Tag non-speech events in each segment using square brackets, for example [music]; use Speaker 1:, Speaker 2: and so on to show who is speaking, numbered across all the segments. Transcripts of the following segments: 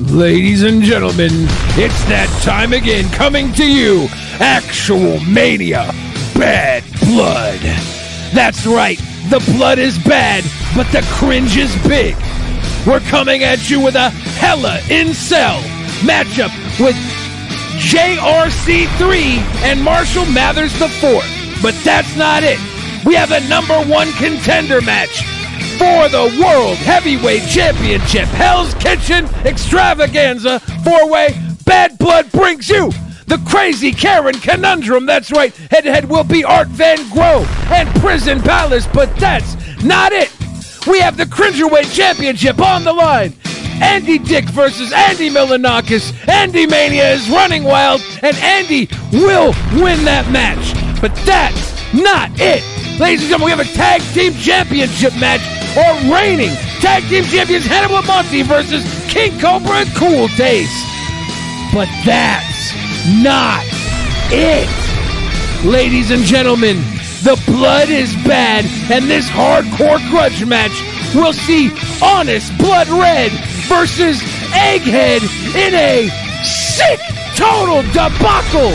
Speaker 1: Ladies and gentlemen, it's that time again coming to you. Actual mania, bad blood. That's right, the blood is bad, but the cringe is big. We're coming at you with a hella incel matchup with JRC3 and Marshall Mathers IV. But that's not it. We have a number one contender match for the World Heavyweight Championship. Hell's Kitchen Extravaganza four way. Bad Blood brings you the crazy Karen conundrum. That's right. Head to head will be Art Van Grove and Prison Palace. But that's not it. We have the Cringerweight Championship on the line. Andy Dick versus Andy Milanakis. Andy Mania is running wild, and Andy will win that match. But that's not it. Ladies and gentlemen, we have a tag team championship match or reigning tag team champions Hannibal Monty versus King Cobra and Cool Taste. But that's not it. Ladies and gentlemen, the blood is bad, and this hardcore grudge match will see Honest Blood Red versus Egghead in a sick total debacle.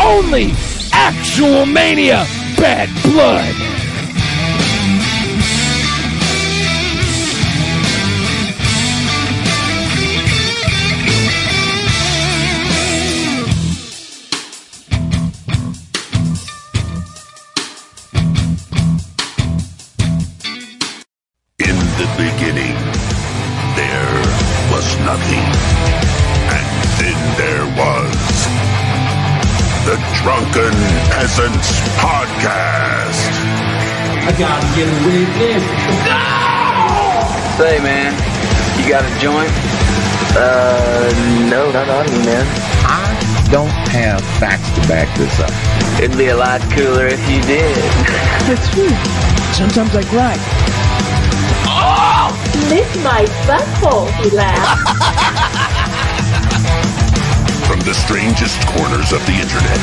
Speaker 1: Only actual mania, bad blood.
Speaker 2: In the beginning, there was nothing. And then there was the Drunken Peasants Podcast.
Speaker 3: I gotta get away this.
Speaker 4: Say, man, you got a joint? Uh, no, not on me, man.
Speaker 5: don't have facts to back this up.
Speaker 4: It'd be a lot cooler if you did.
Speaker 6: That's true. Sometimes I cry.
Speaker 3: Oh!
Speaker 7: Lick my butthole, he
Speaker 6: [laughs]
Speaker 7: laughed.
Speaker 2: From the strangest corners of the internet,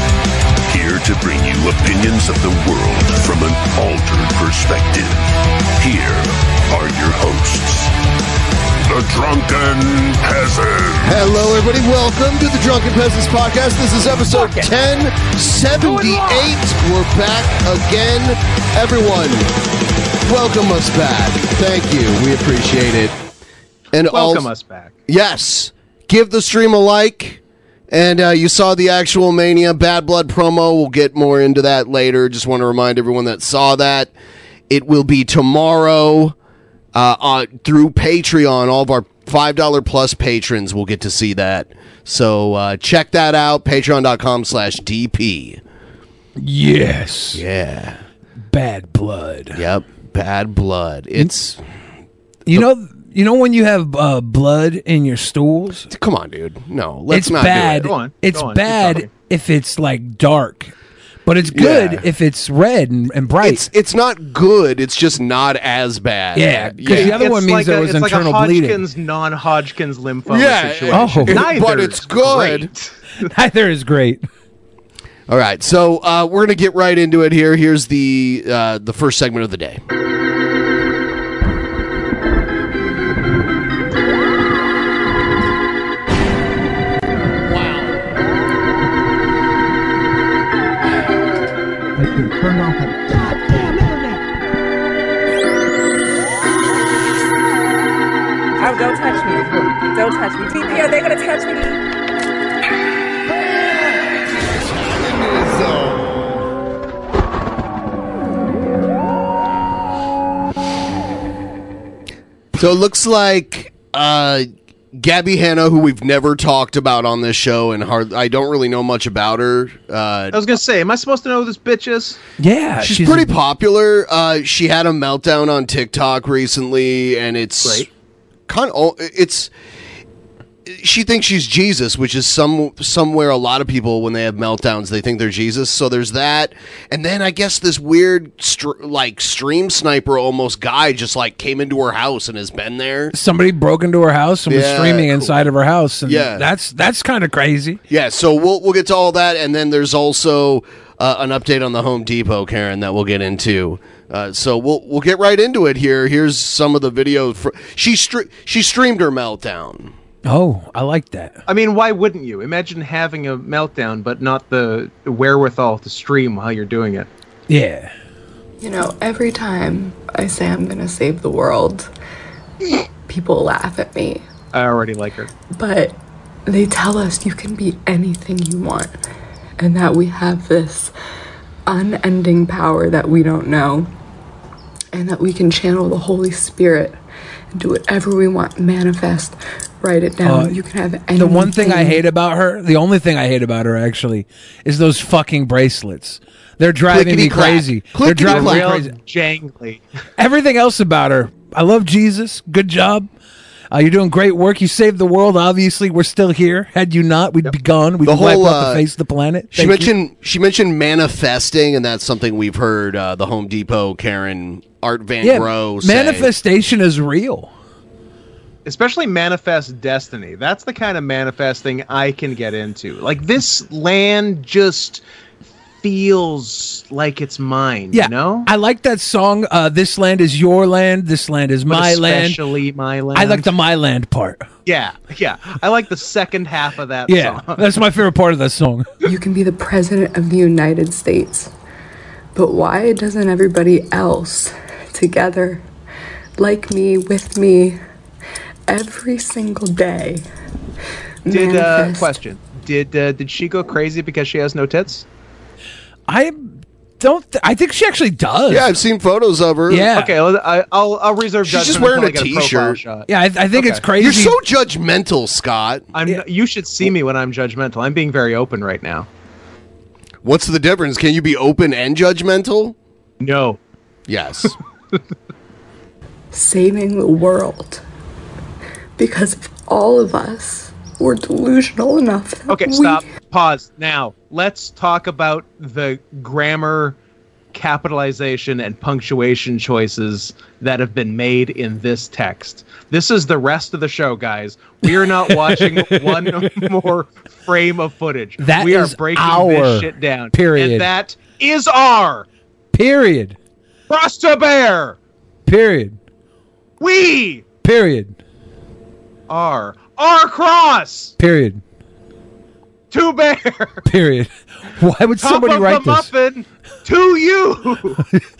Speaker 2: here to bring you opinions of the world from an altered perspective. Here are your hosts, the Drunken Peasant.
Speaker 8: Hello, everybody. Welcome to the Drunken Peasants Podcast. This is episode 1078. We're back again. Everyone, welcome us back. Thank you. We appreciate it. And
Speaker 9: Welcome
Speaker 8: als-
Speaker 9: us back.
Speaker 8: Yes. Give the stream a like. And uh, you saw the actual Mania Bad Blood promo. We'll get more into that later. Just want to remind everyone that saw that. It will be tomorrow uh, on, through Patreon. All of our $5 plus patrons will get to see that. So uh, check that out. Patreon.com slash DP.
Speaker 1: Yes.
Speaker 8: Yeah.
Speaker 1: Bad blood.
Speaker 8: Yep. Bad Blood. It's.
Speaker 9: You know, you know when you have uh, blood in your stools,
Speaker 8: Come on, dude. No, let's
Speaker 9: it's
Speaker 8: not
Speaker 9: bad.
Speaker 8: do it.
Speaker 9: It's Go on, go on, keep
Speaker 1: talking.
Speaker 9: bad if it's like dark, but it's good
Speaker 8: Yeah.
Speaker 9: if it's red and, and bright.
Speaker 8: It's it's not good. It's just not as bad.
Speaker 9: yeah, because the other
Speaker 5: it's
Speaker 9: one means
Speaker 5: like
Speaker 9: there
Speaker 5: a,
Speaker 9: was
Speaker 5: it's
Speaker 9: internal
Speaker 5: like a
Speaker 9: bleeding.
Speaker 5: Hodgkin's non-Hodgkin's lymphoma
Speaker 8: Yeah,
Speaker 5: situation.
Speaker 9: it-
Speaker 5: Oh. Neither
Speaker 8: but it's
Speaker 5: is
Speaker 8: good.
Speaker 5: great.
Speaker 9: [laughs] Neither is great.
Speaker 8: All right, so uh, we're gonna get right into it here. Here's the uh, the first segment of the day.
Speaker 2: Oh, don't touch me. Don't touch me. TP, are they going to touch me?
Speaker 8: So it looks like uh, Gabby Hanna, who we've never talked about on this show, and hard, I don't really know much about her. Uh,
Speaker 10: I was gonna say, am I supposed to know who this bitch is?
Speaker 1: Yeah,
Speaker 8: she's, pretty popular. Uh, she had a meltdown on TikTok recently, and it's kind of it's. She thinks she's Jesus, which is some somewhere a lot of people when they have meltdowns they think they're Jesus. So there's that, and then I guess this weird str- like stream sniper almost guy just like came into her house and has been there.
Speaker 1: Somebody broke into her house and was
Speaker 8: Yeah,
Speaker 1: streaming inside of her house. And
Speaker 8: Yeah.
Speaker 1: that's that's kind of crazy.
Speaker 8: Yeah, so we'll we'll get to all that, and then there's also uh, an update on the Home Depot, Karen, that we'll get into. Uh, so we'll we'll get right into it here. Here's some of the video. Fr- she stre- she streamed her meltdown.
Speaker 1: Oh, I like that.
Speaker 10: I mean, why wouldn't you? Imagine having a meltdown, but not the wherewithal to stream while you're doing it.
Speaker 1: Yeah.
Speaker 11: You know, every time I say I'm going to save the world, people laugh at me.
Speaker 10: I already like her.
Speaker 11: But they tell us you can be anything you want and that we have this unending power that we don't know and that we can channel the Holy Spirit and do whatever we want, manifest, write it down.
Speaker 1: Uh,
Speaker 11: you can have anything.
Speaker 1: The one thing I hate about her, the only thing I hate about her actually, is those fucking bracelets. They're driving me
Speaker 10: Clickety-clack.
Speaker 1: crazy. They're driving me
Speaker 10: Real
Speaker 1: crazy.
Speaker 10: Jangly.
Speaker 1: Everything else about her, I love Jesus. Good job. Uh, you're doing great work. You saved the world. Obviously, we're still here. Had you not, we'd be gone. We'd
Speaker 8: The
Speaker 1: be wiped
Speaker 8: whole,
Speaker 1: off
Speaker 8: uh,
Speaker 1: the face of the planet.
Speaker 8: She
Speaker 1: Thank you.
Speaker 8: mentioned she mentioned manifesting, and that's something we've heard uh, the Home Depot, Karen, Art Van
Speaker 1: Yeah,
Speaker 8: Grow say.
Speaker 1: manifestation is real.
Speaker 10: Especially manifest destiny. That's the kind of manifesting I can get into. Like this land just feels like it's mine.
Speaker 1: Yeah,
Speaker 10: You know?
Speaker 1: I like that song. Uh, this land is your land. This land is
Speaker 10: But
Speaker 1: my land.
Speaker 10: especially my land.
Speaker 1: I like the my land part.
Speaker 10: Yeah, yeah. I like the second half of that
Speaker 1: yeah,
Speaker 10: song. [laughs]
Speaker 1: that's my favorite part of that song.
Speaker 11: You can be the president of the United States. But why doesn't everybody else together, like me, with me, every single day?
Speaker 10: Did uh,
Speaker 11: manifest-
Speaker 10: question? Did uh, did she go crazy because she has no tits?
Speaker 1: I don't. Th- I think she actually does.
Speaker 8: Yeah, I've seen photos of her.
Speaker 10: Okay. well, I, I'll I'll reserve.
Speaker 8: She's just
Speaker 10: judgment
Speaker 8: wearing a
Speaker 10: until I get profile
Speaker 8: t-shirt.
Speaker 10: shot.
Speaker 8: You're so judgmental, Scott.
Speaker 10: I'm. You should see me when I'm judgmental. I'm being very open right now.
Speaker 8: What's the difference? Can you be open and judgmental?
Speaker 10: No.
Speaker 1: [laughs]
Speaker 8: Yes.
Speaker 11: saving the world. Because if all of us were delusional enough, that
Speaker 10: Okay.
Speaker 11: we-
Speaker 10: Stop. Pause. Now let's talk about the grammar, capitalization, and punctuation choices that have been made in this text. This is the rest of the show, guys. We
Speaker 12: [laughs]
Speaker 10: are not watching one [laughs] more frame of footage.
Speaker 1: That
Speaker 10: we
Speaker 1: is
Speaker 10: are breaking
Speaker 1: our
Speaker 10: this shit down.
Speaker 1: period.
Speaker 10: And that is our
Speaker 1: Period.
Speaker 10: Cross to bear.
Speaker 1: Period.
Speaker 10: We
Speaker 1: Period.
Speaker 10: are our cross
Speaker 1: Period.
Speaker 10: to bear.
Speaker 1: Period. [laughs] Why would
Speaker 10: Top
Speaker 1: somebody
Speaker 10: of
Speaker 1: write
Speaker 10: the
Speaker 1: this?
Speaker 10: muffin to you.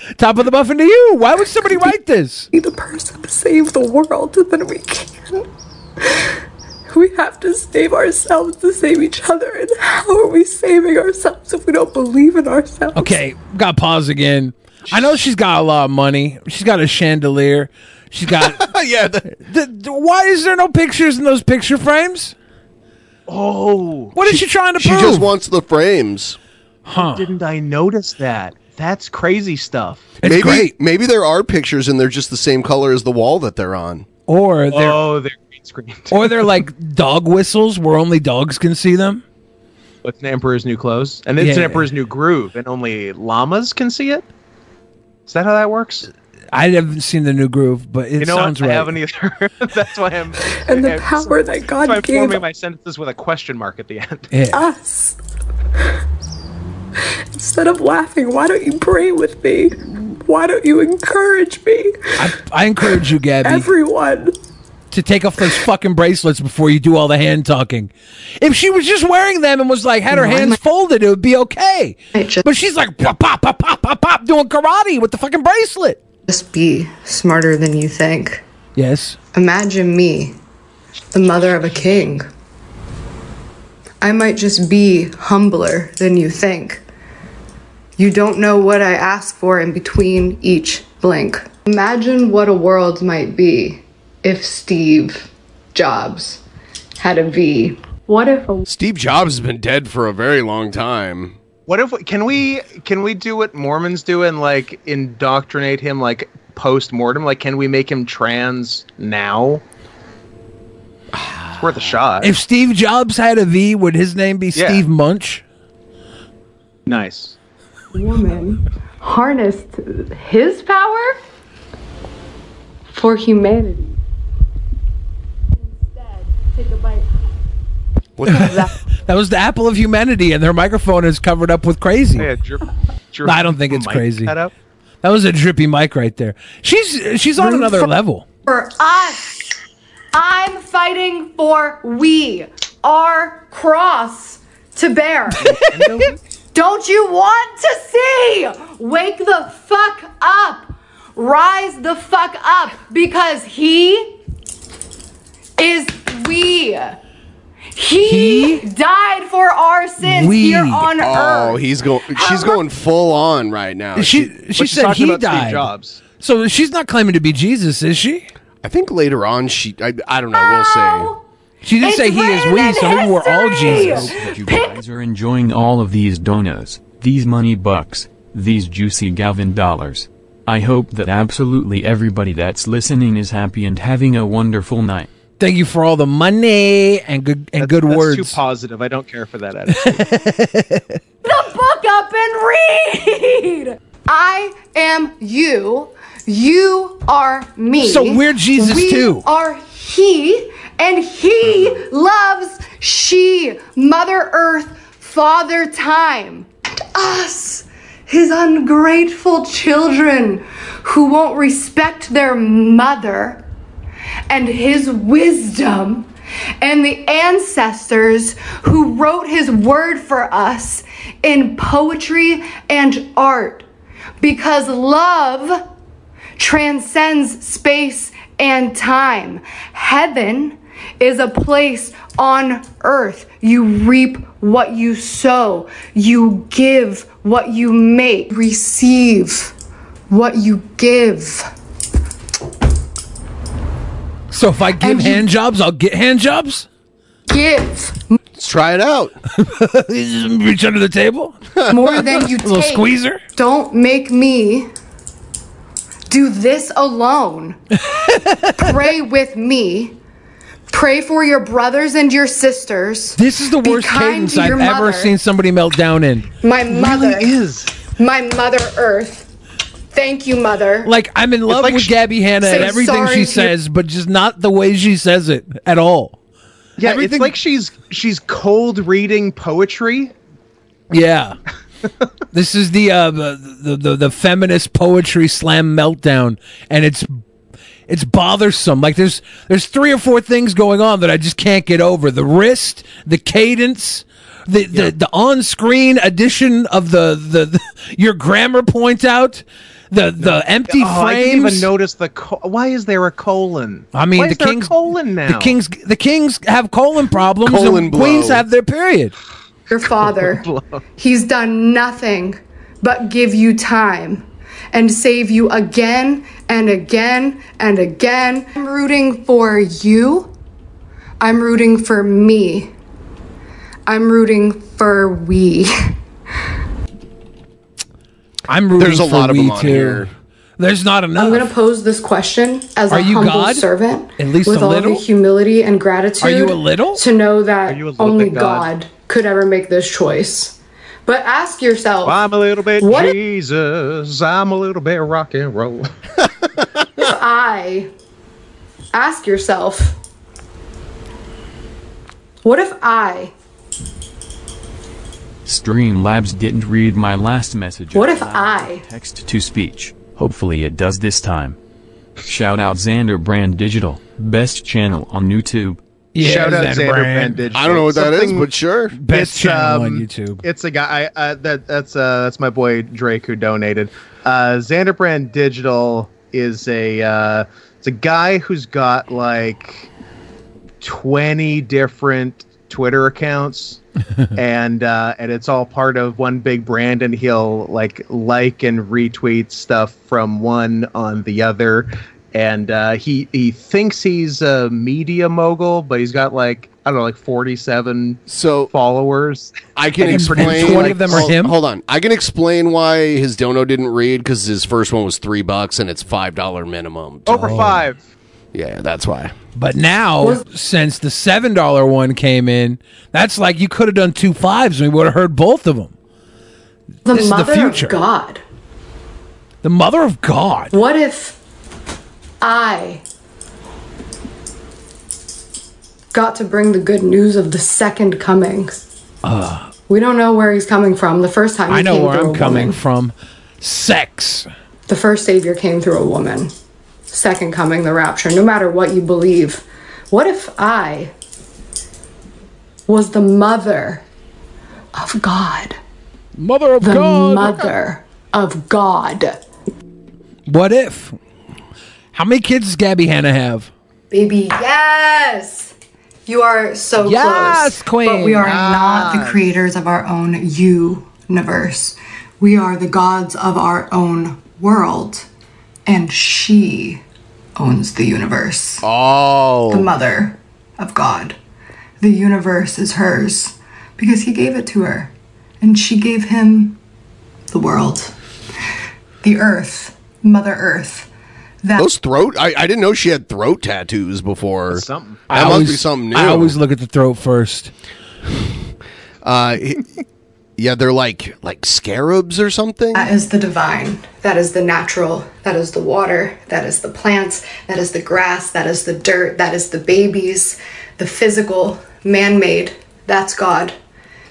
Speaker 1: [laughs] Top of the muffin to you. Why would somebody write this?
Speaker 11: Be the person to save the world, then we can. We have to save ourselves to save each other. And how are we saving ourselves if we don't believe in ourselves?
Speaker 1: Okay, got pause again. I know she's got a lot of money. She's got a chandelier.
Speaker 10: [laughs]
Speaker 1: She's got.
Speaker 8: yeah.
Speaker 1: The, the- why is there no pictures in those picture frames?
Speaker 10: Oh.
Speaker 1: What is she, trying to
Speaker 8: she
Speaker 1: prove?
Speaker 8: just wants the frames.
Speaker 1: Huh.
Speaker 10: Didn't I notice that? That's crazy stuff.
Speaker 8: maybe maybe there are pictures and they're just the same color as the wall that they're on.
Speaker 1: or they're,
Speaker 10: oh, they're green screen
Speaker 1: [laughs] or they're like dog whistles where only dogs can see them.
Speaker 10: with an Emperor's New Clothes, and it's an
Speaker 1: Yeah.
Speaker 10: Emperor's New Groove, and only llamas can see it. Is that how that works?
Speaker 1: I haven't seen the new groove, but it
Speaker 10: you know
Speaker 1: sounds
Speaker 10: what? I
Speaker 1: right.
Speaker 10: haven't either. [laughs] that's why I'm.
Speaker 11: And
Speaker 10: [laughs]
Speaker 11: the
Speaker 10: I'm-
Speaker 11: power that
Speaker 10: that's
Speaker 11: God
Speaker 10: why I'm
Speaker 11: gave-
Speaker 10: forming my sentences with a question mark at the end.
Speaker 11: Us. [laughs] Instead of laughing, why don't you pray with me? Why don't you encourage me?
Speaker 10: e-
Speaker 1: I encourage you, Gabby,
Speaker 11: Everyone.
Speaker 1: to take off those fucking bracelets before you do all the hand talking. If she was just wearing them and was like had her
Speaker 11: Why am
Speaker 1: hands
Speaker 11: I-
Speaker 1: folded, it would be okay. But she's like pop pop pop pop pop pop doing karate with the fucking bracelet.
Speaker 13: Just be smarter than you think.
Speaker 1: Yes.
Speaker 14: Imagine me, the mother of a king. I might just be humbler than you think. You don't know what I ask for in between each blink. Imagine what a world might be if Steve Jobs had a V. What if a
Speaker 8: Steve Jobs has been dead for a very long time.
Speaker 10: What if can we can we do what Mormons do and like indoctrinate him like post mortem? Like, can we make him trans now? It's worth a shot.
Speaker 1: If Steve Jobs had a V, would his name be
Speaker 10: Yeah.
Speaker 1: Steve Munch?
Speaker 10: Nice.
Speaker 14: woman harnessed his power for humanity?
Speaker 15: Take a bite.
Speaker 1: [laughs] that was the apple of humanity, and their microphone is covered up with crazy.
Speaker 10: Yeah, drip, drip
Speaker 1: No, I don't think it's
Speaker 10: mic
Speaker 1: crazy.
Speaker 10: That, up.
Speaker 1: That was a drippy mic right there. She's she's on another level.
Speaker 14: For us. I'm fighting for we, our cross
Speaker 1: [laughs]
Speaker 14: to bear. Don't you want to see? Wake the fuck up. Rise the fuck up because he is we. He, died for our sins here on earth.
Speaker 8: Oh, he's going. She's going full on right now.
Speaker 1: She- she But she's said talking he about Steve died. Jobs. So she's not claiming to be Jesus, is she?
Speaker 8: I think later on she. I, I don't know. We'll see.
Speaker 1: She didn't say he is we, so we were
Speaker 8: Oh,
Speaker 1: all Jesus.
Speaker 13: you guys are enjoying all of these donuts, these money bucks, these juicy Galvin dollars. I hope that absolutely everybody that's listening is happy and having a wonderful night.
Speaker 1: Thank you for all the money and good and good
Speaker 10: that's
Speaker 1: words.
Speaker 10: too positive. I don't care for that attitude.
Speaker 14: the book up and read. I am you. You are me.
Speaker 1: So we're Jesus
Speaker 14: we
Speaker 1: too.
Speaker 14: Are he and he loves she, Mother Earth, Father Time, and us, his ungrateful children who won't respect their mother and his wisdom and the ancestors who wrote his word for us in poetry and art because love transcends space and time. Heaven is a place on earth. You reap what you sow, you give what you make, receive what you give.
Speaker 1: [laughs] so if I give hand jobs, I'll get hand jobs.
Speaker 14: Give.
Speaker 8: Let's try it out.
Speaker 1: Reach under the table.
Speaker 14: [laughs]
Speaker 1: [laughs]
Speaker 14: more than you
Speaker 1: A
Speaker 14: take.
Speaker 1: little squeezer.
Speaker 14: Don't make me do this
Speaker 1: [laughs]
Speaker 14: alone. Pray with me. Pray for your brothers and your sisters.
Speaker 1: This is the
Speaker 14: Be
Speaker 1: worst
Speaker 14: kind
Speaker 1: cadence
Speaker 14: to
Speaker 1: I've
Speaker 14: your
Speaker 1: ever
Speaker 14: mother.
Speaker 1: seen somebody melt down in.
Speaker 14: My mother is my mother Earth. Thank you, mother.
Speaker 1: Like I'm in love with Gabby Hanna and
Speaker 14: Say
Speaker 1: everything
Speaker 14: sorry
Speaker 1: she
Speaker 14: to your-
Speaker 1: says, but just not the way she says it at all.
Speaker 10: [sighs] Yeah, it's like she's she's cold reading poetry.
Speaker 1: Yeah. this is the, uh, the the the feminist poetry slam meltdown, and it's it's bothersome. Like there's there's three or four things going on that I just can't get over: the wrist, the cadence. The, the, the on screen addition of the, the, your grammar points out the the empty
Speaker 10: oh, I didn't
Speaker 1: frames
Speaker 10: even notice the. Co- Why is there a colon?
Speaker 1: I mean,
Speaker 10: Why
Speaker 1: the
Speaker 10: is there a
Speaker 1: Kings-
Speaker 10: colon now.
Speaker 1: the kings the kings have colon problems
Speaker 10: Colon
Speaker 1: and queens
Speaker 10: blow.
Speaker 1: have their period
Speaker 10: [laughs]
Speaker 14: Your father, he's done nothing but give you time and save you again and again and again. I'm rooting for you. I'm rooting for me. I'm rooting for we.
Speaker 1: I'm rooting
Speaker 8: There's a
Speaker 1: for
Speaker 8: lot of
Speaker 1: we
Speaker 8: them on
Speaker 1: too.
Speaker 8: here.
Speaker 1: There's not enough.
Speaker 14: I'm going to pose this question as
Speaker 1: Are
Speaker 14: a
Speaker 1: you
Speaker 14: humble
Speaker 1: God?
Speaker 14: servant
Speaker 1: At least
Speaker 14: with
Speaker 1: a
Speaker 14: all
Speaker 1: little?
Speaker 14: the humility and gratitude
Speaker 1: Are you a little?
Speaker 14: to know that
Speaker 1: you a little
Speaker 14: only
Speaker 1: bit God?
Speaker 14: God? could ever make this choice. But ask yourself,
Speaker 10: I'm a little bit
Speaker 14: What-
Speaker 10: Jesus. I'm a little bit rock and roll.
Speaker 14: if I ask yourself, what if I,
Speaker 13: Streamlabs didn't read my last message.
Speaker 14: what if I,
Speaker 13: Text to speech. Hopefully it does this time. Shout out Xander Brand Digital, best channel on YouTube.
Speaker 10: Shout out Xander Brand Digital. Something- It's, um, It's a guy. I, uh, that that's uh, that's my boy Drake who donated. Uh, Xander Brand Digital is a uh, It's a guy who's got like 20 different Twitter
Speaker 1: [laughs]
Speaker 10: accounts. and uh, and it's all part of one big brand, and he'll like like and retweet stuff from one on the other, and uh, he he thinks he's a media mogul, but he's got like I don't know, like forty seven
Speaker 8: so
Speaker 10: followers.
Speaker 8: I can
Speaker 10: And he
Speaker 8: explain.
Speaker 10: pretends-
Speaker 8: hold, Hold on, I can explain why his dono didn't read because his first one was three bucks and it's five dollar minimum.
Speaker 10: Over five.
Speaker 8: Yeah, that's why.
Speaker 1: But now, since the seven dollar one came in, that's like you could have done two fives and we would have heard both of them.
Speaker 11: The
Speaker 1: this
Speaker 11: mother
Speaker 1: is the future.
Speaker 11: of God.
Speaker 1: The mother of God.
Speaker 11: What if I got to bring the good news of the second coming?
Speaker 1: Uh,
Speaker 11: We don't know where he's coming from. The first time he
Speaker 1: I know
Speaker 11: came
Speaker 1: where
Speaker 11: through a
Speaker 1: I'm
Speaker 11: woman.
Speaker 1: coming from. Sex.
Speaker 11: The first savior came through a woman. Second coming, the rapture. No matter what you believe, what if I was the mother of God?
Speaker 1: Mother of
Speaker 11: the
Speaker 1: God.
Speaker 11: Mother of God.
Speaker 1: What if? How many kids does Gabby Hanna have?
Speaker 14: Baby, yes! You are so
Speaker 1: Yes,
Speaker 14: close.
Speaker 1: queen. Ah.
Speaker 14: But we are not the creators of our own universe. We are the gods of our own world. And she owns the universe.
Speaker 8: Oh.
Speaker 14: The mother of God. The universe is hers because he gave it to her. And she gave him the world, the earth, Mother Earth. That
Speaker 8: Those throat. I, I didn't know she had throat tattoos before. something. That
Speaker 1: I
Speaker 8: must
Speaker 1: always-
Speaker 8: be something new.
Speaker 1: I always look at the throat first.
Speaker 8: Uh, he- yeah, they're like like scarabs or something.
Speaker 14: That is the divine. That is the natural. That is the water. That is the plants. That is the grass. That is the dirt. That is the babies. The physical, man made. That's God.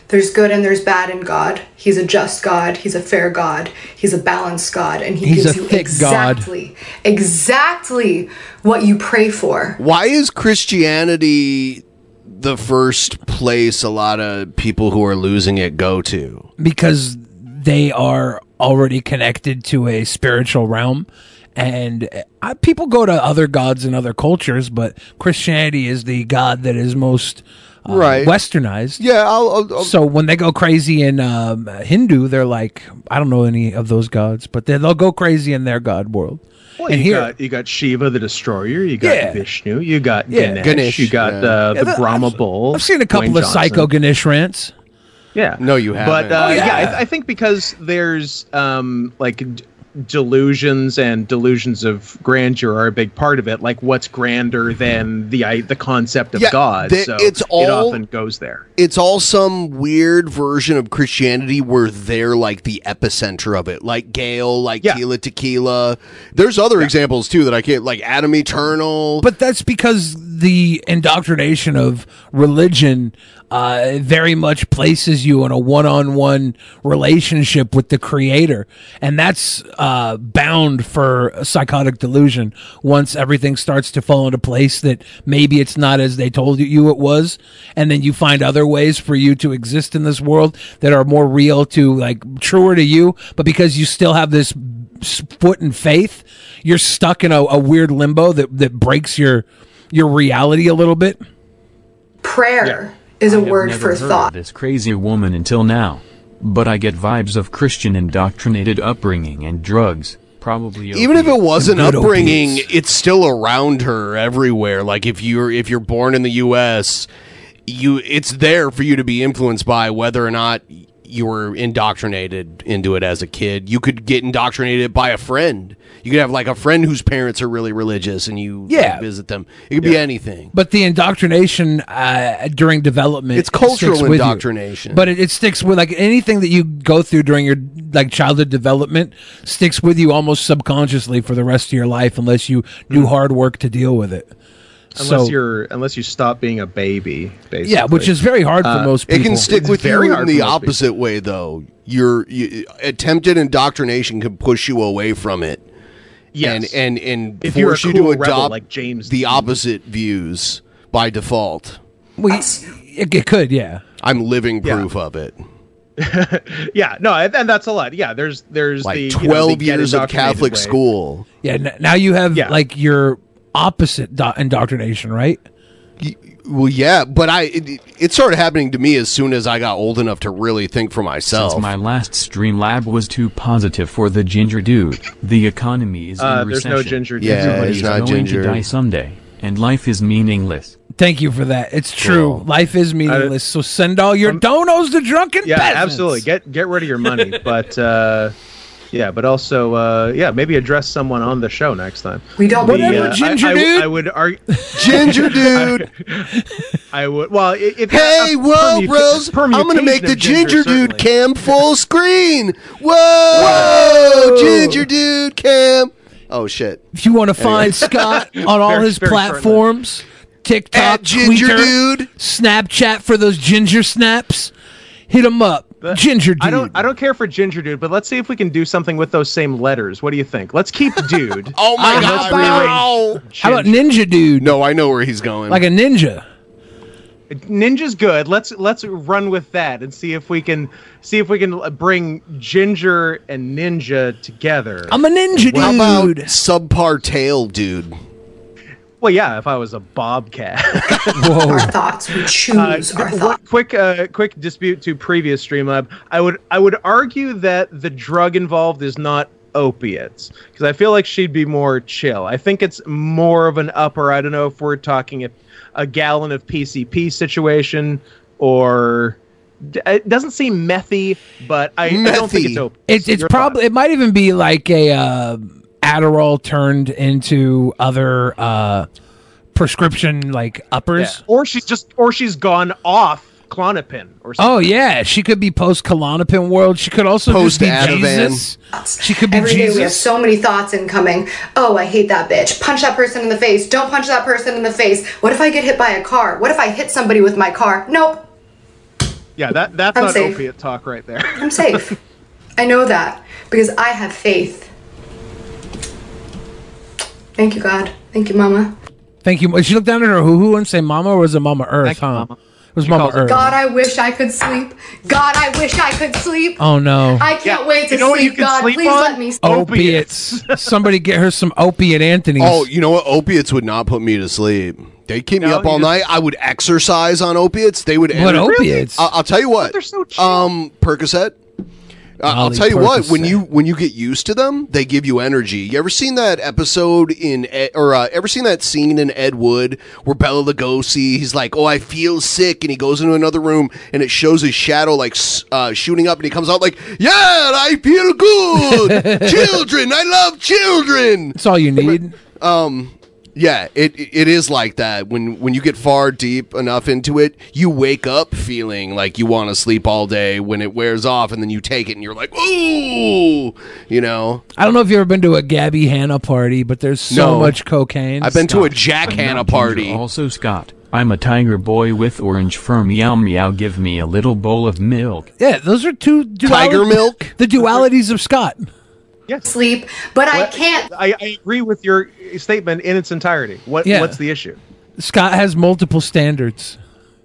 Speaker 14: There's good and there's bad in God. He's a just God. He's a fair God. He's a balanced God. And He
Speaker 8: He's
Speaker 14: gives
Speaker 8: a
Speaker 14: you
Speaker 8: thick God.
Speaker 14: exactly, exactly what you pray for.
Speaker 8: Why is Christianity the first place a lot of people who are losing it go to?
Speaker 1: because they are already connected to a spiritual realm and I, people go to other gods in other cultures but christianity is the god that is most uh,
Speaker 8: Right.
Speaker 1: westernized
Speaker 8: yeah I'll, I'll,
Speaker 1: so when they go crazy in um, hindu they're like i don't know any of those gods but they, they'll go crazy in their god world
Speaker 10: Well,
Speaker 1: and
Speaker 10: you
Speaker 1: here
Speaker 10: got you got Shiva the Destroyer, you got
Speaker 1: Yeah.
Speaker 10: Vishnu, you got
Speaker 1: Yeah.
Speaker 10: Ganesh,
Speaker 1: Ganesh,
Speaker 10: you got
Speaker 1: yeah.
Speaker 10: uh,
Speaker 1: Yeah,
Speaker 10: the
Speaker 1: that-
Speaker 10: Brahma Bull.
Speaker 1: i've seen a couple
Speaker 10: Dwayne
Speaker 1: of psycho
Speaker 10: Johnson.
Speaker 1: ganesh rants
Speaker 10: Yeah.
Speaker 8: No, you haven't.
Speaker 10: But uh,
Speaker 1: Oh,
Speaker 10: yeah,
Speaker 1: yeah.
Speaker 10: I, th- I think because there's um, like d- delusions and delusions of grandeur are a big part of it. Like what's grander than the I, the concept of
Speaker 8: Yeah,
Speaker 10: God?
Speaker 8: the-
Speaker 10: so
Speaker 8: it's
Speaker 10: it
Speaker 8: all-
Speaker 10: often goes there.
Speaker 8: It's all some weird version of Christianity where they're like the epicenter of it, like Gale, like Tila Tequila. There's other examples too that I can't, like Adam Eternal.
Speaker 1: But that's because the indoctrination of religion uh, very much places you in a one-on-one relationship with the creator, and that's uh, bound for psychotic delusion. Once everything starts to fall into place, that maybe it's not as they told you it was, and then you find other ways for you to exist in this world that are more real to like truer to you, but because you still have this s- foot in faith, you're stuck in a, a weird limbo that, that breaks your your reality a little bit.
Speaker 14: Prayer is a
Speaker 13: have
Speaker 14: word
Speaker 13: never
Speaker 14: for
Speaker 13: heard
Speaker 14: thought.
Speaker 13: of This crazy woman until now, but I get vibes of Christian indoctrinated upbringing and drugs. Probably
Speaker 8: even if it was an
Speaker 13: not
Speaker 8: upbringing it's still around her everywhere like if you're if you're born in the us you it's there for you to be influenced by whether or not you were indoctrinated into it as a kid you could get indoctrinated by a friend you could have like a friend whose parents are really religious and you like,
Speaker 1: Yeah.
Speaker 8: visit them it could be anything
Speaker 1: But the indoctrination uh, during development
Speaker 8: It's cultural
Speaker 1: sticks with you.
Speaker 8: indoctrination.
Speaker 1: But it, it sticks with like anything that you go through during your like childhood development sticks with you almost subconsciously for the rest of your life unless you
Speaker 8: Hmm.
Speaker 1: do hard work to deal with it.
Speaker 10: Unless
Speaker 1: so
Speaker 10: you're unless you stop being a baby, basically.
Speaker 1: Yeah, which is very hard for most
Speaker 8: it can
Speaker 1: people.
Speaker 8: stick
Speaker 1: Uh, It's
Speaker 8: with
Speaker 1: very
Speaker 8: you in
Speaker 1: hard for
Speaker 8: the
Speaker 1: most
Speaker 8: opposite way though your you, attempted indoctrination can push you away from it
Speaker 10: Yes.
Speaker 8: and and, and
Speaker 10: If you're a
Speaker 8: force you
Speaker 10: cool
Speaker 8: to
Speaker 10: rebel
Speaker 8: adopt
Speaker 10: like James
Speaker 8: the opposite views by default
Speaker 1: well, it, it could yeah
Speaker 8: i'm living proof of it
Speaker 10: yeah, no, and, and that's a lot. Yeah, there's there's
Speaker 8: like
Speaker 10: the you know, the
Speaker 8: 12
Speaker 10: get
Speaker 8: years of
Speaker 10: indoctrinated
Speaker 8: catholic
Speaker 10: way.
Speaker 8: school
Speaker 1: Yeah, n- now you have like your opposite do- indoctrination, right?
Speaker 8: Well, yeah, but I it, it started happening to me as soon as I got old enough to really think for myself.
Speaker 13: Since my last stream lab was too positive for the ginger dude, the economy is
Speaker 10: Uh,
Speaker 13: in
Speaker 10: there's
Speaker 13: recession.
Speaker 10: no ginger dude.
Speaker 8: Yeah, it's
Speaker 13: Everybody's
Speaker 8: not
Speaker 13: going
Speaker 8: ginger.
Speaker 13: to die someday, and life is meaningless.
Speaker 1: Thank you for that. It's true.
Speaker 13: Cool.
Speaker 1: Life is meaningless. so send all Oh, your donos to drunken
Speaker 10: Um, yeah,
Speaker 1: peasants.
Speaker 10: absolutely. Get get rid of your
Speaker 1: [laughs]
Speaker 10: money, but uh, yeah, but also uh, yeah, maybe address someone on the show next time. uh,
Speaker 14: We don't-
Speaker 10: The,
Speaker 14: Whatever,
Speaker 10: I-
Speaker 14: ginger
Speaker 10: I, w-
Speaker 14: dude.
Speaker 10: I would argue. [laughs]
Speaker 8: Ginger dude.
Speaker 10: I would. Well, i- if
Speaker 8: Hey,
Speaker 10: a
Speaker 8: whoa,
Speaker 10: permu-
Speaker 8: bros! I'm gonna
Speaker 10: permutation
Speaker 8: make the
Speaker 10: of ginger,
Speaker 8: ginger,
Speaker 10: certainly.
Speaker 8: dude cam full screen. Whoa,
Speaker 1: Whoa!
Speaker 8: ginger dude cam. Oh shit!
Speaker 1: If you want to
Speaker 8: [laughs]
Speaker 10: [laughs]
Speaker 1: find Scott on all
Speaker 8: Very-
Speaker 1: his
Speaker 8: very short
Speaker 1: platforms, TikTok,
Speaker 8: Ginger
Speaker 1: Twitter,
Speaker 8: Dude.
Speaker 1: Snapchat for those ginger snaps, hit him up. ginger dude.
Speaker 10: I don't. I don't care for ginger dude, but let's see if we can do something with those same letters. What do you think? Let's keep dude.
Speaker 8: oh my
Speaker 10: And
Speaker 8: god!
Speaker 10: let's rearrange
Speaker 1: [laughs] How about ninja dude?
Speaker 8: No, I know where he's going.
Speaker 1: Like a ninja.
Speaker 10: Ninja's good. Let's let's run with that and see if we can see if we can l- bring Ginger and Ninja together.
Speaker 1: I'm a ninja dude.
Speaker 8: How about subpar tail dude?
Speaker 10: Well, yeah, if I was a bobcat. [laughs]
Speaker 14: Our thoughts. We choose
Speaker 10: Uh,
Speaker 14: our
Speaker 10: qu-
Speaker 14: thoughts.
Speaker 10: Quick, uh, quick dispute to previous Streamlab. I would, I would argue that the drug involved is not opiates because I feel like she'd be more chill. I think it's more of an upper. I don't know if we're talking a, a gallon of PCP situation or d- it doesn't seem methy, but I, I don't think it's opiates.
Speaker 1: It's, it's
Speaker 10: Your
Speaker 1: probably it might even be like a uh, Adderall turned into other uh, prescription like uppers.
Speaker 10: thoughts. Yeah. or she's just, or she's gone off clonopin or something.
Speaker 1: Oh yeah, she could be post Klonopin world. She could also just be
Speaker 8: Post-Ativan.
Speaker 1: Jesus. She could be
Speaker 14: Every day we have
Speaker 1: Jesus.
Speaker 14: so many thoughts incoming. Oh, I hate that bitch. Punch that person in the face. Don't punch that person in the face. What if I get hit by a car? What if I hit somebody with my car? Nope,
Speaker 10: Yeah, that that's
Speaker 14: I'm
Speaker 10: not
Speaker 14: safe.
Speaker 10: opiate talk right there. [laughs]
Speaker 1: [laughs]
Speaker 14: I'm safe. I know that because I have faith. Thank you, God. Thank you, Mama.
Speaker 1: Thank you. She looked down at her hoo hoo and say, "Mama," or was it Mama Earth? huh? It was Mama Earth.
Speaker 14: God, I wish I could sleep. God, I wish I could sleep.
Speaker 1: Oh no.
Speaker 14: I can't
Speaker 10: Yeah,
Speaker 14: wait to
Speaker 10: you know what you
Speaker 14: sleep.
Speaker 10: can
Speaker 14: God,
Speaker 10: sleep
Speaker 14: please
Speaker 10: on?
Speaker 14: let me sleep.
Speaker 1: opiates. Somebody get her some opiate Anthony's.
Speaker 8: Oh, you know what? Opiates would not put me to sleep. They keep me
Speaker 1: No,
Speaker 8: up all
Speaker 1: you
Speaker 8: night. I would exercise on opiates. They would.
Speaker 1: What opiates?
Speaker 8: I- I'll tell you what. They're
Speaker 10: so
Speaker 8: um, Percocet. I- I'll
Speaker 1: Molly
Speaker 8: tell you what. When
Speaker 1: Percocet.
Speaker 8: you when you get used to them, they give you energy. You ever seen that episode in Ed, or uh, ever seen that scene in Ed Wood where Bella Lugosi he's like, "Oh, I feel sick," and he goes into another room and it shows his shadow like s- uh, shooting up, and he comes out like, "Yeah, I feel
Speaker 1: [laughs]
Speaker 8: good. children, I love children."
Speaker 1: That's all you need.
Speaker 8: [laughs] um yeah it it is like that when when you get far deep enough into it you wake up feeling like you want to sleep all day when it wears off and then you take it and you're like ooh you know
Speaker 1: I don't know if you've ever been to a Gabby Hanna party, but there's so
Speaker 8: No.
Speaker 1: much cocaine.
Speaker 8: I've been to a
Speaker 13: Scott,
Speaker 8: Jack
Speaker 13: I'm
Speaker 8: Hanna
Speaker 13: not ginger.
Speaker 8: party.
Speaker 13: Also, Scott, I'm a tiger boy with orange fur. Meow meow. Give me a little bowl of milk.
Speaker 1: Yeah, those are two duali-
Speaker 8: Tiger milk?
Speaker 1: The dualities of Scott.
Speaker 14: Sleep, but I
Speaker 10: What-
Speaker 14: can't.
Speaker 10: I, I agree with your statement in its entirety. What
Speaker 1: Yeah.
Speaker 10: what's the issue?
Speaker 1: Scott has multiple standards.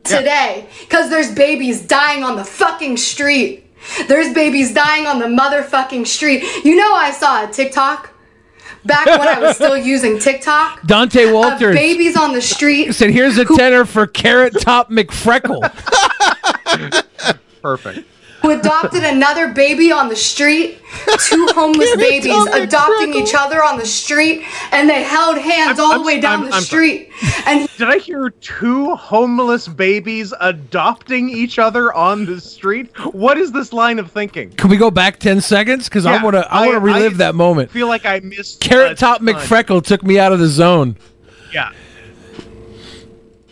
Speaker 14: today because there's babies dying on the fucking street. There's babies dying on the motherfucking street. You know, I saw a TikTok back when I was
Speaker 8: [laughs]
Speaker 14: still using TikTok.
Speaker 1: Dante
Speaker 14: Of
Speaker 1: Walters
Speaker 14: babies on the street.
Speaker 1: said, "Here's a tenor for Carrot Top McFreckle."
Speaker 10: Perfect.
Speaker 14: who adopted another baby on the street.
Speaker 8: [laughs]
Speaker 14: Two homeless babies adopting each other on the street, and they held hands all the way down the street. And
Speaker 10: [laughs] did I hear two homeless babies adopting each other on the street? What is this line of thinking?
Speaker 1: Can we go back ten seconds? Because I
Speaker 10: Yeah,
Speaker 1: want to. I want to relive that moment.
Speaker 10: I feel like I missed
Speaker 1: Carrot
Speaker 10: a
Speaker 1: Top
Speaker 10: ton.
Speaker 1: McFreckle took me out of the zone.
Speaker 10: Yeah.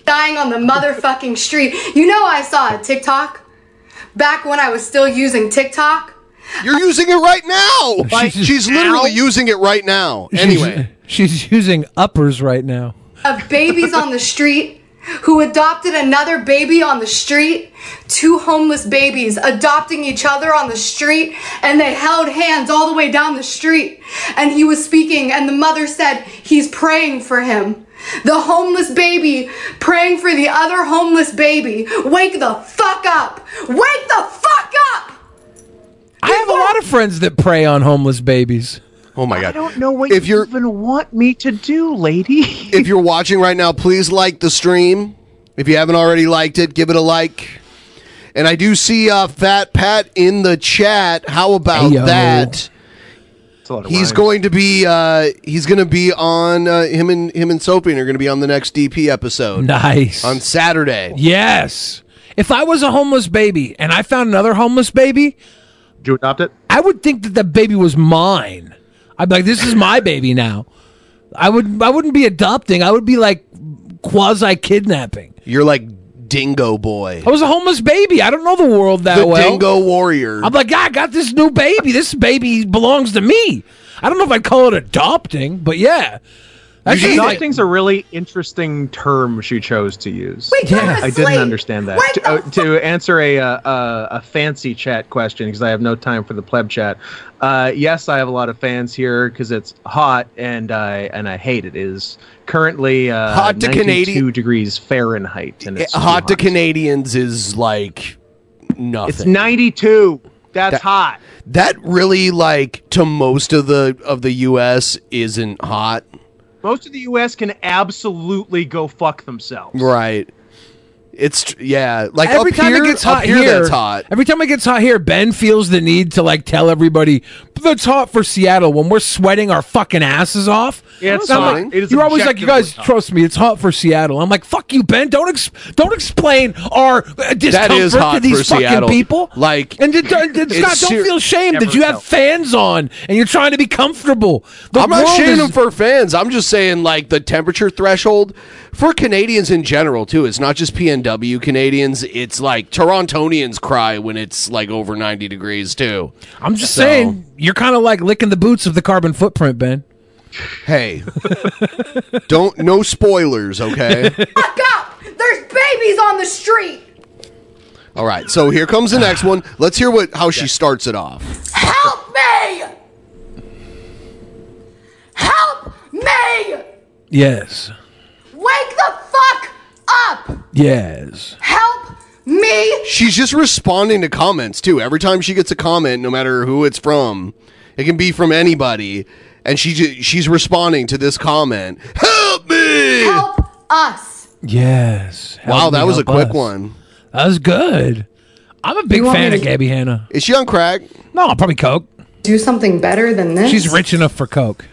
Speaker 14: dying on the motherfucking street. You know, I saw a TikTok back when I was still using TikTok.
Speaker 8: you're using it right now she's, literally using it right now anyway
Speaker 1: [laughs] she's, she's using uppers right now.
Speaker 14: of babies on the street who adopted another baby on the street, two homeless babies adopting each other on the street, and they held hands all the way down the street. And he was speaking, and the mother said, He's praying for him. The homeless baby praying for the other homeless baby. Wake the fuck up! Wake the fuck up!
Speaker 1: I have a lot of friends that prey on homeless babies.
Speaker 8: Oh my
Speaker 10: I
Speaker 8: god.
Speaker 10: don't know what you even want me to do, lady.
Speaker 8: [laughs] if you're watching right now, please like the stream. If you haven't already liked it, give it a like. And I do see uh, Fat Pat in the chat. How about
Speaker 10: Ayo.
Speaker 8: that? He's going to be uh, he's going to be on uh, him and him and Soaping are going to be on the next DP episode.
Speaker 1: Nice.
Speaker 8: on Saturday.
Speaker 1: Yes. If I was a homeless baby and I found another homeless baby,
Speaker 10: do you adopt it?
Speaker 1: I would think that the baby was mine. I'd be like, this is my baby now. I would. I wouldn't be adopting. I would be like quasi kidnapping.
Speaker 8: You're like Dingo Boy.
Speaker 1: I was a homeless baby. I don't know the world that
Speaker 8: The
Speaker 1: well.
Speaker 8: Dingo Warrior.
Speaker 1: I'm like, I got this new baby. This baby belongs to me. I don't know if I'd call it adopting, but yeah. That's just like-
Speaker 10: adopting's a really interesting term she chose to use.
Speaker 1: Wait, you're a
Speaker 10: I didn't
Speaker 1: slave.
Speaker 10: understand that. To, uh, to answer a, uh, uh, a fancy chat question, because I have no time for the pleb chat. Uh, yes, I have a lot of fans here because it's hot and I and I hate it. It Is currently uh,
Speaker 8: Hot to
Speaker 10: 92
Speaker 8: Canadian-
Speaker 10: degrees Fahrenheit and it's
Speaker 8: hot, to Canadians is like nothing.
Speaker 10: It's 92. That's
Speaker 8: That-
Speaker 10: hot.
Speaker 8: That really like to most of the of the US isn't hot.
Speaker 10: Most of the U.S. can absolutely go fuck themselves.
Speaker 8: Right. It's tr- yeah, like
Speaker 1: every
Speaker 8: up
Speaker 1: time
Speaker 8: here,
Speaker 1: it gets
Speaker 8: up
Speaker 1: hot
Speaker 8: here,
Speaker 1: here,
Speaker 8: that's hot.
Speaker 1: Every time it gets hot here, Ben feels the need to like tell everybody that's hot for Seattle when we're sweating our fucking asses off.
Speaker 10: Yeah, it's
Speaker 1: And I'm
Speaker 10: fine.
Speaker 1: like-
Speaker 10: It is
Speaker 1: you're always like, you guys
Speaker 10: objectively hot."
Speaker 1: trust me, it's hot for Seattle. I'm like, fuck you, Ben. Don't ex- don't explain our uh,
Speaker 8: That is
Speaker 1: discomfort to
Speaker 8: hot for
Speaker 1: these fucking
Speaker 8: Seattle.
Speaker 1: people.
Speaker 8: Like,
Speaker 1: and it, it,
Speaker 8: it's
Speaker 1: Scott,
Speaker 8: ser-
Speaker 1: don't feel shame that
Speaker 8: Never
Speaker 1: you have
Speaker 8: felt.
Speaker 1: fans on and you're trying to be comfortable. The
Speaker 8: I'm not
Speaker 1: world
Speaker 8: shaming
Speaker 1: is-
Speaker 8: them for fans. I'm just saying like the temperature threshold for Canadians in general too. It's not just PNW Canadians. It's like Torontonians cry when it's like over 90 degrees too.
Speaker 1: I'm just
Speaker 8: So,
Speaker 1: saying, you're kind of like licking the boots of the carbon footprint, Ben.
Speaker 8: Hey, don't no spoilers,
Speaker 1: [laughs]
Speaker 8: okay?
Speaker 14: There's babies on the street.
Speaker 8: All right. So here comes the next one. Let's hear what how she starts it off.
Speaker 14: Help me! Help me!
Speaker 1: Yes.
Speaker 14: Wake the fuck up!
Speaker 1: Yes.
Speaker 14: Help me!
Speaker 8: She's just responding to comments too. Every time she gets a comment, no matter who it's from, it can be from anybody, and she ju- she's responding to this comment. Help me!
Speaker 14: Help us!
Speaker 1: Yes.
Speaker 8: wow,
Speaker 1: Help me
Speaker 8: that was a
Speaker 1: help
Speaker 8: quick
Speaker 1: us.
Speaker 8: one.
Speaker 1: That was good. I'm a big
Speaker 14: You want
Speaker 1: fan
Speaker 14: me
Speaker 1: of
Speaker 14: to-
Speaker 1: Gabby Hanna.
Speaker 8: Is she on crack?
Speaker 1: No, probably coke.
Speaker 14: Do something better than this?
Speaker 1: She's rich enough for coke.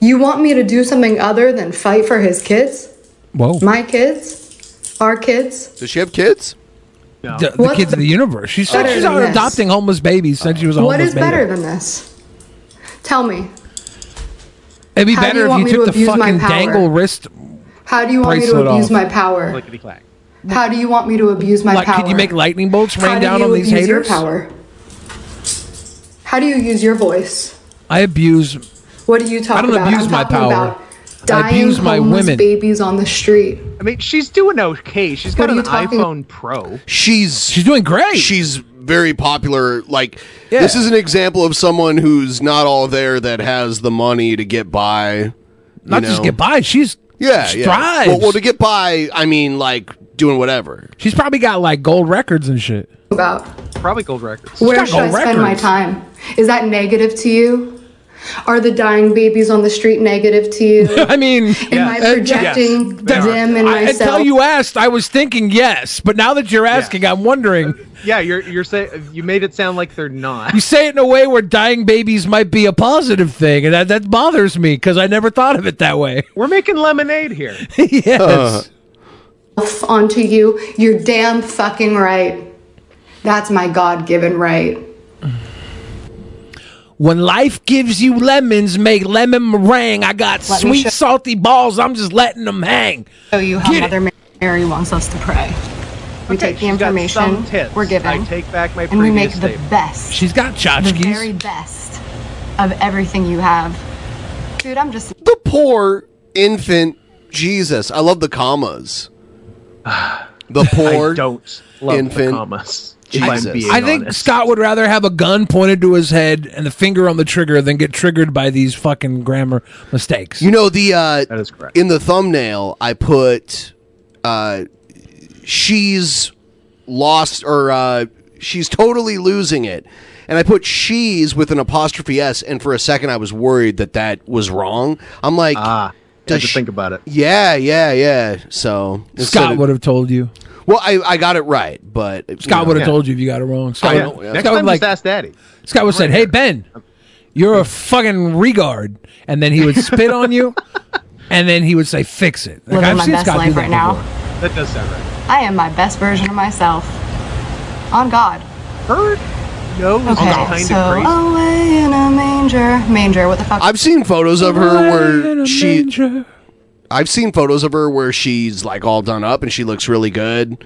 Speaker 14: You want me to do something other than fight for his kids?
Speaker 1: Whoa.
Speaker 14: My kids? Our kids?
Speaker 8: Does she have kids?
Speaker 1: No. The,
Speaker 14: What
Speaker 1: kids of the universe. She said
Speaker 14: better
Speaker 1: she's
Speaker 14: than
Speaker 1: out
Speaker 14: this?
Speaker 1: adopting homeless babies since she was a
Speaker 14: What
Speaker 1: homeless
Speaker 14: is
Speaker 1: baby.
Speaker 14: better than this? Tell me.
Speaker 1: It'd be
Speaker 14: How do you
Speaker 1: better
Speaker 14: want
Speaker 1: if
Speaker 14: me
Speaker 1: you
Speaker 14: to
Speaker 1: took the
Speaker 14: abuse my
Speaker 1: fucking
Speaker 14: power?
Speaker 1: dangle wrist.
Speaker 14: How do you want me
Speaker 1: Bracelet
Speaker 14: to abuse
Speaker 1: off.
Speaker 14: my power? How do you want me to abuse my
Speaker 1: Like,
Speaker 14: power?
Speaker 1: could you make lightning bolts
Speaker 14: How
Speaker 1: rain
Speaker 14: do
Speaker 1: down
Speaker 14: you
Speaker 1: on these
Speaker 14: abuse your
Speaker 1: haters?
Speaker 14: power? How do you use your voice?
Speaker 1: I abuse.
Speaker 14: What do you talk
Speaker 1: I don't
Speaker 14: about?
Speaker 1: abuse
Speaker 14: I'm
Speaker 1: my
Speaker 14: talking
Speaker 1: power.
Speaker 14: about
Speaker 1: I
Speaker 14: dying
Speaker 1: abuse my
Speaker 14: homeless
Speaker 1: women.
Speaker 14: babies on the street.
Speaker 10: I mean, she's doing okay. She's
Speaker 14: What
Speaker 10: got
Speaker 14: are
Speaker 10: an
Speaker 14: you talking-
Speaker 10: iPhone Pro.
Speaker 8: She's
Speaker 1: she's doing great.
Speaker 8: She's very popular. Like
Speaker 10: Yeah.
Speaker 8: this is an example of someone who's not all there that has the money to get by. you
Speaker 1: Not just
Speaker 8: know?
Speaker 1: get by. She's
Speaker 8: Yeah,
Speaker 1: strives.
Speaker 8: yeah. Well, well, to get by, I mean like doing whatever.
Speaker 1: she's probably got like gold records and shit.
Speaker 14: About
Speaker 10: Probably gold records.
Speaker 14: where
Speaker 1: got
Speaker 14: should I
Speaker 1: no
Speaker 14: spend my
Speaker 1: records.
Speaker 14: time? Is that negative to you? Are the dying babies on the street negative
Speaker 10: [laughs]
Speaker 14: to you?
Speaker 1: I mean, am
Speaker 14: Am I projecting them and
Speaker 1: I,
Speaker 14: myself?
Speaker 1: Until you asked, I was thinking yes, but now that you're asking, I'm wondering.
Speaker 10: Yeah, you're you're saying you made it sound like they're not.
Speaker 1: You say it in a way where dying babies might be a positive thing, and that, that bothers me because I never thought of it that way.
Speaker 10: We're making lemonade here.
Speaker 1: [laughs] yes.
Speaker 14: F- onto you. You're damn fucking right. That's my God given right.
Speaker 1: When life gives you lemons, make lemon meringue. I got
Speaker 2: Let me
Speaker 1: sweet,
Speaker 2: show-
Speaker 1: salty balls. I'm just letting them hang.
Speaker 2: Show you how
Speaker 1: Get it.
Speaker 2: Mother Mary wants us to pray. We take the information
Speaker 10: some tips.
Speaker 2: we're given,
Speaker 10: I take back my
Speaker 2: and we make
Speaker 10: previous
Speaker 2: the
Speaker 10: statement.
Speaker 2: best,
Speaker 1: She's got
Speaker 2: the
Speaker 1: tchotchkes.
Speaker 2: very best of everything you have. Dude, I'm just
Speaker 8: The poor infant Jesus. I love the
Speaker 10: [sighs]
Speaker 8: commas. The poor
Speaker 10: I don't love
Speaker 8: infant
Speaker 10: the commas. if I'm
Speaker 8: Jesus.
Speaker 10: being
Speaker 1: I think
Speaker 10: honest.
Speaker 1: Scott would rather have a gun pointed to his head and the finger on the trigger than get triggered by these fucking grammar mistakes.
Speaker 8: You know the uh,
Speaker 10: that is correct.
Speaker 8: In the thumbnail, I put uh, she's lost or uh, she's totally losing it, and I put she's with an apostrophe s, and for a second I was worried that that was wrong. I'm like, ah,
Speaker 10: had to think about it.
Speaker 8: Yeah, yeah, yeah. So
Speaker 1: Scott would have told you.
Speaker 8: Well, I, I got it right, but you
Speaker 1: Scott
Speaker 8: know.
Speaker 1: would have told you if you got it wrong.
Speaker 8: Oh,
Speaker 1: Scott,
Speaker 8: yeah.
Speaker 1: would-
Speaker 8: Next
Speaker 1: Scott
Speaker 8: time
Speaker 1: would
Speaker 8: just
Speaker 1: like,
Speaker 10: ask Daddy.
Speaker 1: Scott would have said, "Hey Ben, you're a fucking regard," and then he would spit on
Speaker 8: [laughs]
Speaker 1: you, and then he would say, "Fix it." Like,
Speaker 14: Living
Speaker 1: I've
Speaker 14: my
Speaker 1: seen
Speaker 14: best
Speaker 1: Scott do
Speaker 14: life
Speaker 1: that
Speaker 14: right now.
Speaker 1: before.
Speaker 10: That does sound right.
Speaker 14: I am my best version of myself. On God.
Speaker 10: Bird? No,
Speaker 14: okay,
Speaker 8: it's kind of
Speaker 14: so
Speaker 8: crazy.
Speaker 14: away in a manger. Manger, what the fuck?
Speaker 8: I've seen photos of her where she. I've seen photos of her where she's like all done up and she looks really good.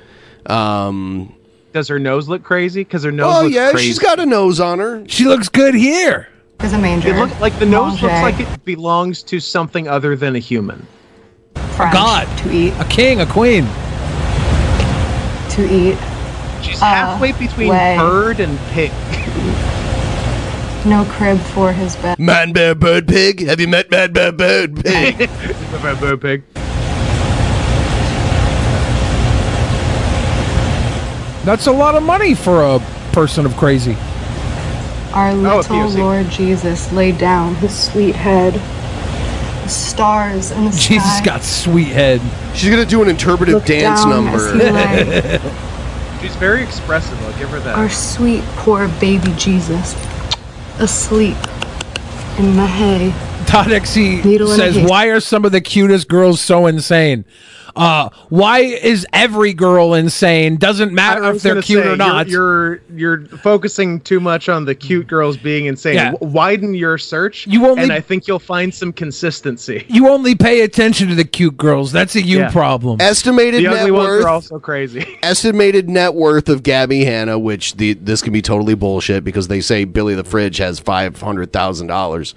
Speaker 8: Um,
Speaker 10: Does her nose look crazy? Because her nose
Speaker 8: oh
Speaker 10: looks
Speaker 8: yeah,
Speaker 10: crazy.
Speaker 8: she's got a nose on her.
Speaker 1: She looks good here.
Speaker 14: There's a manger.
Speaker 10: It look, like the nose
Speaker 14: Manger.
Speaker 10: looks like it belongs to something other than a human.
Speaker 14: French
Speaker 10: god.
Speaker 14: To eat.
Speaker 1: A king, a queen.
Speaker 14: to eat.
Speaker 10: She's
Speaker 14: Uh,
Speaker 10: halfway between
Speaker 14: way.
Speaker 10: bird and pig.
Speaker 14: No crib for his bed.
Speaker 8: Man, bear, bird, pig. Have you met man, bear, bird,
Speaker 10: [laughs]
Speaker 8: pig?
Speaker 10: bird, pig.
Speaker 1: That's a lot of money for a person of crazy.
Speaker 10: Oh,
Speaker 14: Our little
Speaker 1: you see.
Speaker 14: Lord Jesus laid down his sweet head. The
Speaker 8: [laughs]
Speaker 14: stars in the
Speaker 1: Jesus
Speaker 14: sky.
Speaker 1: got sweet head.
Speaker 8: She's gonna do an interpretive
Speaker 14: Look dance down number.
Speaker 8: [laughs]
Speaker 14: as
Speaker 10: She's very expressive. I'll give her that.
Speaker 14: Our sweet poor baby Jesus, asleep in my hay.
Speaker 1: Todexy
Speaker 14: Needle in a
Speaker 1: says,
Speaker 14: haystack.
Speaker 1: "Why are some of the cutest girls so insane? Uh, why is every girl insane? Doesn't matter
Speaker 10: I
Speaker 1: if
Speaker 10: was
Speaker 1: they're
Speaker 10: gonna
Speaker 1: cute
Speaker 10: say,
Speaker 1: or
Speaker 10: you're-
Speaker 1: not."
Speaker 10: You're, you're focusing too much on the cute girls being insane.
Speaker 1: Yeah.
Speaker 10: W- Widen your search,
Speaker 1: You only-
Speaker 10: and I think you'll find some consistency.
Speaker 1: You only pay attention to the cute girls. That's a you
Speaker 10: Yeah.
Speaker 1: problem.
Speaker 8: Estimated
Speaker 10: the
Speaker 8: net
Speaker 10: ugly ones
Speaker 8: worth.
Speaker 10: are also crazy. [laughs]
Speaker 8: Estimated net worth of Gabby Hanna, which the this can be totally bullshit because they say Billy the Fridge has five hundred thousand dollars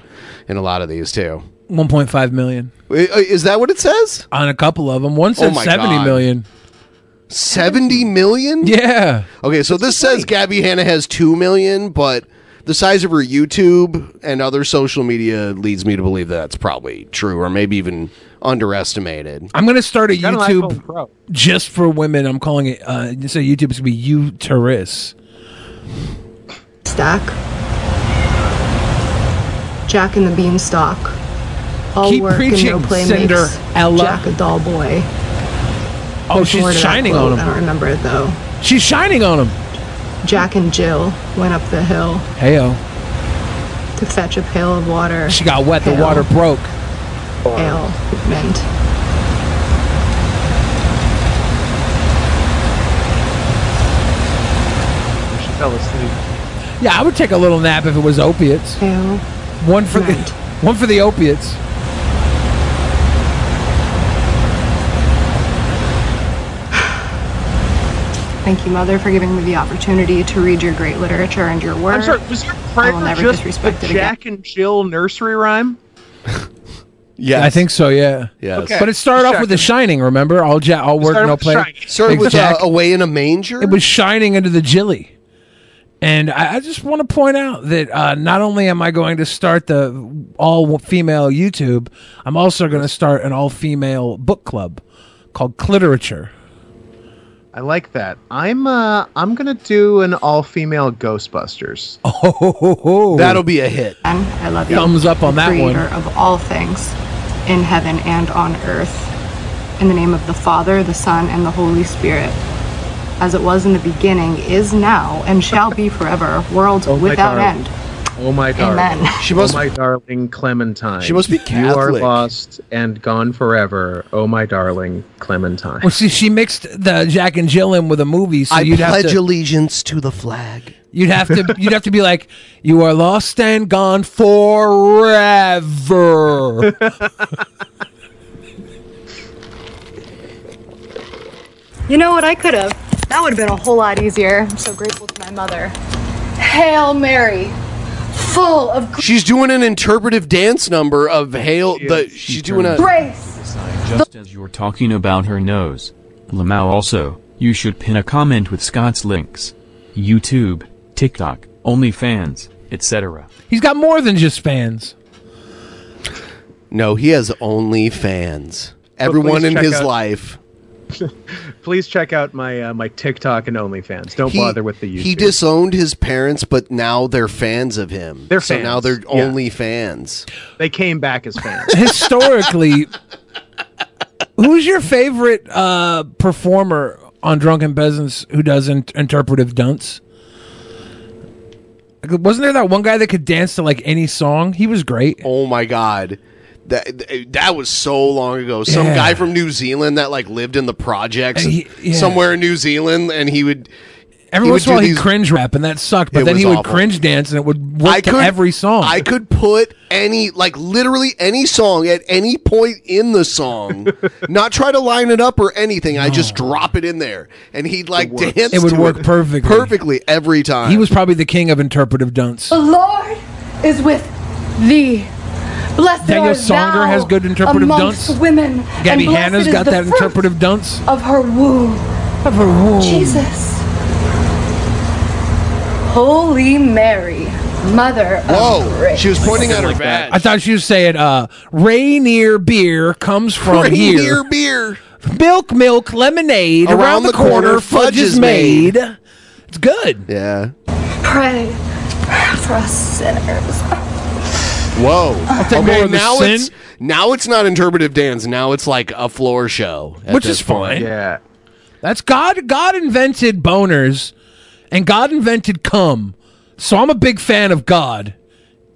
Speaker 8: in a lot of these too.
Speaker 1: One point five million
Speaker 8: I- I- Is that what it says?
Speaker 1: on a couple of them. One says
Speaker 8: Oh my
Speaker 1: seventy
Speaker 8: God.
Speaker 1: million.
Speaker 8: Seventy million?
Speaker 1: Yeah.
Speaker 8: Okay, so this says Gabby Hanna has two million, but the size of her YouTube and other social media leads me to believe that that's probably true, or maybe even underestimated.
Speaker 1: I'm gonna start a
Speaker 8: Got an iPhone
Speaker 1: YouTube
Speaker 8: Pro.
Speaker 1: just for women. I'm calling it. Uh, so YouTube is gonna be uterus.
Speaker 14: Stack. Jack and the Beanstalk. All
Speaker 1: Keep
Speaker 14: work
Speaker 1: preaching,
Speaker 14: and no play
Speaker 1: Cinder
Speaker 14: makes
Speaker 1: Ella.
Speaker 14: Jack a dull boy.
Speaker 1: Oh,
Speaker 14: There's more to
Speaker 1: she's
Speaker 14: that
Speaker 1: shining
Speaker 14: quote,
Speaker 1: on
Speaker 14: I don't
Speaker 1: him.
Speaker 14: remember it though.
Speaker 1: She's shining on him.
Speaker 14: Jack and Jill went up the hill
Speaker 1: Heyo.
Speaker 14: to fetch a pail of water.
Speaker 1: She got wet. The
Speaker 14: Pail.
Speaker 1: water broke.
Speaker 14: Pail meant
Speaker 10: She fell asleep.
Speaker 1: Yeah, I would take a little nap if it was opiates. One for the [laughs] one for the opiates.
Speaker 14: Thank you, Mother, for giving me the opportunity to read your great literature and your work.
Speaker 10: I'm sorry. Was your
Speaker 14: I
Speaker 10: prayer
Speaker 14: will never
Speaker 10: just
Speaker 14: disrespect
Speaker 10: the
Speaker 14: it again.
Speaker 10: Jack and Jill nursery rhyme?
Speaker 8: Yeah,
Speaker 1: I think so. Yeah.
Speaker 8: Yes.
Speaker 10: Okay.
Speaker 1: But it started off with the shining. Remember, all ja- all work,
Speaker 8: started
Speaker 1: no
Speaker 8: with
Speaker 1: play.
Speaker 8: Shining. Started with, uh, away in a manger.
Speaker 1: It was shining into the jilly. And I, I just want to point out that uh, not only am I going to start the all female YouTube, I'm also going to start an all female book club called Cliterature.
Speaker 10: I like that. I'm uh I'm gonna do an all female Ghostbusters.
Speaker 1: Oh,
Speaker 8: That'll be a hit.
Speaker 14: And I love you.
Speaker 10: Thumbs up on
Speaker 14: the
Speaker 10: that one.
Speaker 14: creator of all things in heaven and on earth. In the name of the Father, the Son, and the Holy Spirit. As it was in the beginning, is now, and shall be forever, world without
Speaker 10: darling.
Speaker 14: end.
Speaker 10: Oh my darling.
Speaker 14: Amen.
Speaker 10: [laughs]
Speaker 8: She must-
Speaker 10: oh my darling Clementine.
Speaker 8: She must be
Speaker 10: You are
Speaker 8: Catholic.
Speaker 10: lost and gone forever. Oh my darling Clementine. [laughs]
Speaker 1: Well, see, she mixed the Jack and Jill in with a movie, so you'd have to
Speaker 8: allegiance to the flag.
Speaker 1: You'd have to you'd have to be like, you are lost and gone forever.
Speaker 14: You know what? I could have. That would have been a whole lot easier. I'm so grateful to my mother. Hail Mary, full of
Speaker 8: She's doing an interpretive dance number of Hail. the, she's doing a.
Speaker 14: grace.
Speaker 13: Just as you're talking about her nose. Lamau also, you should pin a comment with Scott's links. YouTube, TikTok, OnlyFans, etc.
Speaker 1: [laughs] He's got more than just fans.
Speaker 8: No, he has only fans.
Speaker 10: But
Speaker 8: Everyone
Speaker 10: please
Speaker 8: in
Speaker 10: check
Speaker 8: his
Speaker 10: out-
Speaker 8: life.
Speaker 10: Please check out my uh, my TikTok and OnlyFans. Don't
Speaker 8: He-
Speaker 10: bother with the YouTube.
Speaker 8: He disowned his parents, but now they're fans of him.
Speaker 10: They're
Speaker 8: So now
Speaker 10: fans,
Speaker 8: they're
Speaker 10: yeah.
Speaker 8: only
Speaker 10: [laughs]
Speaker 8: fans.
Speaker 10: they came back as fans.
Speaker 1: Historically, who's your favorite uh, performer on Drunken Peasants who does in- interpretive dunce? Like, Wasn't there that one guy that could dance to like any song? He was great.
Speaker 8: Oh my god. That that was so long ago. Some
Speaker 1: Yeah.
Speaker 8: guy from New Zealand that like lived in the projects
Speaker 1: And he- yeah.
Speaker 8: somewhere in New Zealand, and he would.
Speaker 1: Every
Speaker 8: he
Speaker 1: once in a
Speaker 8: would
Speaker 1: while
Speaker 8: do
Speaker 1: he'd
Speaker 8: these-
Speaker 1: cringe rap and that sucked, but
Speaker 8: It
Speaker 1: then he
Speaker 8: was
Speaker 1: would
Speaker 8: awful.
Speaker 1: cringe dance and it would work to every song.
Speaker 8: I could put any, like literally any song at any point in the
Speaker 1: [laughs]
Speaker 8: song, not try to line it up or anything. I just drop it in there, and he'd like
Speaker 1: work.
Speaker 8: dance.
Speaker 1: It would
Speaker 8: to
Speaker 1: work perfectly.
Speaker 8: perfectly every time.
Speaker 1: He was probably the king of interpretive dunce.
Speaker 14: The Lord is with thee. Blessed
Speaker 1: Daniel
Speaker 14: art
Speaker 1: Songer
Speaker 14: thou
Speaker 1: has good interpretive
Speaker 14: amongst
Speaker 1: dunce.
Speaker 14: women.
Speaker 1: Gabby
Speaker 14: and blessed
Speaker 1: Hanna's
Speaker 14: is
Speaker 1: got
Speaker 14: the
Speaker 1: that
Speaker 14: fruit
Speaker 1: interpretive dunce.
Speaker 14: Of her womb.
Speaker 1: Of her womb.
Speaker 14: Jesus. Holy Mary, Mother of
Speaker 8: Whoa!
Speaker 14: grace.
Speaker 8: She was pointing at her
Speaker 1: Like
Speaker 8: badge.
Speaker 1: that. I thought she was saying, uh, Rainier beer comes from
Speaker 8: Rainier
Speaker 1: here.
Speaker 8: beer.
Speaker 1: Milk, milk, lemonade. Around, the, corner, fudge is made. It's good.
Speaker 8: Yeah.
Speaker 14: Pray for us sinners.
Speaker 8: Whoa.
Speaker 1: take more of the
Speaker 8: now
Speaker 1: sin.
Speaker 8: it's now it's not interpretive dance. Now it's like a floor show, at
Speaker 1: Which
Speaker 8: this
Speaker 1: is fine.
Speaker 8: point.
Speaker 10: Yeah.
Speaker 1: That's God. God invented boners, and God invented cum. So I'm a big fan of God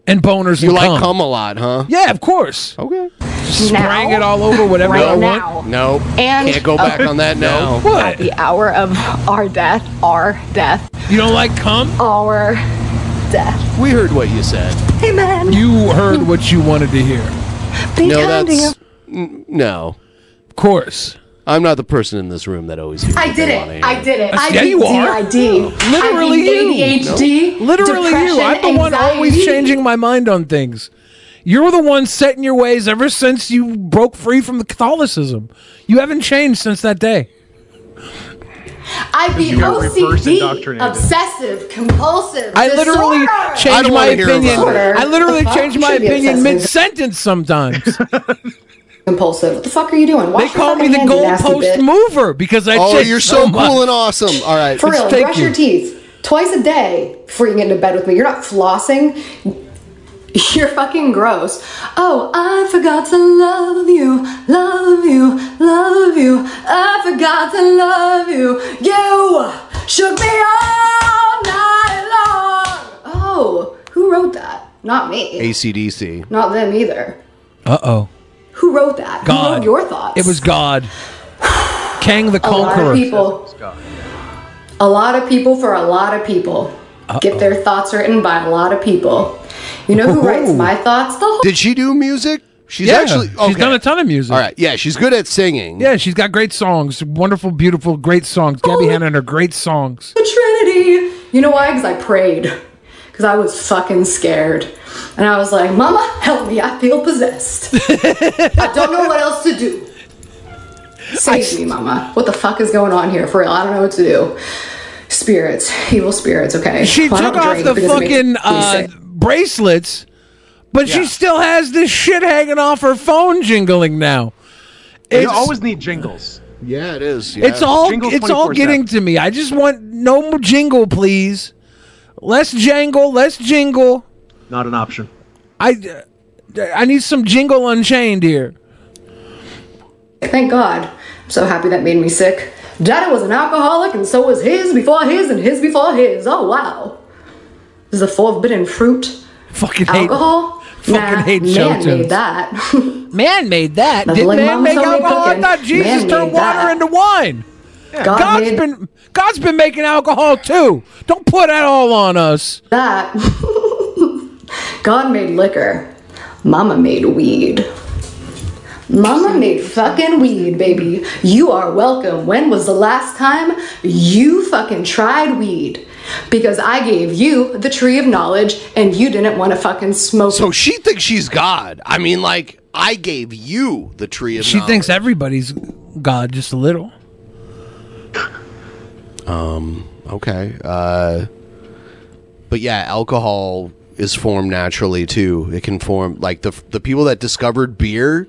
Speaker 1: and boners.
Speaker 8: You
Speaker 1: and
Speaker 8: like
Speaker 1: cum.
Speaker 8: cum a lot, huh?
Speaker 1: Yeah, of course.
Speaker 8: Okay.
Speaker 1: Spraying it all over whatever
Speaker 14: right
Speaker 1: I want.
Speaker 14: now.
Speaker 8: Nope.
Speaker 14: And
Speaker 8: Can't go back on
Speaker 14: [laughs]
Speaker 8: that now.
Speaker 14: At the hour of our death, our death,
Speaker 1: You don't like cum?
Speaker 14: our death.
Speaker 8: We heard what you said.
Speaker 14: Amen.
Speaker 1: You heard what you wanted to hear.
Speaker 14: Be kind to you.
Speaker 8: n- no.
Speaker 1: Of course.
Speaker 8: I'm not the person in this room that always hears.
Speaker 14: I
Speaker 8: what
Speaker 14: did
Speaker 8: they
Speaker 14: it.
Speaker 8: wanna hear.
Speaker 14: I did it. I
Speaker 8: Yeah,
Speaker 14: did
Speaker 8: you are.
Speaker 14: DID.
Speaker 1: Literally
Speaker 14: I did
Speaker 1: you.
Speaker 14: ADHD.
Speaker 1: Literally
Speaker 14: depression,
Speaker 1: you. I'm the one always
Speaker 14: anxiety.
Speaker 1: changing my mind on things. You're the one set in your ways ever since you broke free from the Catholicism. You haven't changed since that day.
Speaker 14: I be
Speaker 1: You are reverse
Speaker 14: OCD,
Speaker 1: indoctrinated.
Speaker 14: obsessive, compulsive.
Speaker 1: I literally
Speaker 14: disorder.
Speaker 1: change my opinion.
Speaker 14: Disorder.
Speaker 1: I literally
Speaker 14: The fuck?
Speaker 1: change
Speaker 14: You
Speaker 1: my
Speaker 14: shouldn't be
Speaker 1: opinion
Speaker 14: obsessed with
Speaker 1: mid sentence sometimes.
Speaker 14: [laughs] Compulsive. What the fuck are you doing?
Speaker 1: they call me the goalpost mover because I
Speaker 8: Oh,
Speaker 1: change
Speaker 8: you're so
Speaker 1: much.
Speaker 8: cool and awesome. All right.
Speaker 14: For real,
Speaker 1: Thank
Speaker 14: brush
Speaker 1: you.
Speaker 14: your teeth twice a day before you get into bed with me. You're not flossing. [laughs] You're fucking gross. Oh, I forgot to love you, love you, love you. I forgot to love you. You shook me all night long. Oh, who wrote that? Not me.
Speaker 8: ACDC.
Speaker 14: Not them either.
Speaker 1: Uh oh.
Speaker 14: Who wrote that? Who
Speaker 1: God.
Speaker 14: wrote your thoughts?
Speaker 1: It was God. Kang the
Speaker 14: a lot of
Speaker 1: Conqueror.
Speaker 14: people. A lot of people for a lot of people. Get their thoughts written by a lot of people. You know who writes my thoughts? The
Speaker 8: Did she do music? She's
Speaker 1: Yeah,
Speaker 8: actually.
Speaker 1: she's
Speaker 8: Okay.
Speaker 1: done a ton of music.
Speaker 8: All right. Yeah, she's good at singing.
Speaker 1: Yeah, she's got great songs. Wonderful, beautiful, great songs. Gabby Hanna and her great songs.
Speaker 14: the Trinity. You know why? Because I prayed. Because I was fucking scared. And I was like, Mama, help me. I feel possessed. I don't know what else to
Speaker 1: [laughs]
Speaker 14: do. Save me, Mama. What the fuck is going on here? For real, I don't know what to do. Spirits, evil spirits, okay?
Speaker 1: She
Speaker 14: Well, I
Speaker 1: took
Speaker 14: don't
Speaker 1: off
Speaker 14: drink
Speaker 1: the
Speaker 14: because it makes
Speaker 1: fucking
Speaker 14: me
Speaker 1: uh,
Speaker 14: sick.
Speaker 1: bracelets, but she still has this shit hanging off her phone jingling now.
Speaker 10: You
Speaker 1: It's
Speaker 10: always need jingles.
Speaker 8: Yeah, it is.
Speaker 1: it's all it's all
Speaker 10: 24/7.
Speaker 1: getting to me. I just want no more jingle, please. Less jangle, less jingle.
Speaker 10: not an option.
Speaker 1: I I need some jingle unchained here.
Speaker 14: Thank God. I'm so happy that made me sick. Dada was an alcoholic, and so was his before his, and his before his. Oh, wow. This is the forbidden fruit.
Speaker 1: Fucking hate-
Speaker 14: alcohol?
Speaker 1: fucking
Speaker 14: Nah,
Speaker 1: hate show
Speaker 14: Man
Speaker 1: tunes.
Speaker 14: made that.
Speaker 1: Man made that.
Speaker 14: That's
Speaker 1: Did
Speaker 14: like
Speaker 1: man
Speaker 14: Mama
Speaker 1: make
Speaker 14: told me
Speaker 1: alcohol? I
Speaker 14: cooking.
Speaker 1: thought Jesus
Speaker 14: Man
Speaker 1: turned
Speaker 14: made that.
Speaker 1: water into wine.
Speaker 14: God
Speaker 1: God's
Speaker 14: made-
Speaker 1: been God's been making alcohol too. Don't put that all on us.
Speaker 14: that. [laughs] God made liquor. Mama made weed. Mama made fucking weed, baby. You are welcome. When was the last time you fucking tried weed? Because I gave you the tree of knowledge and you didn't want to fucking smoke.
Speaker 8: So she thinks she's God. I mean, like I gave you the tree of.
Speaker 1: She
Speaker 8: knowledge.
Speaker 1: thinks everybody's God just a little.
Speaker 8: Um. Okay. Uh. But yeah, alcohol is formed naturally too. It can form like the the people that discovered beer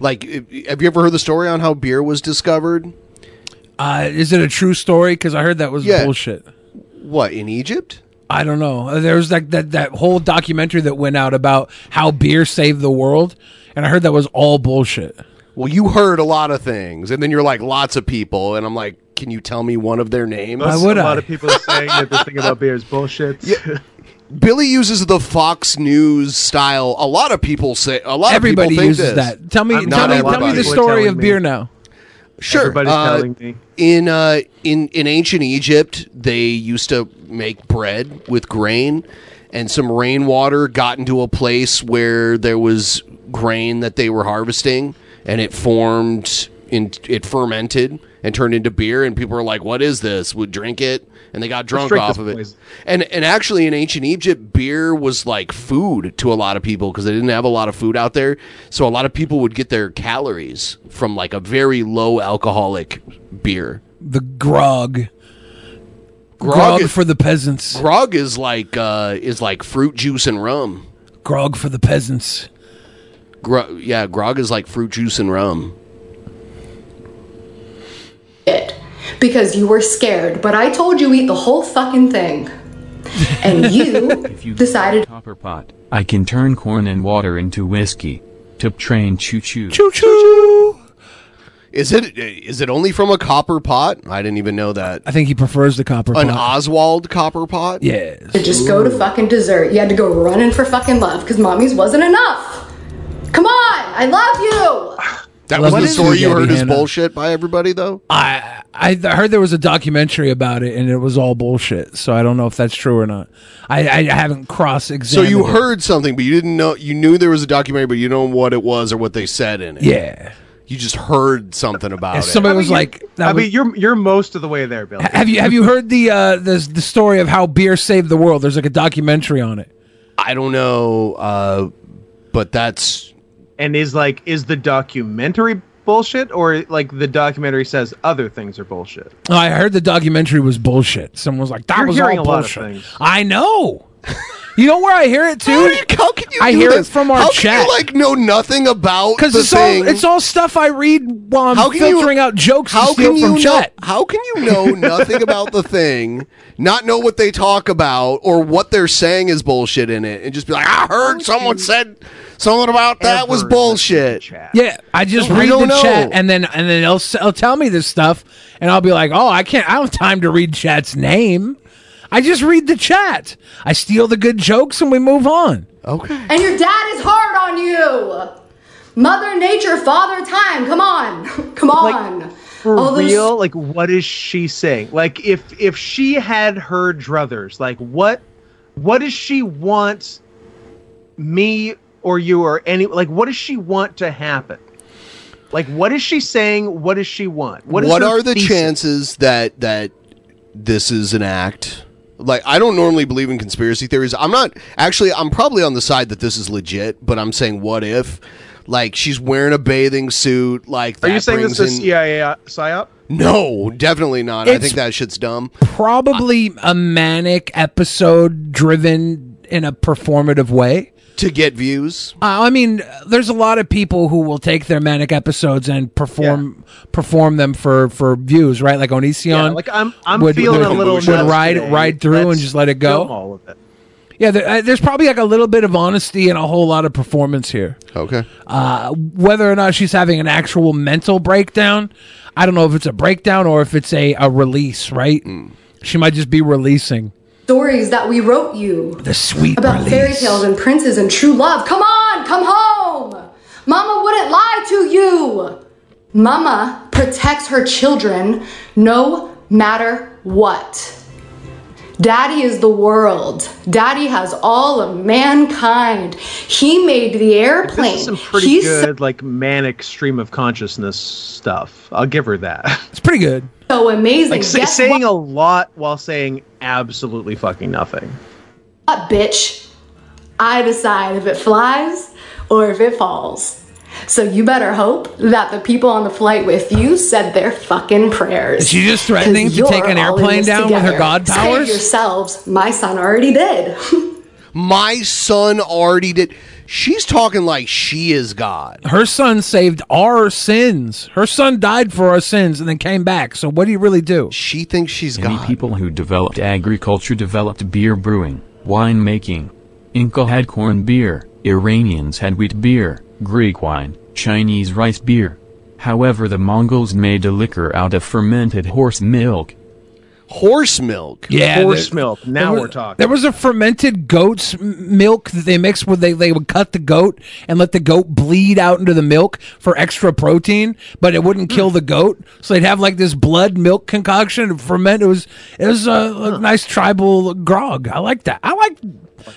Speaker 8: Like, i- have you ever heard the story on how beer was discovered?
Speaker 1: Uh, is it a true story? Because I heard that was
Speaker 8: Yeah.
Speaker 1: bullshit.
Speaker 8: What in Egypt?
Speaker 1: I don't know. Uh, There was like that that whole documentary that went out about how beer saved the world, and I heard that was all bullshit.
Speaker 8: Well, you heard a lot of things, and then you're like lots of people, and I'm like, can you tell me one of their names?
Speaker 10: Most- a lot of
Speaker 8: [laughs]
Speaker 10: people are saying that this thing about beer is bullshit.
Speaker 8: Billy uses the Fox News style. A lot of people say a lot
Speaker 1: Everybody
Speaker 8: of people think this.
Speaker 1: uses that. Tell me, tell me, tell me the story of beer now.
Speaker 8: Sure. uh,
Speaker 1: Everybody's telling
Speaker 10: me.
Speaker 8: In uh, in in ancient Egypt, they used to make bread with grain, and some rainwater got into a place where there was grain that they were harvesting, and it formed in it fermented and turned into beer, and people were like, "What is this?" Would drink it, and they got drunk
Speaker 10: drink
Speaker 8: off
Speaker 10: this
Speaker 8: of it.
Speaker 10: poison.
Speaker 8: And and actually, in ancient Egypt, beer was like food to a lot of people because they didn't have a lot of food out there. So a lot of people would get their calories from like a very low alcoholic beer.
Speaker 1: The grog. Grog,
Speaker 8: is-
Speaker 1: for the peasants.
Speaker 8: Grog is like uh, is like fruit juice and rum.
Speaker 1: Grog for the peasants.
Speaker 8: Gro- yeah, grog is like fruit juice and rum.
Speaker 14: because you were scared, but I told you eat the whole fucking thing. And you, decided
Speaker 13: Copper pot. I can turn corn and water into whiskey. Tip train choo choo.
Speaker 8: Choo choo. Is it is it only from a copper pot? I didn't even know that.
Speaker 1: I think he prefers the copper.
Speaker 8: An
Speaker 1: pot.
Speaker 8: Oswald copper pot.
Speaker 1: Yes.
Speaker 14: to just go to fucking dessert. You had to go running for fucking love because mommy's wasn't enough. Come on, I love you.
Speaker 8: That
Speaker 1: Love
Speaker 8: was the
Speaker 1: you,
Speaker 8: story you
Speaker 1: Debbie
Speaker 8: heard is
Speaker 1: Hannah.
Speaker 8: bullshit by everybody though.
Speaker 1: I I th- heard there was a documentary about it, and it was all bullshit. So I don't know if that's true or not. I, I haven't cross
Speaker 8: So
Speaker 1: examined.
Speaker 8: you heard something, but you didn't know. You knew there was a documentary, but you don't know what it was or what they said in it.
Speaker 1: Yeah.
Speaker 8: you just heard something about it.
Speaker 1: If [laughs] somebody was like,
Speaker 10: I
Speaker 1: that was-
Speaker 10: mean, you're you're most of the way there, Bill.
Speaker 1: have you have you heard the uh the the story of how beer saved the world? There's like a documentary on it.
Speaker 8: I don't know, uh, but that's
Speaker 10: and is like is the documentary bullshit or like the documentary says other things are bullshit.
Speaker 1: Oh, I heard the documentary was bullshit. Someone was like, "That
Speaker 10: You're
Speaker 1: was
Speaker 10: hearing a
Speaker 1: all
Speaker 10: lot of
Speaker 1: bullshit."
Speaker 10: things.
Speaker 1: I know. you know where I hear it too? How, can you I
Speaker 8: do
Speaker 1: hear
Speaker 8: this?
Speaker 1: it from our
Speaker 8: How can
Speaker 1: chat.
Speaker 8: you, like know nothing about
Speaker 1: because
Speaker 8: Oh, the
Speaker 1: it's
Speaker 8: thing?
Speaker 1: all it's all stuff I read while I'm
Speaker 8: How can you-
Speaker 1: filtering out jokes to
Speaker 8: how
Speaker 1: steal
Speaker 8: can you
Speaker 1: from
Speaker 8: know,
Speaker 1: chat.
Speaker 8: How can you
Speaker 1: [laughs]
Speaker 8: know nothing about the thing, not know what they talk about or what they're saying is bullshit in it, and just be like, I heard someone said something about that was bullshit.
Speaker 1: Yeah, I just
Speaker 8: I
Speaker 1: read the
Speaker 8: don't know.
Speaker 1: chat, and then and then they'll, they'll tell me this stuff, and I'll be like, "Oh, I can't. I don't have time to read chat's name. I just read the chat. I steal the good jokes, and we move on."
Speaker 8: Okay.
Speaker 14: And your dad is hard on you. Mother nature, father time. Come on, [laughs] come on.
Speaker 10: For
Speaker 14: All those-
Speaker 10: real, like what is she saying? Like if if she had her druthers, like what what does she want me or you or any like what does she want to happen? Like what is she saying? What does she want?
Speaker 8: What,
Speaker 10: is her
Speaker 8: are the
Speaker 10: thesis?
Speaker 8: chances that that this is an act? Like I don't normally believe in conspiracy theories. I'm not actually I'm probably on the side that this is legit, but I'm saying what if like she's wearing a bathing suit like
Speaker 10: Are
Speaker 8: that
Speaker 10: you saying
Speaker 8: brings
Speaker 10: this is
Speaker 8: in-
Speaker 10: CIA psyop?
Speaker 8: No, definitely not. I
Speaker 1: It's-
Speaker 8: think that shit's dumb.
Speaker 1: Probably a manic episode driven in a performative way.
Speaker 8: To get views.
Speaker 1: Uh, I mean, there's a lot of people who will take their manic episodes and perform perform them for for views, right? Like Onision.
Speaker 10: Yeah, like I'm I'm feeling a little
Speaker 1: would
Speaker 10: nuts
Speaker 1: ride
Speaker 10: today.
Speaker 1: ride through and
Speaker 10: Let's
Speaker 1: just let it go.
Speaker 10: film all of it.
Speaker 1: Yeah, there, uh, there's probably like a little bit of honesty and a whole lot of performance here.
Speaker 8: Okay.
Speaker 1: Uh, whether or not she's having an actual mental breakdown, I don't know if it's a breakdown or if it's a, a release, right?
Speaker 10: Mm.
Speaker 1: She might just be releasing
Speaker 14: stories that we wrote you
Speaker 1: the sweet
Speaker 14: about
Speaker 1: release.
Speaker 14: fairy tales and princes and true love. Come on, come home. Mama wouldn't lie to you. Mama protects her children no matter what. Daddy is the world. Daddy has all of mankind. He made the airplane.
Speaker 10: This is some pretty
Speaker 14: He's
Speaker 10: good, like manic stream of consciousness stuff. I'll give her that. [laughs] It's
Speaker 1: pretty good.
Speaker 14: so amazing.
Speaker 10: Like say,
Speaker 14: Guess
Speaker 10: saying a lot while saying absolutely fucking nothing.
Speaker 14: what, bitch? I decide if it flies or if it falls. So you better hope that the people on the flight with you said their fucking prayers.
Speaker 1: Is she just threatening
Speaker 14: 'Cause
Speaker 1: to take
Speaker 14: you're
Speaker 1: an
Speaker 14: all in
Speaker 1: airplane
Speaker 14: this
Speaker 1: down with her god
Speaker 14: Save
Speaker 16: [laughs]
Speaker 1: powers?
Speaker 14: yourselves. My son already did.
Speaker 8: My son already did. She's talking like she is God.
Speaker 1: Her son saved our sins. Her son died for our sins and then came back. So what do you really do?
Speaker 8: She thinks she's
Speaker 13: Any people who developed agriculture developed beer brewing, wine making. Inca had corn beer, Iranians had wheat beer, Greek wine, Chinese rice beer. However, the Mongols made a liquor out of fermented horse milk.
Speaker 8: Horse milk?
Speaker 1: Yeah,
Speaker 10: horse
Speaker 1: there-
Speaker 10: milk. Now
Speaker 1: there was-
Speaker 10: we're talking.
Speaker 1: There was a fermented goat's m- milk that they mixed with. They they would cut the goat and let the goat bleed out into the milk for extra protein, but it wouldn't
Speaker 10: Hmm.
Speaker 1: kill the goat. So they'd have like this blood milk concoction and ferment. It was it was a, a nice tribal grog. I like that. I like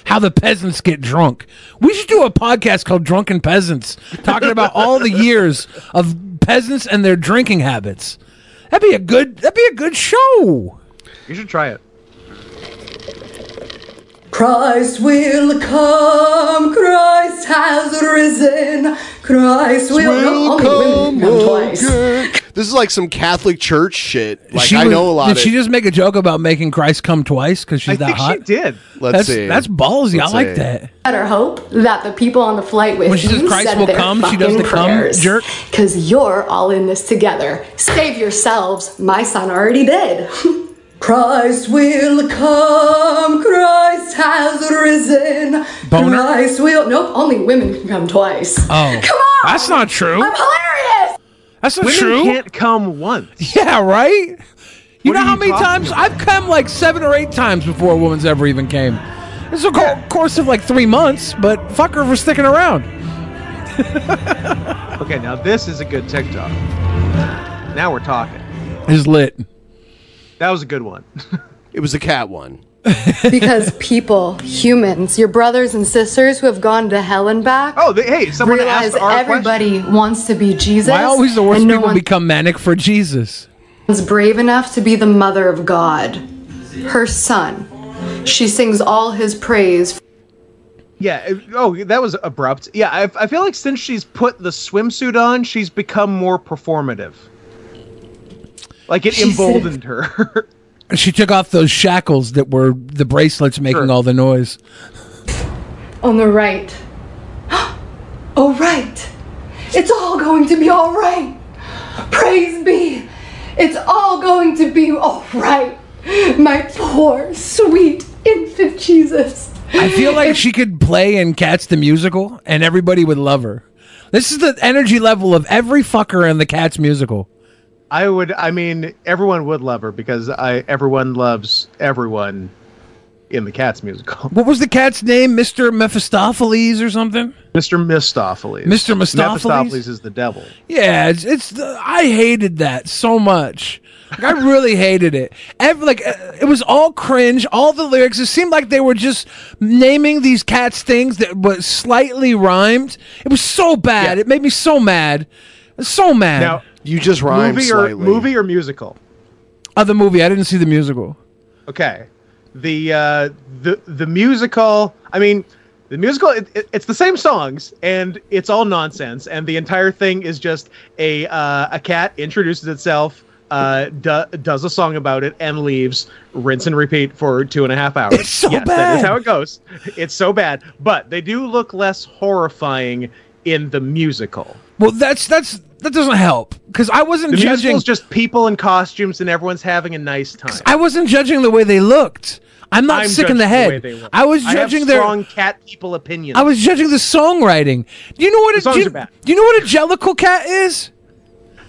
Speaker 1: how the peasants get drunk. We should do a podcast called Drunken Peasants, talking about
Speaker 10: [laughs]
Speaker 1: all the years of peasants and their drinking habits. That'd be a good. That'd be a good show.
Speaker 10: You should try it.
Speaker 16: Christ will come. Christ has risen. Christ
Speaker 14: Oh,
Speaker 16: will,
Speaker 8: Will
Speaker 16: Only women
Speaker 8: come
Speaker 16: come twice.
Speaker 8: again. This is like some Catholic church shit. Like
Speaker 1: She
Speaker 8: I
Speaker 1: was-
Speaker 8: know a lot
Speaker 1: Did
Speaker 8: of
Speaker 1: she just make a joke about making Christ come twice because she's
Speaker 8: I
Speaker 1: that
Speaker 8: think she
Speaker 1: hot?
Speaker 10: did.
Speaker 8: Let's
Speaker 1: that's,
Speaker 8: see.
Speaker 1: That's ballsy.
Speaker 8: Let's
Speaker 1: I like
Speaker 8: see.
Speaker 1: that.
Speaker 16: Better hope that the people on the flight with
Speaker 1: When she says
Speaker 16: you
Speaker 1: Christ
Speaker 16: said
Speaker 1: will
Speaker 16: their
Speaker 1: come, she does
Speaker 16: fucking
Speaker 1: the come
Speaker 16: prayers.
Speaker 1: jerk.
Speaker 16: Because you're all in this together. Save yourselves. My son already did. [laughs] Christ will come. Christ has risen.
Speaker 1: Boner?
Speaker 16: Christ will. Nope, only women can come twice.
Speaker 1: Oh,
Speaker 16: [laughs] Come on!
Speaker 1: That's not true.
Speaker 16: I'm hilarious!
Speaker 1: That's not
Speaker 10: Women
Speaker 1: true.
Speaker 10: can't come once.
Speaker 1: [laughs] Yeah, right. You
Speaker 10: What
Speaker 1: know
Speaker 10: are
Speaker 1: how
Speaker 10: you
Speaker 1: many
Speaker 10: talking
Speaker 1: times
Speaker 10: about?
Speaker 1: I've come like seven or eight times before a woman's ever even came. It's a co- course of like three months, but fuck her for sticking around.
Speaker 10: Okay, now this is a good TikTok. Now we're talking.
Speaker 1: Is lit.
Speaker 10: That was a good one. [laughs]
Speaker 8: it was the cat one.
Speaker 1: [laughs]
Speaker 16: because people, humans, your brothers and sisters who have gone to hell and back.
Speaker 10: Oh, they, hey, someone
Speaker 16: realize
Speaker 10: asked our
Speaker 16: everybody wants to be Jesus.
Speaker 1: Why always the worst
Speaker 16: and
Speaker 1: people
Speaker 16: no
Speaker 1: become manic for Jesus?
Speaker 16: one's brave enough to be the mother of God, her son. She sings all his praise.
Speaker 10: Yeah. it- Oh, that was abrupt. Yeah, I, I feel like since she's put the swimsuit on, she's become more performative. Like it
Speaker 16: She said-
Speaker 10: emboldened her. [laughs]
Speaker 1: And she took off those shackles that were the bracelets making all the noise.
Speaker 16: On the right. [gasps] oh, right. It's all going to be all right. Praise be. It's all going to be all right. My poor, sweet infant Jesus.
Speaker 1: I feel like she could play in Cats the Musical and everybody would love her. This is the energy level of every fucker in the Cats musical.
Speaker 10: I would. I mean, everyone would love her because I. Everyone loves everyone in the Cats musical.
Speaker 1: What was the cat's name? Mr. Mephistopheles or something?
Speaker 10: Mr. Mistopheles.
Speaker 1: Mr. Mistopheles?
Speaker 10: Mephistopheles is the devil.
Speaker 1: Yeah, it's, it's I hated that so much.
Speaker 10: [laughs]
Speaker 1: Like, I really hated it. Every, like uh, it was all cringe. All the lyrics. It seemed like they were just naming these cats things that was slightly rhymed. It was so bad. It made me so mad. So mad.
Speaker 10: Now,
Speaker 8: You just rhymed
Speaker 10: movie or
Speaker 8: slightly.
Speaker 10: movie or musical?
Speaker 1: of the movie, I didn't see the musical.
Speaker 10: Okay. The uh, the the musical. I mean, the musical. It, it- it's the same songs, and it's all nonsense. And the entire thing is just a uh, a cat introduces itself, uh, do, does a song about it, and leaves. Rinse and repeat for two and a half hours.
Speaker 1: It's so
Speaker 10: yes, that is
Speaker 1: bad.
Speaker 10: how it goes. It's so bad, but they do look less horrifying in the musical.
Speaker 1: Well, that's that's that doesn't help because I wasn't
Speaker 10: The
Speaker 1: judging.
Speaker 10: musical's just people in costumes, and everyone's having a nice time.
Speaker 1: I wasn't judging the way they looked. I'm not
Speaker 10: I'm
Speaker 1: sick in the
Speaker 10: judging
Speaker 1: head.
Speaker 10: way they look.
Speaker 1: I was
Speaker 10: have
Speaker 1: judging their.
Speaker 10: strong cat people opinions.
Speaker 1: I was judging the songwriting. Do you know what
Speaker 10: The
Speaker 1: a
Speaker 10: songs
Speaker 1: gen-
Speaker 10: are bad.
Speaker 1: Do you know what a Jellicle cat is?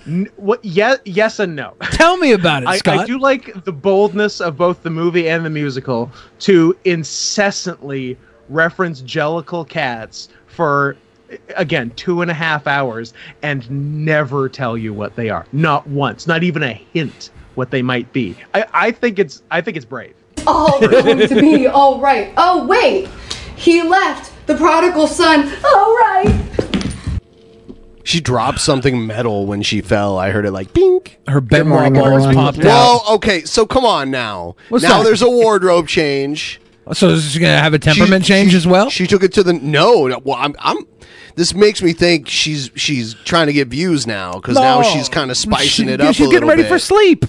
Speaker 10: N- what? Yes, yes and no. [laughs]
Speaker 1: Tell me about it,
Speaker 10: I,
Speaker 1: Scott.
Speaker 10: I do like the boldness of both the movie and the musical to incessantly reference Jellicle cats for again two and a half hours and never tell you what they are. Not once. Not even a hint what they might be. I, I think it's I think it's brave.
Speaker 16: It's all
Speaker 14: [laughs]
Speaker 16: going to be all right. Oh, wait. He left the prodigal son. All right.
Speaker 8: She dropped something metal when she fell. I heard it like bink.
Speaker 1: Her benoit
Speaker 8: morning,
Speaker 1: balls
Speaker 8: everyone.
Speaker 1: popped out.
Speaker 8: Well, okay, so come on now.
Speaker 1: What's
Speaker 8: now
Speaker 1: up?
Speaker 8: there's a wardrobe change.
Speaker 1: So is she gonna have a [laughs] temperament change as well?
Speaker 8: She took it to the no. no, Well, I'm. I'm this makes me think she's she's trying to get views now because now
Speaker 1: No.
Speaker 8: she's kind of spicing
Speaker 1: She-
Speaker 8: it up.
Speaker 1: She's
Speaker 8: a
Speaker 1: getting
Speaker 8: little
Speaker 1: ready
Speaker 8: bit.
Speaker 1: for sleep.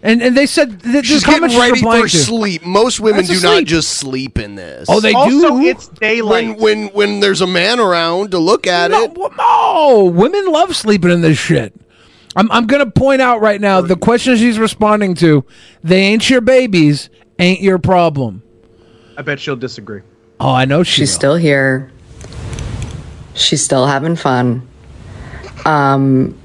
Speaker 1: And and they said th-
Speaker 8: She's
Speaker 1: this comment
Speaker 8: getting ready
Speaker 1: replying
Speaker 8: for
Speaker 1: to.
Speaker 8: sleep. Most women
Speaker 1: That's
Speaker 8: do
Speaker 1: a
Speaker 8: not
Speaker 1: sleep.
Speaker 8: just sleep in this.
Speaker 1: Oh, they Also, do?
Speaker 8: It's daylight. When, when when there's a man around to look at it.
Speaker 1: No, women love sleeping in this shit. I'm I'm gonna point out right now the question she's responding to. They ain't your babies, ain't your problem.
Speaker 10: I bet she'll disagree.
Speaker 1: Oh, I know she
Speaker 14: she's still here. She's still having fun. Um,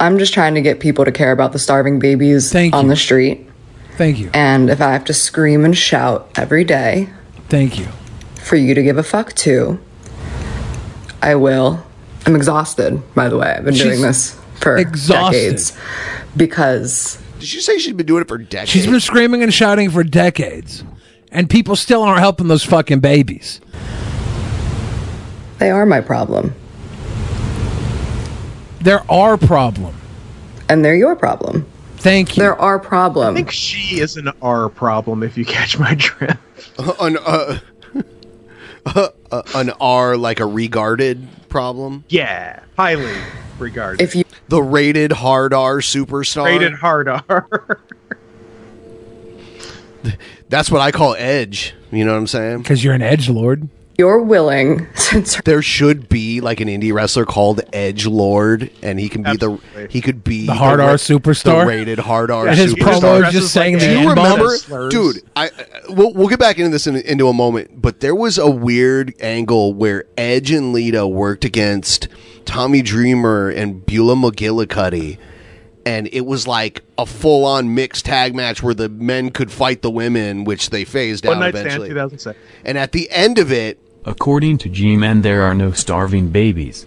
Speaker 14: I'm just trying to get people to care about the starving babies on the street.
Speaker 1: Thank you.
Speaker 14: And if I have to scream and shout every day,
Speaker 1: thank you,
Speaker 14: for you to give a fuck to, I will. I'm exhausted, by the way. I've been
Speaker 8: She's
Speaker 14: doing this for
Speaker 1: exhausted.
Speaker 14: decades because
Speaker 8: Did you say she's been doing it for decades?
Speaker 1: She's been screaming and shouting for decades, and people still aren't helping those fucking babies.
Speaker 14: they are my problem.
Speaker 1: They're our problem.
Speaker 14: And they're your problem.
Speaker 1: Thank you.
Speaker 14: They're our
Speaker 10: I
Speaker 14: problem.
Speaker 10: think she is an R problem, if you catch my drift.
Speaker 8: [laughs] an uh, uh, an R like a regarded problem.
Speaker 10: Yeah, highly regarded.
Speaker 8: If you the rated hard R superstar,
Speaker 10: Rated hard R.
Speaker 8: that's what I call edge. You know what I'm saying?
Speaker 1: Because you're an edge lord.
Speaker 14: You're willing. [laughs] Since
Speaker 8: there should be like an indie wrestler called Edge Lord, and he can be the he could be
Speaker 1: The hard
Speaker 8: ra-
Speaker 1: R superstar?
Speaker 8: the rated hard R.
Speaker 1: And his
Speaker 8: superstar.
Speaker 1: promo is just saying
Speaker 8: Do
Speaker 1: the
Speaker 8: you
Speaker 1: N-bomb?
Speaker 8: remember,
Speaker 1: Slurs.
Speaker 8: dude? I, I we'll, we'll get back into this in, into a moment, but there was a weird angle where Edge and Lita worked against Tommy Dreamer and Beulah McGillicuddy. And it was like a full-on mixed tag match where the men could fight the women, which they phased
Speaker 10: One
Speaker 8: out
Speaker 10: night stand,
Speaker 8: eventually.
Speaker 10: 2006.
Speaker 8: And at the end of it, e-,
Speaker 13: According to G-Man, there are no starving babies.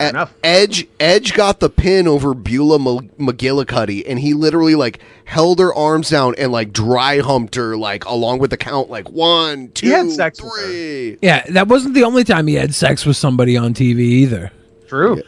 Speaker 8: Ed- Edge Edge got the pin over Beulah Mc- McGillicuddy, and he literally like held her arms down and like dry humped her like along with the count like one two three.
Speaker 1: Yeah, that wasn't the only time he had sex with somebody on TV either.
Speaker 10: True.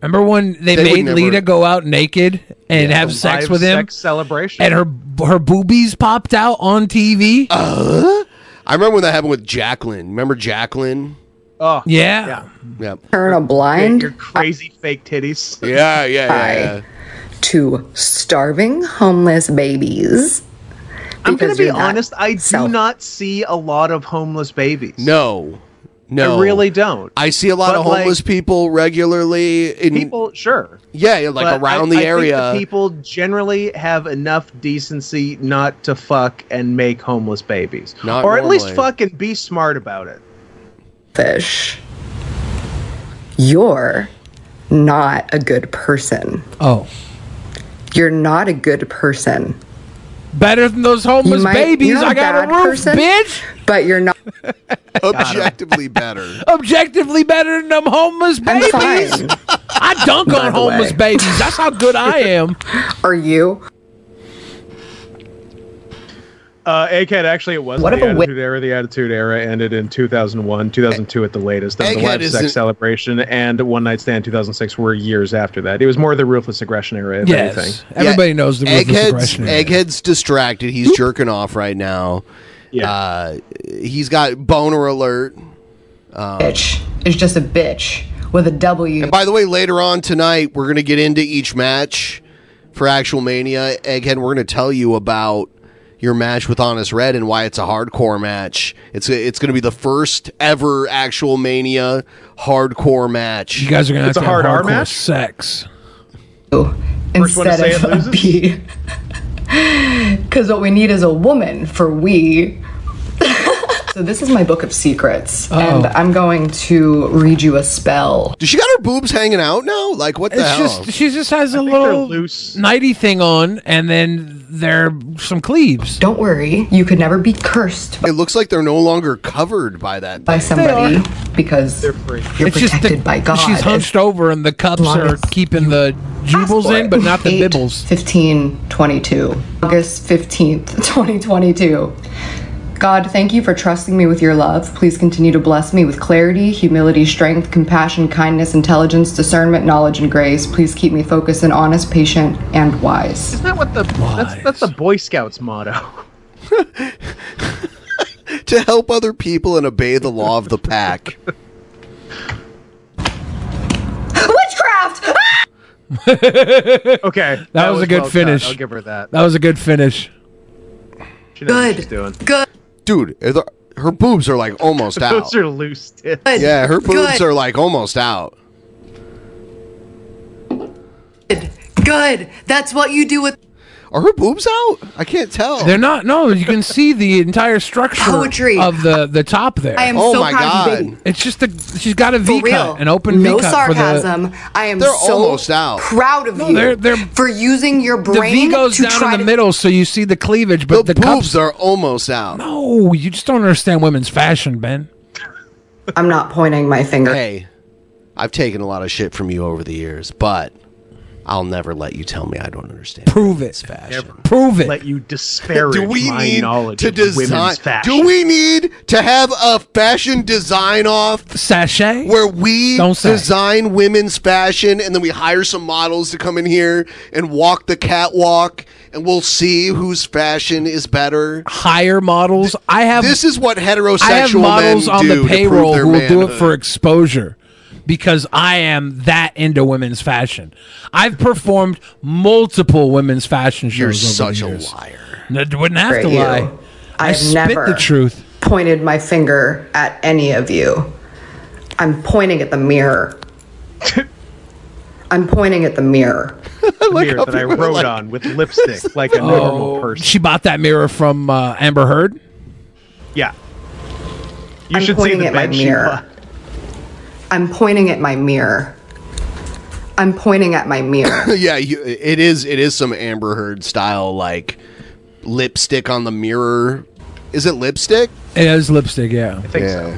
Speaker 1: Remember when they,
Speaker 10: They would
Speaker 1: made
Speaker 10: never-
Speaker 1: Lita go out naked and have
Speaker 10: The
Speaker 1: sex
Speaker 10: live
Speaker 1: with him,
Speaker 10: Sex celebration.
Speaker 1: and her her boobies popped out on TV?
Speaker 8: Uh, I remember when that happened with Jacqueline. Remember Jacqueline?
Speaker 10: Oh
Speaker 1: Yeah.
Speaker 8: yeah.
Speaker 14: Turn a blind.
Speaker 10: Your crazy fake titties.
Speaker 8: Yeah, yeah,
Speaker 14: Hi to starving homeless babies.
Speaker 10: I'm gonna
Speaker 14: because
Speaker 10: be
Speaker 14: you're not
Speaker 10: honest. I do not see a lot of homeless babies.
Speaker 8: No, no,
Speaker 10: I really don't.
Speaker 8: I see a lot
Speaker 10: But,
Speaker 8: of homeless
Speaker 10: like,
Speaker 8: people regularly. In,
Speaker 10: people, sure.
Speaker 8: yeah, yeah, like
Speaker 10: But
Speaker 8: around the
Speaker 10: I- I think
Speaker 8: area.
Speaker 10: people generally have enough decency not to fuck and make homeless babies,
Speaker 8: Not
Speaker 10: or at least
Speaker 8: normally.
Speaker 10: fuck and be smart about it.
Speaker 14: fish. You're not a good person.
Speaker 1: Oh.
Speaker 14: You're not a good person.
Speaker 1: Better than those homeless babies. I got a roof, bitch.
Speaker 14: But you're not
Speaker 8: Objectively [laughs] better.
Speaker 1: Objectively better than them homeless babies. I dunk
Speaker 14: By
Speaker 1: on
Speaker 14: the
Speaker 1: homeless
Speaker 14: way.
Speaker 1: babies. That's how good I am.
Speaker 14: Are you?
Speaker 10: Uh, Egghead, actually, it was what
Speaker 1: What if
Speaker 10: the
Speaker 1: a wi-
Speaker 10: Attitude Era. The Attitude Era ended in 2001, 2002 at the latest. That was the
Speaker 8: Egghead
Speaker 10: Live
Speaker 8: isn't-
Speaker 10: Sex Celebration and One Night Stand 2006 were years after that. It was more the Ruthless Aggression Era, if
Speaker 1: Yes.
Speaker 10: anything.
Speaker 1: Everybody knows the ruthless
Speaker 8: Egghead's,
Speaker 1: aggression area.
Speaker 8: Egghead's distracted. He's jerking off right now. Yeah. Uh, he's got boner alert. Um,
Speaker 14: Bitch is just a bitch with a W.
Speaker 8: And by the way, later on tonight, we're going to get into each match for Actual Mania. Egghead, we're going to tell you about your match with Honest Red and why it's a hardcore match. It's it's going to be the first ever Actual Mania hardcore match.
Speaker 1: You guys are gonna have to have hardcore sex.
Speaker 14: instead of a B. [laughs] Because what we need is a woman for we. [laughs] so this is my book of secrets, and
Speaker 1: Oh.
Speaker 14: I'm going to read you a spell.
Speaker 8: Does she got her boobs hanging out now? Like what the
Speaker 1: It's
Speaker 8: hell?
Speaker 1: just she just has a little loose nighty thing on, and then there are some cleaves.
Speaker 14: Don't worry, you could never be cursed.
Speaker 8: It looks like they're no longer covered by that.
Speaker 14: By somebody because
Speaker 8: They're
Speaker 14: you're protected by God.
Speaker 1: She's hunched over, and the cups
Speaker 14: long
Speaker 1: are
Speaker 14: as
Speaker 1: keeping the jubals in, but not the bibbles.
Speaker 14: 15, 22. August 15th, [laughs] 2022. God, thank you for trusting me with your love. Please continue to bless me with clarity, humility, strength, compassion, kindness, intelligence, discernment, knowledge, and grace. Please keep me focused and honest, patient, and wise.
Speaker 10: Isn't that what the that's, that's the Boy Scouts motto?
Speaker 8: [laughs] to help other people and obey the law of the pack.
Speaker 14: Witchcraft!
Speaker 1: [laughs]
Speaker 10: okay,
Speaker 1: that, was, a
Speaker 10: well
Speaker 1: good
Speaker 10: done.
Speaker 1: finish.
Speaker 10: I'll give her that.
Speaker 1: That was a good finish.
Speaker 10: She knows what she's doing.
Speaker 14: Good.
Speaker 8: Dude, are the- her boobs are like almost out.
Speaker 10: [laughs] Those are loose tits.
Speaker 8: Yeah, her boobs
Speaker 14: Good.
Speaker 8: are like almost out.
Speaker 14: Good. That's what you do with
Speaker 8: Are her boobs out? I can't tell.
Speaker 1: They're not. No, you can see the entire structure
Speaker 14: Poetry.
Speaker 1: of the the top there.
Speaker 14: I am Oh so my proud of you, God. baby.
Speaker 1: It's just a she's got a V
Speaker 14: for real.
Speaker 1: cut, an open
Speaker 14: no
Speaker 1: V cut
Speaker 14: sarcasm.
Speaker 1: for
Speaker 14: I am
Speaker 1: They're
Speaker 14: so
Speaker 1: almost out.
Speaker 14: proud of you
Speaker 1: they're- they're-
Speaker 14: for using your
Speaker 1: the. The
Speaker 14: brain
Speaker 1: V goes
Speaker 14: to
Speaker 1: down
Speaker 14: try
Speaker 1: in the
Speaker 14: to
Speaker 1: middle, so you see the cleavage, but the,
Speaker 8: boobs
Speaker 1: cups
Speaker 8: are almost out.
Speaker 1: No, you just don't understand women's fashion, Ben.
Speaker 14: I'm not pointing my finger.
Speaker 8: Hey, I've taken a lot of shit from you over the years, but I'll never let you tell me I don't understand.
Speaker 1: Prove it. Prove it.
Speaker 10: Let you disparage
Speaker 8: Do we
Speaker 10: my
Speaker 8: need
Speaker 10: knowledge
Speaker 8: to
Speaker 10: of women's
Speaker 8: design?
Speaker 10: fashion.
Speaker 8: Do we need to have a fashion design off
Speaker 1: sachet
Speaker 8: where we
Speaker 1: Don't say.
Speaker 8: design women's fashion and then we hire some models to come in here and walk the catwalk and we'll see whose fashion is better?
Speaker 1: Higher models. I have.
Speaker 8: This is what heterosexual
Speaker 1: I have models
Speaker 8: men
Speaker 1: on
Speaker 8: do
Speaker 1: the
Speaker 8: to prove
Speaker 1: payroll
Speaker 8: their
Speaker 1: who will do
Speaker 8: [coughs]
Speaker 1: it
Speaker 8: manhood.
Speaker 1: for exposure because I am that into women's fashion. I've performed multiple women's fashion shows.
Speaker 8: You're
Speaker 1: over the
Speaker 8: such a
Speaker 1: years.
Speaker 8: liar.
Speaker 1: No, I wouldn't have
Speaker 14: For
Speaker 1: to
Speaker 14: you.
Speaker 1: lie. I
Speaker 14: I've
Speaker 1: spit
Speaker 14: never
Speaker 1: the truth.
Speaker 14: pointed my finger at any of you. I'm pointing at
Speaker 10: [laughs]
Speaker 14: the mirror. I'm pointing at the mirror.
Speaker 10: mirror that I wrote on with lipstick like a
Speaker 14: Oh.
Speaker 10: normal person.
Speaker 1: She bought that mirror from uh, Amber Heard.
Speaker 10: Yeah. You
Speaker 14: I'm
Speaker 10: should see
Speaker 14: pointing
Speaker 10: the
Speaker 14: at my
Speaker 10: bed she
Speaker 14: [laughs] mirror. I'm pointing at my mirror. I'm pointing at my
Speaker 10: [laughs]
Speaker 14: mirror.
Speaker 8: yeah, you, it is. It is some Amber Heard style, like lipstick on the mirror. Is it lipstick?
Speaker 1: It is lipstick. Yeah, [laughs] I
Speaker 10: think so.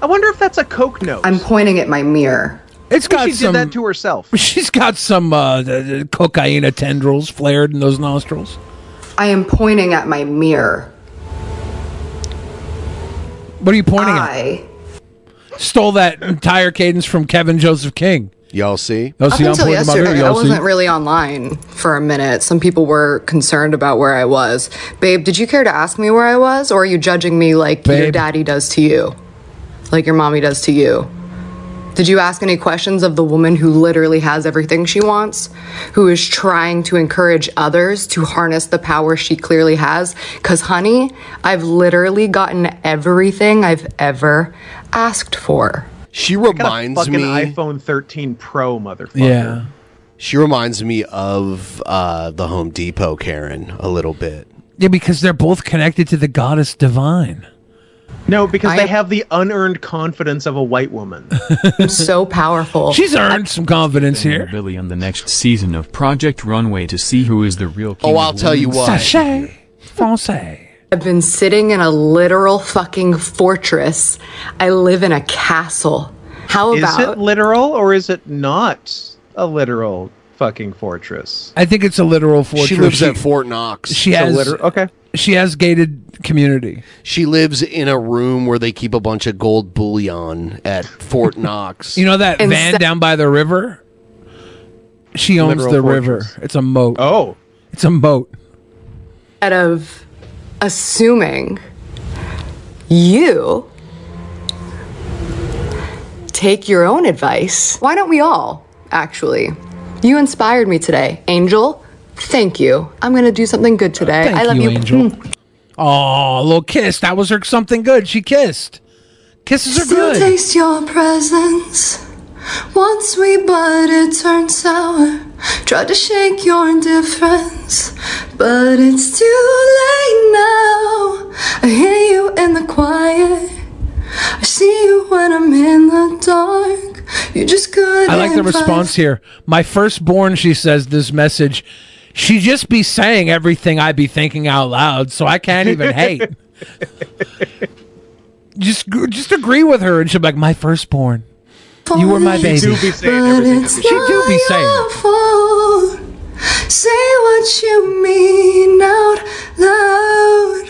Speaker 10: I wonder if that's a Coke note.
Speaker 14: I'm pointing at my mirror.
Speaker 1: It's got
Speaker 10: she
Speaker 1: some-
Speaker 10: did that to herself.
Speaker 1: she's got some uh, d- d- cocaina tendrils flared in those nostrils.
Speaker 14: I am pointing at my mirror.
Speaker 1: What are you pointing
Speaker 14: I,
Speaker 1: at? Stole that entire cadence from Kevin Joseph King.
Speaker 8: Y'all see?
Speaker 1: Y'all
Speaker 14: Up
Speaker 1: Oh, see? I'm
Speaker 14: until
Speaker 1: pointing my mirror.
Speaker 14: yesterday, I
Speaker 1: Y'all see?
Speaker 14: wasn't really online for a minute. Some people were concerned about where I was. Babe, did you care to ask me where I was? Or are you judging me like your
Speaker 17: Babe.
Speaker 14: daddy does to you? Like your mommy does to you? Did you ask any questions of the woman who literally has everything she wants? Who is trying to encourage others to harness the power she clearly has? Because, honey, I've literally gotten everything I've ever asked for.
Speaker 8: She
Speaker 10: Got a
Speaker 8: reminds
Speaker 10: fucking
Speaker 8: me.
Speaker 10: iPhone 13 Pro, motherfucker.
Speaker 8: She reminds me of uh, the Home Depot Karen a little bit.
Speaker 1: Yeah, because they're both connected to the goddess divine.
Speaker 10: No, because they have the unearned confidence of a white
Speaker 1: [laughs]
Speaker 10: woman.
Speaker 14: I'm so powerful.
Speaker 1: She's earned some confidence here.
Speaker 13: Billy on the next season of Project Runway to see who is the real king.
Speaker 14: Oh, I'll
Speaker 13: of
Speaker 14: tell you
Speaker 13: women's
Speaker 14: what.
Speaker 13: fashion.
Speaker 1: Francais.
Speaker 14: I've been sitting in a literal fucking fortress. I live in a castle. How
Speaker 10: is
Speaker 14: about
Speaker 10: it literal or is it not a literal fucking fortress?
Speaker 1: I think it's a literal fortress.
Speaker 8: lives at Fort Knox.
Speaker 1: She
Speaker 8: It's a
Speaker 1: has
Speaker 8: liter-
Speaker 10: okay.
Speaker 1: She has gated community.
Speaker 8: She lives in a room where they keep a bunch of gold bullion at Fort
Speaker 1: [laughs]
Speaker 8: Knox.
Speaker 1: You know that
Speaker 8: And
Speaker 1: van
Speaker 8: sa-
Speaker 1: down by the river? She owns
Speaker 8: Literal
Speaker 1: the
Speaker 8: fortress.
Speaker 1: river. It's a moat.
Speaker 10: Oh.
Speaker 1: It's a moat.
Speaker 14: instead of assuming you take your own advice? Why don't we all, actually? You inspired me today, Angel. Thank you. I'm going to do something good today.
Speaker 1: Thank
Speaker 14: I love you. Hmm.
Speaker 1: Angel. Oh, a little kiss. That was her something good. She kissed. Kisses are
Speaker 18: Still
Speaker 1: good.
Speaker 18: taste your presence. One sweet, but it turned sour. Tried to shake your indifference, but it's too late now. I hear you in the quiet. I see you when I'm in the dark. You just couldn't.
Speaker 1: I like the
Speaker 18: find-
Speaker 1: response here. My firstborn, she says this message. She just be saying everything I be thinking out loud, so I can't even hate.
Speaker 18: [laughs]
Speaker 1: just gr- just agree with her, and she'll be like, "My firstborn, you were my baby."
Speaker 18: She do be saying everything. But it's
Speaker 1: She do be saying.
Speaker 18: your fault. Say what you mean out loud.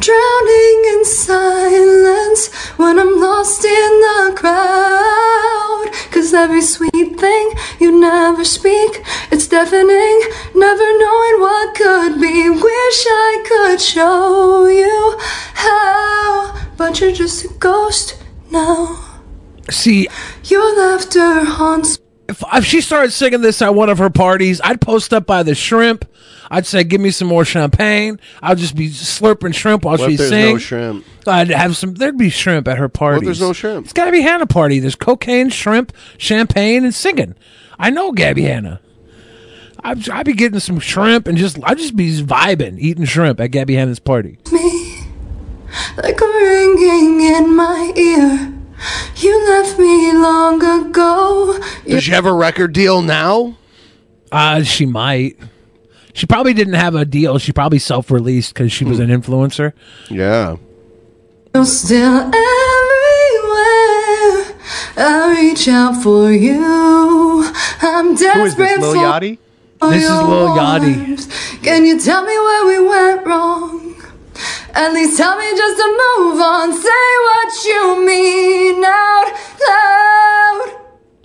Speaker 18: Drowning in silence when I'm lost in the crowd. Cause every sweet thing you never speak, it's deafening. Never knowing what could be. Wish I could show you how. But you're just a ghost now.
Speaker 1: See,
Speaker 18: your laughter haunts
Speaker 1: If, if she started singing this at one of her parties, I'd post up by the shrimp. I'd say, "Give me some more champagne." I'd just be slurping shrimp while
Speaker 8: What
Speaker 1: she
Speaker 8: if there's
Speaker 1: sings.
Speaker 8: no shrimp?
Speaker 1: I'd have some. There'd be shrimp at her parties.
Speaker 8: there's no shrimp?
Speaker 1: It's got to be Hannah party. There's cocaine, shrimp, champagne, and singing. I know Gabby Hanna. I'd, I'd be getting some shrimp and just I'd just be vibing, eating shrimp at Gabby Hanna's party.
Speaker 18: me like a ringing in my ear. You left me long ago.
Speaker 8: Does she have a record deal now?
Speaker 1: Uh, she might. She probably didn't have a deal. She probably self-released because she was an influencer.
Speaker 8: Hmm. Yeah.
Speaker 18: You're still everywhere. I reach out for you. I'm desperate
Speaker 10: Lil
Speaker 18: for
Speaker 10: Yachty?
Speaker 18: for
Speaker 1: This is
Speaker 18: your
Speaker 1: Lil Yachty.
Speaker 18: warmth. Can you tell me where we went wrong? At least tell me just to move on. Say what you mean out loud.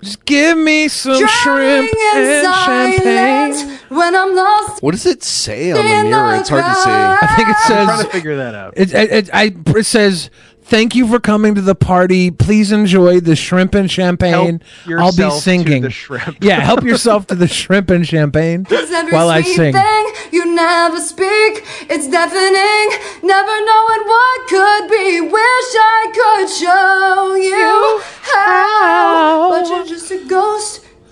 Speaker 1: Just give me some
Speaker 18: shrimp
Speaker 1: and
Speaker 18: champagne. When I'm lost
Speaker 8: What does it say on the mirror? It's hard to see. I
Speaker 1: think it
Speaker 10: I'm
Speaker 1: says-
Speaker 10: trying to figure that out.
Speaker 1: It, it, it, I, it says, "Thank you for coming to the party. Please enjoy the shrimp and champagne. I'll
Speaker 10: yourself
Speaker 1: be
Speaker 10: to
Speaker 1: singing.
Speaker 10: the [laughs] shrimp.
Speaker 1: yeah, help yourself to the shrimp and champagne
Speaker 18: It's every
Speaker 1: while I
Speaker 18: sweet
Speaker 1: sing."
Speaker 18: thing you never speak. It's deafening, never knowing what could be. Wish I could show you how, but you're just a ghost
Speaker 1: [laughs]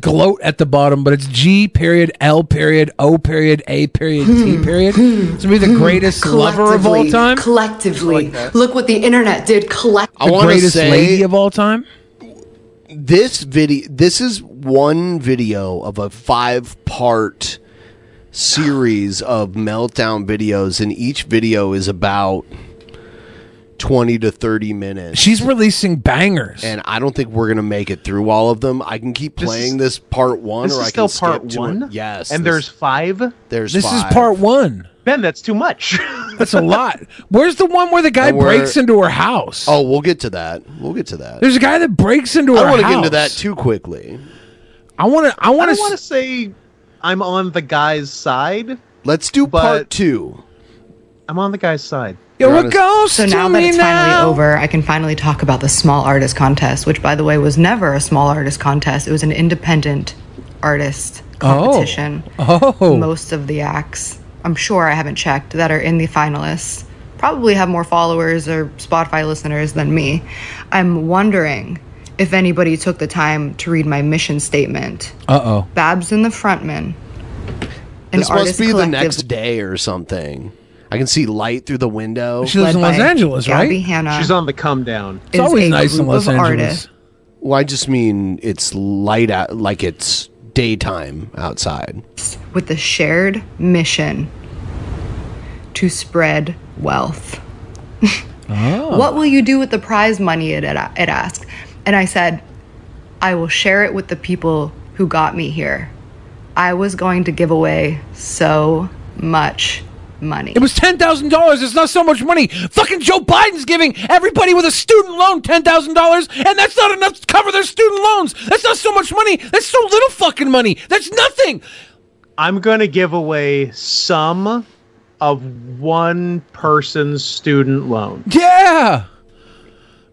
Speaker 1: gloat at the bottom, but it's G period L period O period A period
Speaker 14: Hmm.
Speaker 1: T period. It's gonna be the greatest lover of all
Speaker 16: Collectively,
Speaker 1: time.
Speaker 16: Collectively, look what the internet did. Collectively,
Speaker 8: I want to say
Speaker 1: of all time.
Speaker 8: This video, this is one video of a five-part series of meltdown videos, and each video is about twenty to thirty minutes.
Speaker 1: She's releasing bangers,
Speaker 8: and I don't think we're gonna make it through all of them. I can keep
Speaker 10: This
Speaker 8: playing
Speaker 10: is-
Speaker 8: this part one,
Speaker 10: This
Speaker 8: or
Speaker 10: is
Speaker 8: I
Speaker 10: still
Speaker 8: can
Speaker 10: part
Speaker 8: skip to it.
Speaker 10: one.
Speaker 8: Yes,
Speaker 10: and
Speaker 8: this-
Speaker 10: there's five.
Speaker 8: There's
Speaker 1: This
Speaker 8: five.
Speaker 1: is part one.
Speaker 10: Ben, that's too much.
Speaker 1: That's a lot. Where's the one where the guy
Speaker 8: And we're-
Speaker 1: breaks into her house?
Speaker 8: Oh, we'll get to that. We'll get to that.
Speaker 1: There's a guy that breaks into
Speaker 8: I
Speaker 1: her
Speaker 8: don't
Speaker 1: house.
Speaker 8: wanna get into that too quickly.
Speaker 1: I want to. I
Speaker 10: I
Speaker 1: want
Speaker 10: don't want to
Speaker 1: to.
Speaker 10: say I'm on the guy's side.
Speaker 8: Let's do part two.
Speaker 10: I'm on the guy's side.
Speaker 14: So now that it's finally over, I can finally talk about the small artist contest, which, by the way, was never a small artist contest. It was an independent artist
Speaker 1: Oh.
Speaker 14: competition.
Speaker 1: Oh.
Speaker 14: Most of the acts, I'm sure I haven't checked, that are in the finalists probably have more followers or Spotify listeners than me. I'm wondering if anybody took the time to read my mission statement.
Speaker 1: Uh oh.
Speaker 14: Babs and the Frontman. An
Speaker 8: This
Speaker 14: artist
Speaker 8: must be the
Speaker 14: collective-
Speaker 8: next day or something. I can see light through the window.
Speaker 14: She lives in Led Los by Angeles, right? Gabby Hanna.
Speaker 10: She's on the come down.
Speaker 14: It's always a nice in group Los of Angeles. artists.
Speaker 8: Well, I just mean it's light out, like it's daytime outside.
Speaker 14: with the shared mission to spread wealth.
Speaker 8: Oh.
Speaker 14: What will you do with the prize money? It, it it asked. And I said, I will share it with the people who got me here. I was going to give away so much money.
Speaker 1: It was ten thousand dollars. It's not so much money. Fucking Joe Biden's giving everybody with a student loan ten thousand dollars, and that's not enough to cover their student loans. That's not so much money. That's so little fucking money. That's nothing.
Speaker 10: I'm going to give away some of one person's student loan.
Speaker 1: Yeah.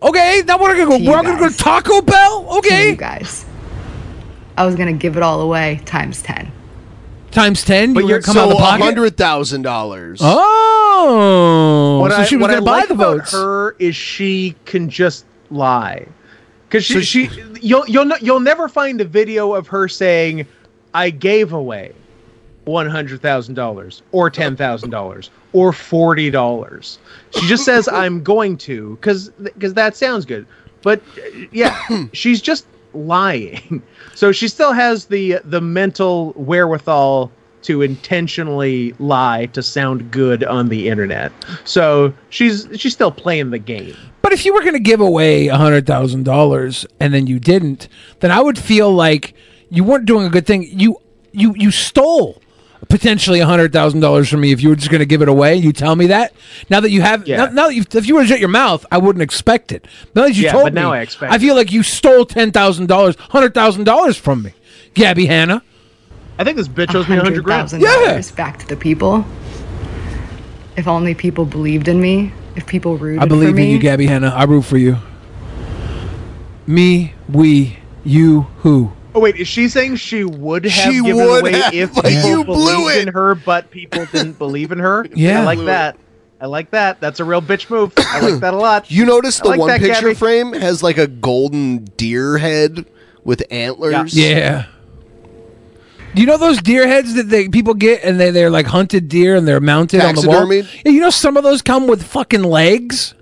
Speaker 1: Okay, now we're gonna
Speaker 14: To
Speaker 1: go.
Speaker 14: you
Speaker 1: We're gonna go to
Speaker 14: guys.
Speaker 1: Taco Bell. Okay,
Speaker 14: you guys. I was going to give it all away times 10.
Speaker 1: times ten.
Speaker 8: But
Speaker 1: you were
Speaker 8: you're
Speaker 1: gonna come out of the pocket.
Speaker 8: hundred thousand dollars.
Speaker 1: Oh,
Speaker 10: what
Speaker 1: so
Speaker 10: I,
Speaker 1: Oh! she was
Speaker 10: what I
Speaker 1: gonna buy
Speaker 10: like
Speaker 1: the
Speaker 10: about
Speaker 1: votes.
Speaker 10: Her is she can just lie. because she, she, you'll you'll no, you'll never find a video of her saying, "I gave away one hundred thousand dollars, or ten thousand dollars, or forty dollars." She just says, "I'm going to," because because that sounds good. But uh, yeah, she's just lying. So she still has the the mental wherewithal to intentionally lie to sound good on the internet. So she's she's still playing the game.
Speaker 1: But if you were going to give away $100,000 and then you didn't, then I would feel like you weren't doing a good thing. You you you stole potentially $100,000 from me if you were just going to give it away. You tell me that. Now that you have now, now that you've, if you were to shut your mouth, I wouldn't expect it. Now that you
Speaker 10: Yeah,
Speaker 1: told
Speaker 10: but
Speaker 1: me,
Speaker 10: now I expect
Speaker 1: I feel like you stole $10,000, $100,000 from me. Gabby Hanna.
Speaker 10: I think this bitch
Speaker 1: owes
Speaker 17: $100,000 back to the people. If only people believed in me, if people rooted
Speaker 1: I believe
Speaker 17: for me.
Speaker 1: in you, Gabby Hanna. I root for you. Me, we, you, who?
Speaker 10: Oh wait, is she saying she would have
Speaker 1: She
Speaker 10: given
Speaker 1: would
Speaker 10: away
Speaker 1: have,
Speaker 10: if
Speaker 1: like,
Speaker 10: people
Speaker 1: you blew
Speaker 10: believed in her, but people didn't believe in her?
Speaker 8: [laughs] Yeah.
Speaker 10: I like
Speaker 8: Blew it.
Speaker 10: that. I like that. That's a real bitch move. I like that a lot.
Speaker 8: [clears throat] You notice
Speaker 10: I
Speaker 8: the
Speaker 10: like
Speaker 8: one
Speaker 10: that,
Speaker 8: picture
Speaker 10: Gabby.
Speaker 8: frame has like a golden deer head with antlers.
Speaker 1: Yeah. You know those deer heads that they people get and they, they're like hunted deer and they're mounted on the wall?
Speaker 8: Taxidermied?
Speaker 1: Yeah, you know some of those come with fucking legs?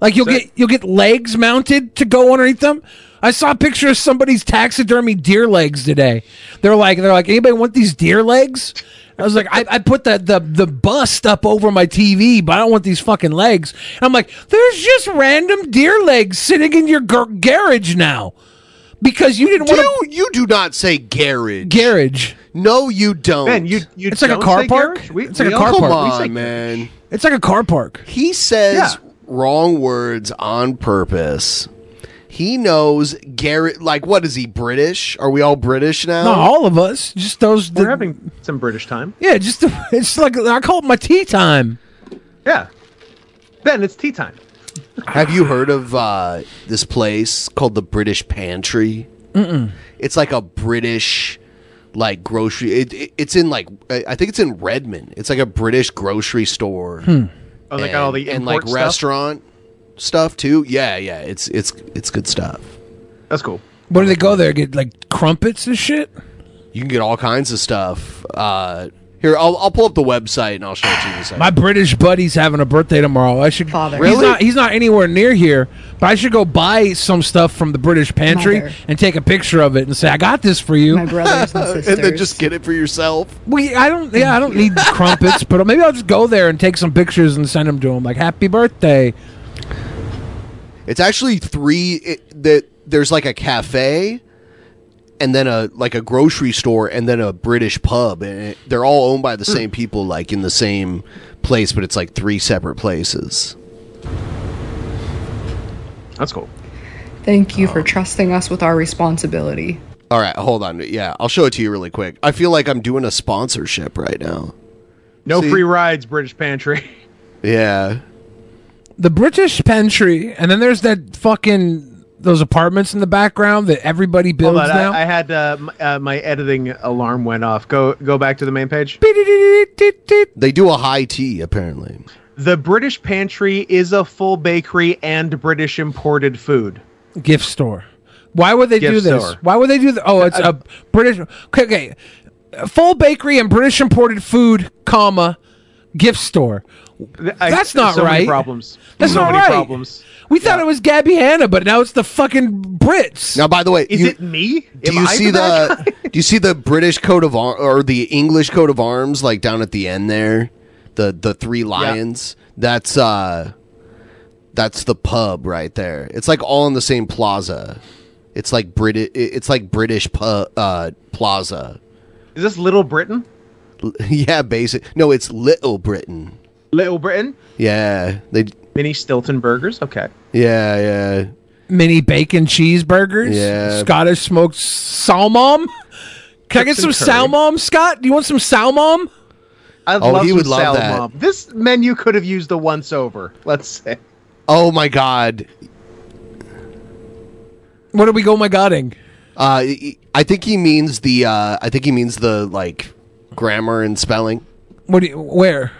Speaker 1: Like you'll get you'll get legs mounted to go underneath them. I saw a picture of somebody's taxidermy deer legs today. They're like they're like anybody want these deer legs? I was like I, I put the, the the bust up over my TV, but I don't want these fucking legs. And I'm like there's just random deer legs sitting in your gar- garage now because you didn't want to.
Speaker 8: You do not say garage.
Speaker 1: Garage.
Speaker 8: No, you don't.
Speaker 1: Man, you- you It's like a don't car say park? garage? We- It's like we a all- car
Speaker 8: Come
Speaker 1: park. We
Speaker 8: on,
Speaker 1: say
Speaker 8: man.
Speaker 1: It's like a car park.
Speaker 8: He says wrong words on purpose. He knows Garrett. Like, what is he British? Are we all British now?
Speaker 1: Not all of us. Just those. We're having
Speaker 10: some British time.
Speaker 1: Yeah, just the, [laughs] it's like I call it my tea time.
Speaker 10: Yeah. Ben, it's tea time.
Speaker 8: Have you heard of uh, this place called the British Pantry?
Speaker 1: Mm-mm.
Speaker 8: It's like a British like grocery. It, it- it's in like I I think it's in Redmond. It's like a British grocery store.
Speaker 1: Hmm.
Speaker 10: Oh, they got all the
Speaker 8: and like
Speaker 10: import stuff?
Speaker 8: restaurant stuff too. Yeah, yeah. It's it's it's good stuff.
Speaker 10: That's cool.
Speaker 1: Where do they go there? Get like crumpets and shit.
Speaker 8: You can get all kinds of stuff. Uh, here, I'll, I'll pull up the website and I'll show it to you. In a second.
Speaker 1: My British buddy's having a birthday tomorrow. I should. Father. He's
Speaker 8: Really?
Speaker 1: not, he's not anywhere near here, but I should go buy some stuff from the British pantry
Speaker 8: Mother.
Speaker 1: and take a picture of it and say I got this for you.
Speaker 8: My brothers [laughs] and And then just get it for yourself.
Speaker 1: We, I don't. Yeah, I don't need crumpets, but maybe I'll just go there and take some pictures and send them to him. Like, happy birthday.
Speaker 8: It's actually three. It, that there's like a cafe, and then a like a grocery store, and then a British pub, and it- they're all owned by the same people, like in the same place, but it's like three separate places.
Speaker 10: That's cool.
Speaker 17: Thank you for trusting us with our responsibility.
Speaker 8: All right, hold on. Yeah, I'll show it to you really quick. I feel like I'm doing a sponsorship right now.
Speaker 10: No free rides, British Pantry.
Speaker 8: Yeah.
Speaker 1: the British pantry, and then there's that fucking those apartments in the background that everybody builds
Speaker 10: Hold on,
Speaker 1: now.
Speaker 10: I, I had uh, m- uh, my editing alarm went off. Go go back to the main page.
Speaker 8: They do a high tea apparently.
Speaker 10: The British Pantry is a full bakery and British imported food.
Speaker 1: Gift store. Why would they
Speaker 10: Gift
Speaker 1: do this?
Speaker 10: store.
Speaker 1: Why would they do that? Oh, it's a British. Okay, okay, full bakery and British imported food, comma, gift store.
Speaker 10: I-
Speaker 1: That's not
Speaker 10: so
Speaker 1: right.
Speaker 10: many problems.
Speaker 1: That's
Speaker 10: So
Speaker 1: not
Speaker 10: many
Speaker 1: right.
Speaker 10: problems.
Speaker 1: We thought it was Gabby Hanna, but now it's the fucking Brits.
Speaker 8: Now, by the way,
Speaker 1: Is
Speaker 8: you-
Speaker 1: it
Speaker 10: me?
Speaker 8: Do you see the Do you see the British coat of arms or the English coat of arms like down at the end there? The the three lions. That's uh that's the pub right there. It's like all in the same plaza. It's like British it's like British pu- uh plaza.
Speaker 10: Is this Little Britain?
Speaker 8: L- [laughs] Yeah, basic. No, it's Little Britain.
Speaker 10: Little Britain?
Speaker 8: Yeah. They
Speaker 10: Mini Stilton burgers? Okay.
Speaker 8: Yeah, yeah.
Speaker 1: Mini bacon cheeseburgers.
Speaker 8: Yeah.
Speaker 1: Scottish smoked salmon. Can
Speaker 10: Chips
Speaker 1: I get some
Speaker 10: and curry.
Speaker 1: salmon, Scott? Do you want some salmon?
Speaker 10: I
Speaker 8: Oh,
Speaker 10: love
Speaker 8: he
Speaker 10: some
Speaker 8: would love that.
Speaker 10: salmon. This menu could have used a once over. Let's say.
Speaker 8: Oh my god.
Speaker 1: What did we go my godding?
Speaker 8: Uh I- I think he means the uh I think he means the like grammar and spelling.
Speaker 1: What do you, where?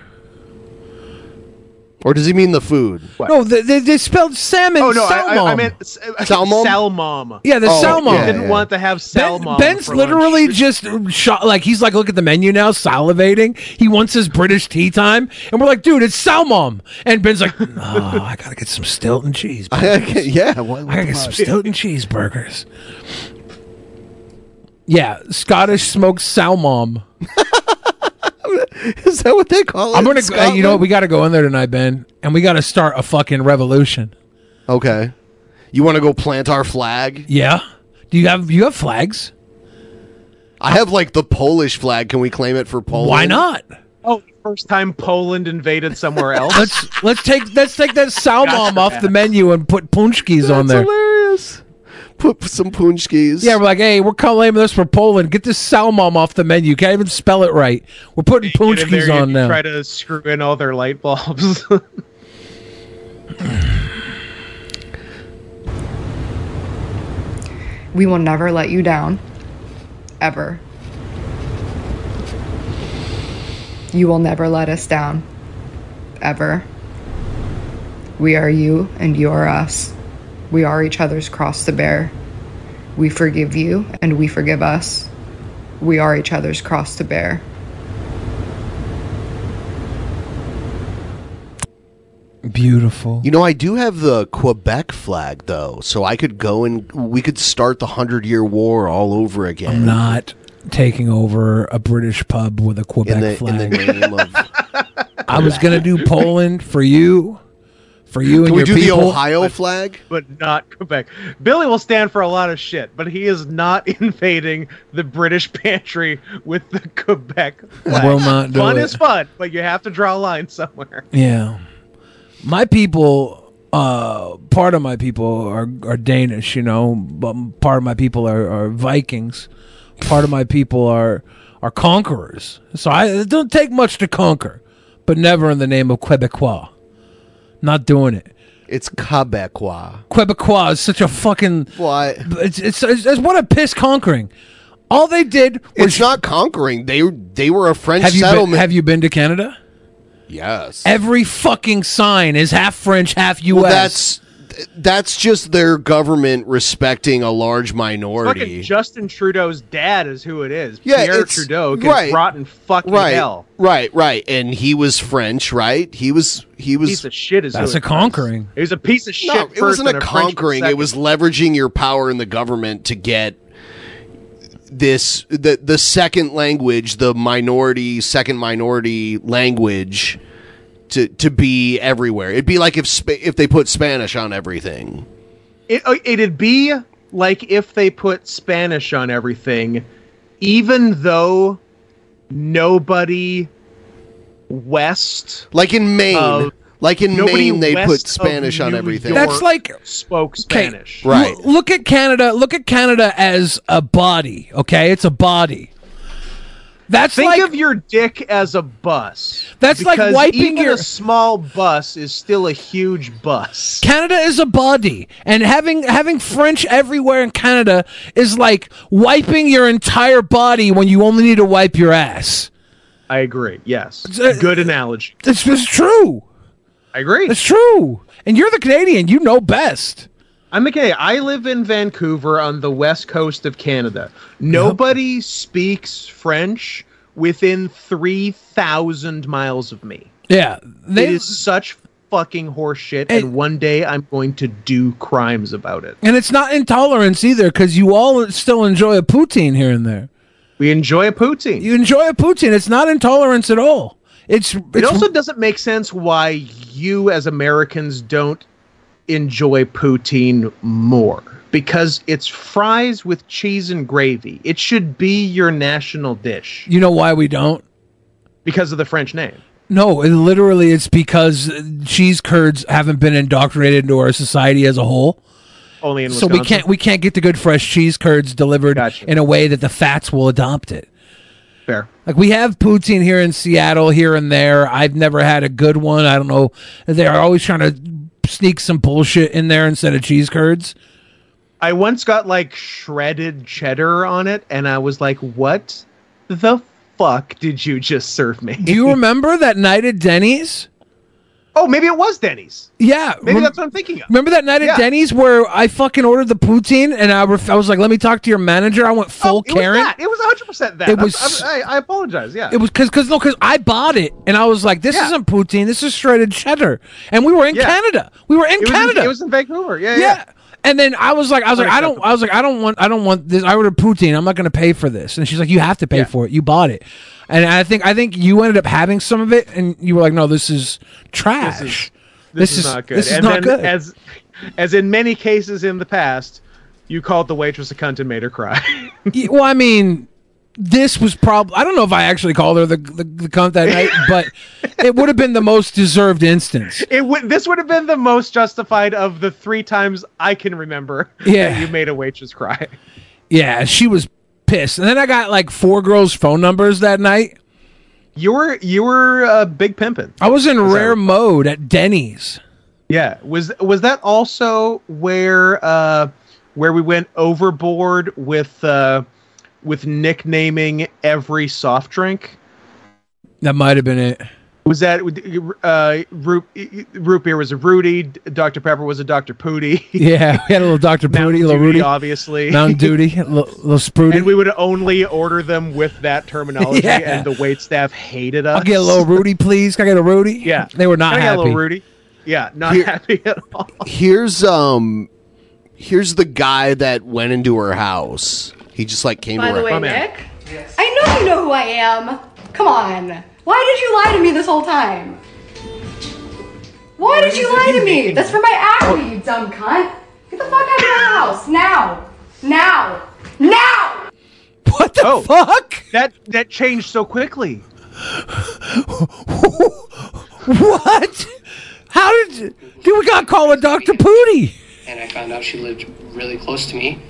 Speaker 8: Or does he mean the food?
Speaker 1: No, they, they, they spelled salmon.
Speaker 10: Oh no, I, I, I
Speaker 1: salmon.
Speaker 10: meant s- I think
Speaker 8: Salmon?
Speaker 10: Salmon.
Speaker 1: Yeah, the
Speaker 10: Oh,
Speaker 1: salmon.
Speaker 10: I didn't
Speaker 1: Yeah, yeah.
Speaker 10: want to have salmon.
Speaker 1: Ben's
Speaker 10: for
Speaker 1: literally just shot like he's like look at the menu now, salivating. He wants his British tea time, and we're like, dude, it's salmon. And Ben's like, [laughs] no,
Speaker 8: [laughs]
Speaker 1: Oh, I gotta get some Stilton cheese.
Speaker 8: yeah,
Speaker 1: I gotta get some Stilton cheeseburgers. Yeah, Scottish smoked salmon.
Speaker 8: [laughs] Is that what they call it?
Speaker 1: I'm
Speaker 8: in
Speaker 1: gonna, uh, you know, what, we gotta go in there tonight, Ben, and we gotta start a fucking revolution.
Speaker 8: Okay, you want to go plant our flag?
Speaker 1: Yeah. Do you have you have flags?
Speaker 8: I have like the Polish flag. Can we claim it for Poland?
Speaker 10: Oh, first time Poland invaded somewhere
Speaker 1: [laughs]
Speaker 10: else.
Speaker 1: let's let's take let's take that salmon
Speaker 10: Gotcha.
Speaker 1: off the menu and put punchkis on
Speaker 8: That's
Speaker 1: there.
Speaker 8: hilarious. Put some punchkis.
Speaker 1: Yeah, we're like, hey, we're claiming this for Poland. Get this salmon off the menu. You can't even spell it right. We're putting
Speaker 10: Get in there,
Speaker 1: punchkis
Speaker 10: you
Speaker 1: on now.
Speaker 10: Try to screw in all their light bulbs. [laughs]
Speaker 2: We will never let you down. Ever. You will never let us down. Ever. We are you and you are us. We are each other's cross to bear. We forgive you and we forgive us. We are each other's cross to bear.
Speaker 1: Beautiful.
Speaker 8: You know, I do have the Quebec flag though, so I could go and we could start the Hundred Year War all over again.
Speaker 1: I'm not taking over a British pub with a Quebec
Speaker 8: in the
Speaker 1: flag.
Speaker 8: in the name of.
Speaker 1: [laughs] I was gonna do Poland for you, for you and
Speaker 8: Can we
Speaker 1: your
Speaker 8: do the
Speaker 1: people.
Speaker 8: Ohio flag?
Speaker 10: But not Quebec. Billy will stand for a lot of shit, but he is not [laughs] invading the British pantry with the Quebec flag.
Speaker 1: Will not do
Speaker 10: fun
Speaker 1: it.
Speaker 10: is fun, but you have to draw a line somewhere.
Speaker 1: Yeah, my people. Uh, part of my people are are Danish, you know, but part of my people are, are Vikings. Part of my people are are conquerors. So I it don't take much to conquer, but never in the name of Quebecois. Not doing it.
Speaker 8: It's Quebecois.
Speaker 1: Quebecois is such a fucking
Speaker 8: what?
Speaker 1: It's it's, it's, it's what a piss conquering. All they did was
Speaker 8: It's not conquering. They they were a French
Speaker 1: have you
Speaker 8: settlement.
Speaker 1: Been, have you been to Canada?
Speaker 8: yes.
Speaker 1: Every fucking sign is half French, half U.S.
Speaker 8: Well, that's that's just their government respecting a large minority.
Speaker 10: Fucking Justin Trudeau's dad is who it is.
Speaker 8: Yeah,
Speaker 10: Pierre
Speaker 8: it's-
Speaker 10: Trudeau gets
Speaker 8: right.
Speaker 10: rotten fucking
Speaker 8: right,
Speaker 10: hell.
Speaker 8: right, right. And he was French, right? He was he was
Speaker 10: Piece of shit is who it was. It was a piece of shit.
Speaker 8: No, it
Speaker 10: first
Speaker 8: wasn't
Speaker 10: and
Speaker 8: a
Speaker 10: a French was
Speaker 8: conquering. It
Speaker 10: second.
Speaker 8: was leveraging your power in the government to get this the the second language, the minority second minority language to to be everywhere. It'd be like if Spa- if they put Spanish on everything.
Speaker 10: It, uh, it'd be like if they put Spanish on everything, even though nobody west,
Speaker 8: like in Maine, like in
Speaker 10: Uh, nobody
Speaker 8: Maine, they
Speaker 10: west
Speaker 8: put
Speaker 10: of
Speaker 8: Spanish on
Speaker 10: New
Speaker 8: everything.
Speaker 10: York
Speaker 1: That's like-
Speaker 10: spoke
Speaker 1: Okay,
Speaker 10: Spanish,
Speaker 1: l- look at Canada. Look at Canada as a body. Okay, it's a body. That's
Speaker 10: Think
Speaker 1: like
Speaker 10: of your dick as a bus.
Speaker 1: That's like
Speaker 10: Because
Speaker 1: wiping
Speaker 10: even
Speaker 1: your-
Speaker 10: a small bus is still a huge bus.
Speaker 1: Canada is a body, and having having French everywhere in Canada is like wiping your entire body when you only need to wipe your ass.
Speaker 10: I agree. Yes,
Speaker 1: uh,
Speaker 10: good analogy.
Speaker 1: It's, it's true.
Speaker 10: I agree.
Speaker 1: It's true. And you're the Canadian. You know best.
Speaker 10: I'm okay. I live in Vancouver on the west coast of Canada. Nobody speaks French within 3,000 miles of me.
Speaker 1: Yeah, they-
Speaker 10: it is such fucking horseshit, and one day I'm going to do crimes about it.
Speaker 1: And it's not intolerance either, because you all still enjoy a poutine here and there.
Speaker 10: We enjoy a poutine.
Speaker 1: You enjoy a poutine. It's not intolerance at all. It's, it's
Speaker 10: It also doesn't make sense why you, as Americans, don't enjoy poutine more because it's fries with cheese and gravy. It should be your national dish.
Speaker 1: you know why we don't.
Speaker 10: because of the French name.
Speaker 1: No, it literally, it's because cheese curds haven't been indoctrinated into our society as a whole.
Speaker 10: Only in
Speaker 1: so we can't we can't get the good fresh cheese curds delivered in a way that the fats will adopt it.
Speaker 10: Fair.
Speaker 1: Like we have poutine here in Seattle, here and there. I've never had a good one. I don't know. They are always trying to sneak some bullshit in there instead of cheese curds.
Speaker 10: I once got like shredded cheddar on it, and I was like, "What the fuck did you just serve me?"
Speaker 1: Do you remember that night at Denny's
Speaker 10: Oh, maybe it was Denny's.
Speaker 1: Yeah,
Speaker 10: Maybe
Speaker 1: rem-
Speaker 10: that's what I'm thinking of.
Speaker 1: Remember that night at
Speaker 10: Yeah.
Speaker 1: Denny's where I fucking ordered the poutine and I, ref- I was like, "Let me talk to your manager." I went full
Speaker 10: Oh, It was
Speaker 1: Karen.
Speaker 10: that. It was 100 percent that.
Speaker 1: It
Speaker 10: I'm-
Speaker 1: was-
Speaker 10: I'm- I, I apologize. Yeah.
Speaker 1: It was because because no because I bought it and I was like, "This isn't poutine. This is shredded cheddar." And we were in
Speaker 10: Yeah.
Speaker 1: Canada. We were in
Speaker 10: It was in-
Speaker 1: Canada.
Speaker 10: it was in Vancouver. Yeah,
Speaker 1: Yeah.
Speaker 10: yeah.
Speaker 1: And then I was like, I was like, I don't, I was like, I don't want, I don't want this. I ordered poutine. I'm not going to pay for this. And she's like, you have to pay for it. You bought it. And I think, I think you ended up having some of it, and you were like, no, this is trash. This is,
Speaker 10: This, is, not good.
Speaker 1: This is
Speaker 10: and
Speaker 1: not
Speaker 10: then,
Speaker 1: good.
Speaker 10: As as in many cases in the past, you called the waitress a cunt and made her cry. [laughs]
Speaker 1: Y- well, I mean, this was probably. I don't know if I actually called her the the, the cunt that
Speaker 10: [laughs]
Speaker 1: night, but it would have been the most deserved instance.
Speaker 10: it would. This would have been the most justified of the three times I can remember. [laughs]
Speaker 1: Yeah.
Speaker 10: that you made a waitress cry.
Speaker 1: Yeah, she was pissed, and then I got like four girls' phone numbers that night.
Speaker 10: You were you were uh, big pimping.
Speaker 1: I was in rare mode at Denny's.
Speaker 10: Yeah. Was was that also where uh where we went overboard with uh with nicknaming every soft drink?
Speaker 1: That might have
Speaker 10: [laughs]
Speaker 1: been it.
Speaker 10: Was that uh root, root beer was a Rudy, Dr Pepper was a Dr Pooty.
Speaker 1: Yeah, we had a little Dr. Pooty, little
Speaker 10: Duty,
Speaker 1: Rudy,
Speaker 10: obviously. [laughs]
Speaker 1: Mountain Duty, a little, little Sprudy.
Speaker 10: And we would only order them with that terminology,
Speaker 1: Yeah.
Speaker 10: and the wait staff hated us.
Speaker 1: I'll get a little Rudy, please. Can I get a Rudy? [laughs]
Speaker 10: Yeah,
Speaker 1: They were not
Speaker 10: Can I get a
Speaker 1: happy.
Speaker 10: little Rudy. Yeah, not
Speaker 8: Here-
Speaker 10: happy at all.
Speaker 8: Here's um, here's the guy that went into her house. He just like came.
Speaker 14: By
Speaker 8: to
Speaker 14: the
Speaker 8: her
Speaker 10: Oh,
Speaker 14: way, Nick, I know you know who I am. Come on. Why did you lie to me this whole time? Why did you lie to me? That's for my acne, you dumb cunt. Get the fuck out of my house now. Now. Now.
Speaker 1: What the fuck?
Speaker 10: Oh. That that changed so quickly.
Speaker 1: What? How did dude? We got called a Dr. Pooty.
Speaker 19: and I found out she lived really close to me.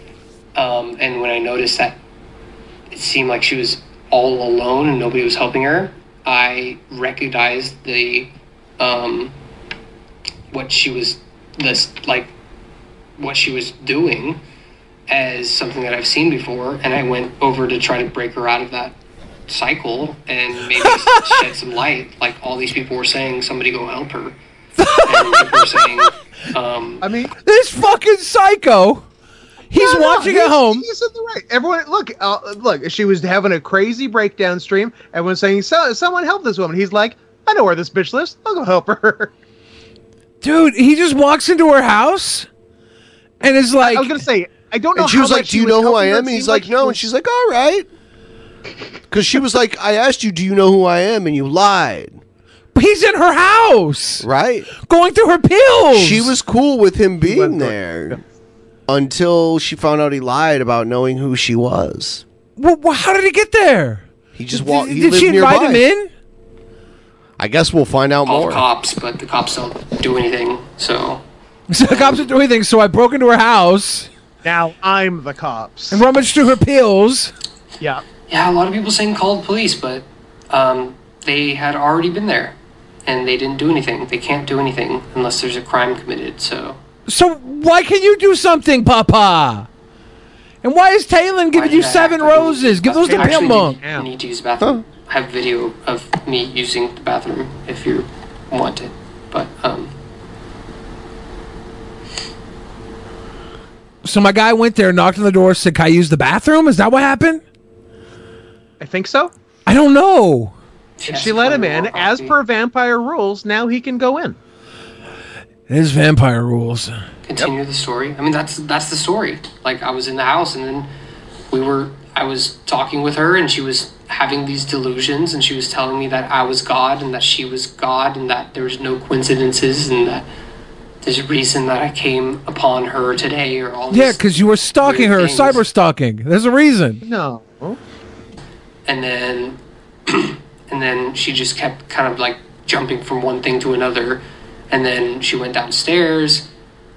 Speaker 19: Um, and when I noticed that it seemed like she was all alone and nobody was helping her, I recognized the um, what she was this like what she was doing as something that I've seen before, and I went over to try to break her out of that cycle and
Speaker 10: [laughs]
Speaker 19: maybe shed some light. Like all these people were saying, somebody go help her. And people were saying, um,
Speaker 10: I mean,
Speaker 1: This fucking psycho. He's
Speaker 10: No, no,
Speaker 1: watching
Speaker 10: he's-
Speaker 1: at home.
Speaker 10: He's in the right. Everyone, look, uh, look. She was having a crazy breakdown stream. Everyone's saying, so, "Someone help this woman." He's like, "I know where this bitch lives. I'll go help her."
Speaker 1: Dude, he just walks into her house and is like,
Speaker 10: I was gonna say, I don't know.
Speaker 8: And she
Speaker 10: how
Speaker 8: was like,
Speaker 10: much
Speaker 8: "Do
Speaker 10: he
Speaker 8: you know who
Speaker 10: helping
Speaker 8: I
Speaker 10: her. It
Speaker 8: am?" And he's
Speaker 10: seemed
Speaker 8: like,
Speaker 10: she
Speaker 8: "No."
Speaker 10: was-
Speaker 8: And she's like, "All right," because she was like, "I asked you, do you know who I am?" And you lied.
Speaker 1: But he's in her house,
Speaker 8: right?
Speaker 1: Going through her pills.
Speaker 8: She was cool with him being there until she found out he lied about knowing who she was.
Speaker 1: well, well, how did he get there?
Speaker 8: He just walked. He
Speaker 1: Did
Speaker 8: lived
Speaker 1: she invite
Speaker 8: nearby.
Speaker 1: him in?
Speaker 8: I guess we'll find out
Speaker 19: all
Speaker 8: more.
Speaker 19: cops, but the cops don't do anything. So
Speaker 1: So the cops didn't do anything. So I broke into her house
Speaker 10: Now I'm the cops.
Speaker 1: and rummaged through her pills.
Speaker 10: yeah,
Speaker 19: yeah, a lot of people saying called police, but um, they had already been there, and they didn't do anything. They can't do anything unless there's a crime committed. So
Speaker 1: So why can you do something, Papa? And why is Talon giving you seven roses? Give those to
Speaker 19: I actually
Speaker 1: Pimp Monk.
Speaker 19: need- I need to use the bathroom. I have video of me using the bathroom if you want it, but um,
Speaker 1: So my guy went there, knocked on the door, said, "Can I use the bathroom?" Is that what happened?
Speaker 10: I think so.
Speaker 1: I don't know.
Speaker 10: And she let him in. As per vampire rules, now he can go in.
Speaker 1: It is vampire rules.
Speaker 19: continue the story. I mean, that's that's the story. Like I was in the house, and then we were. I was talking with her, and she was having these delusions, and she was telling me that I was God, and that she was God, and that there was no coincidences, and that there's a reason that I came upon her today, or all.
Speaker 1: Yeah, because you were stalking her, cyber stalking. There's a reason.
Speaker 10: No.
Speaker 19: and then [clears throat] and then she just kept kind of like jumping from one thing to another and then she went downstairs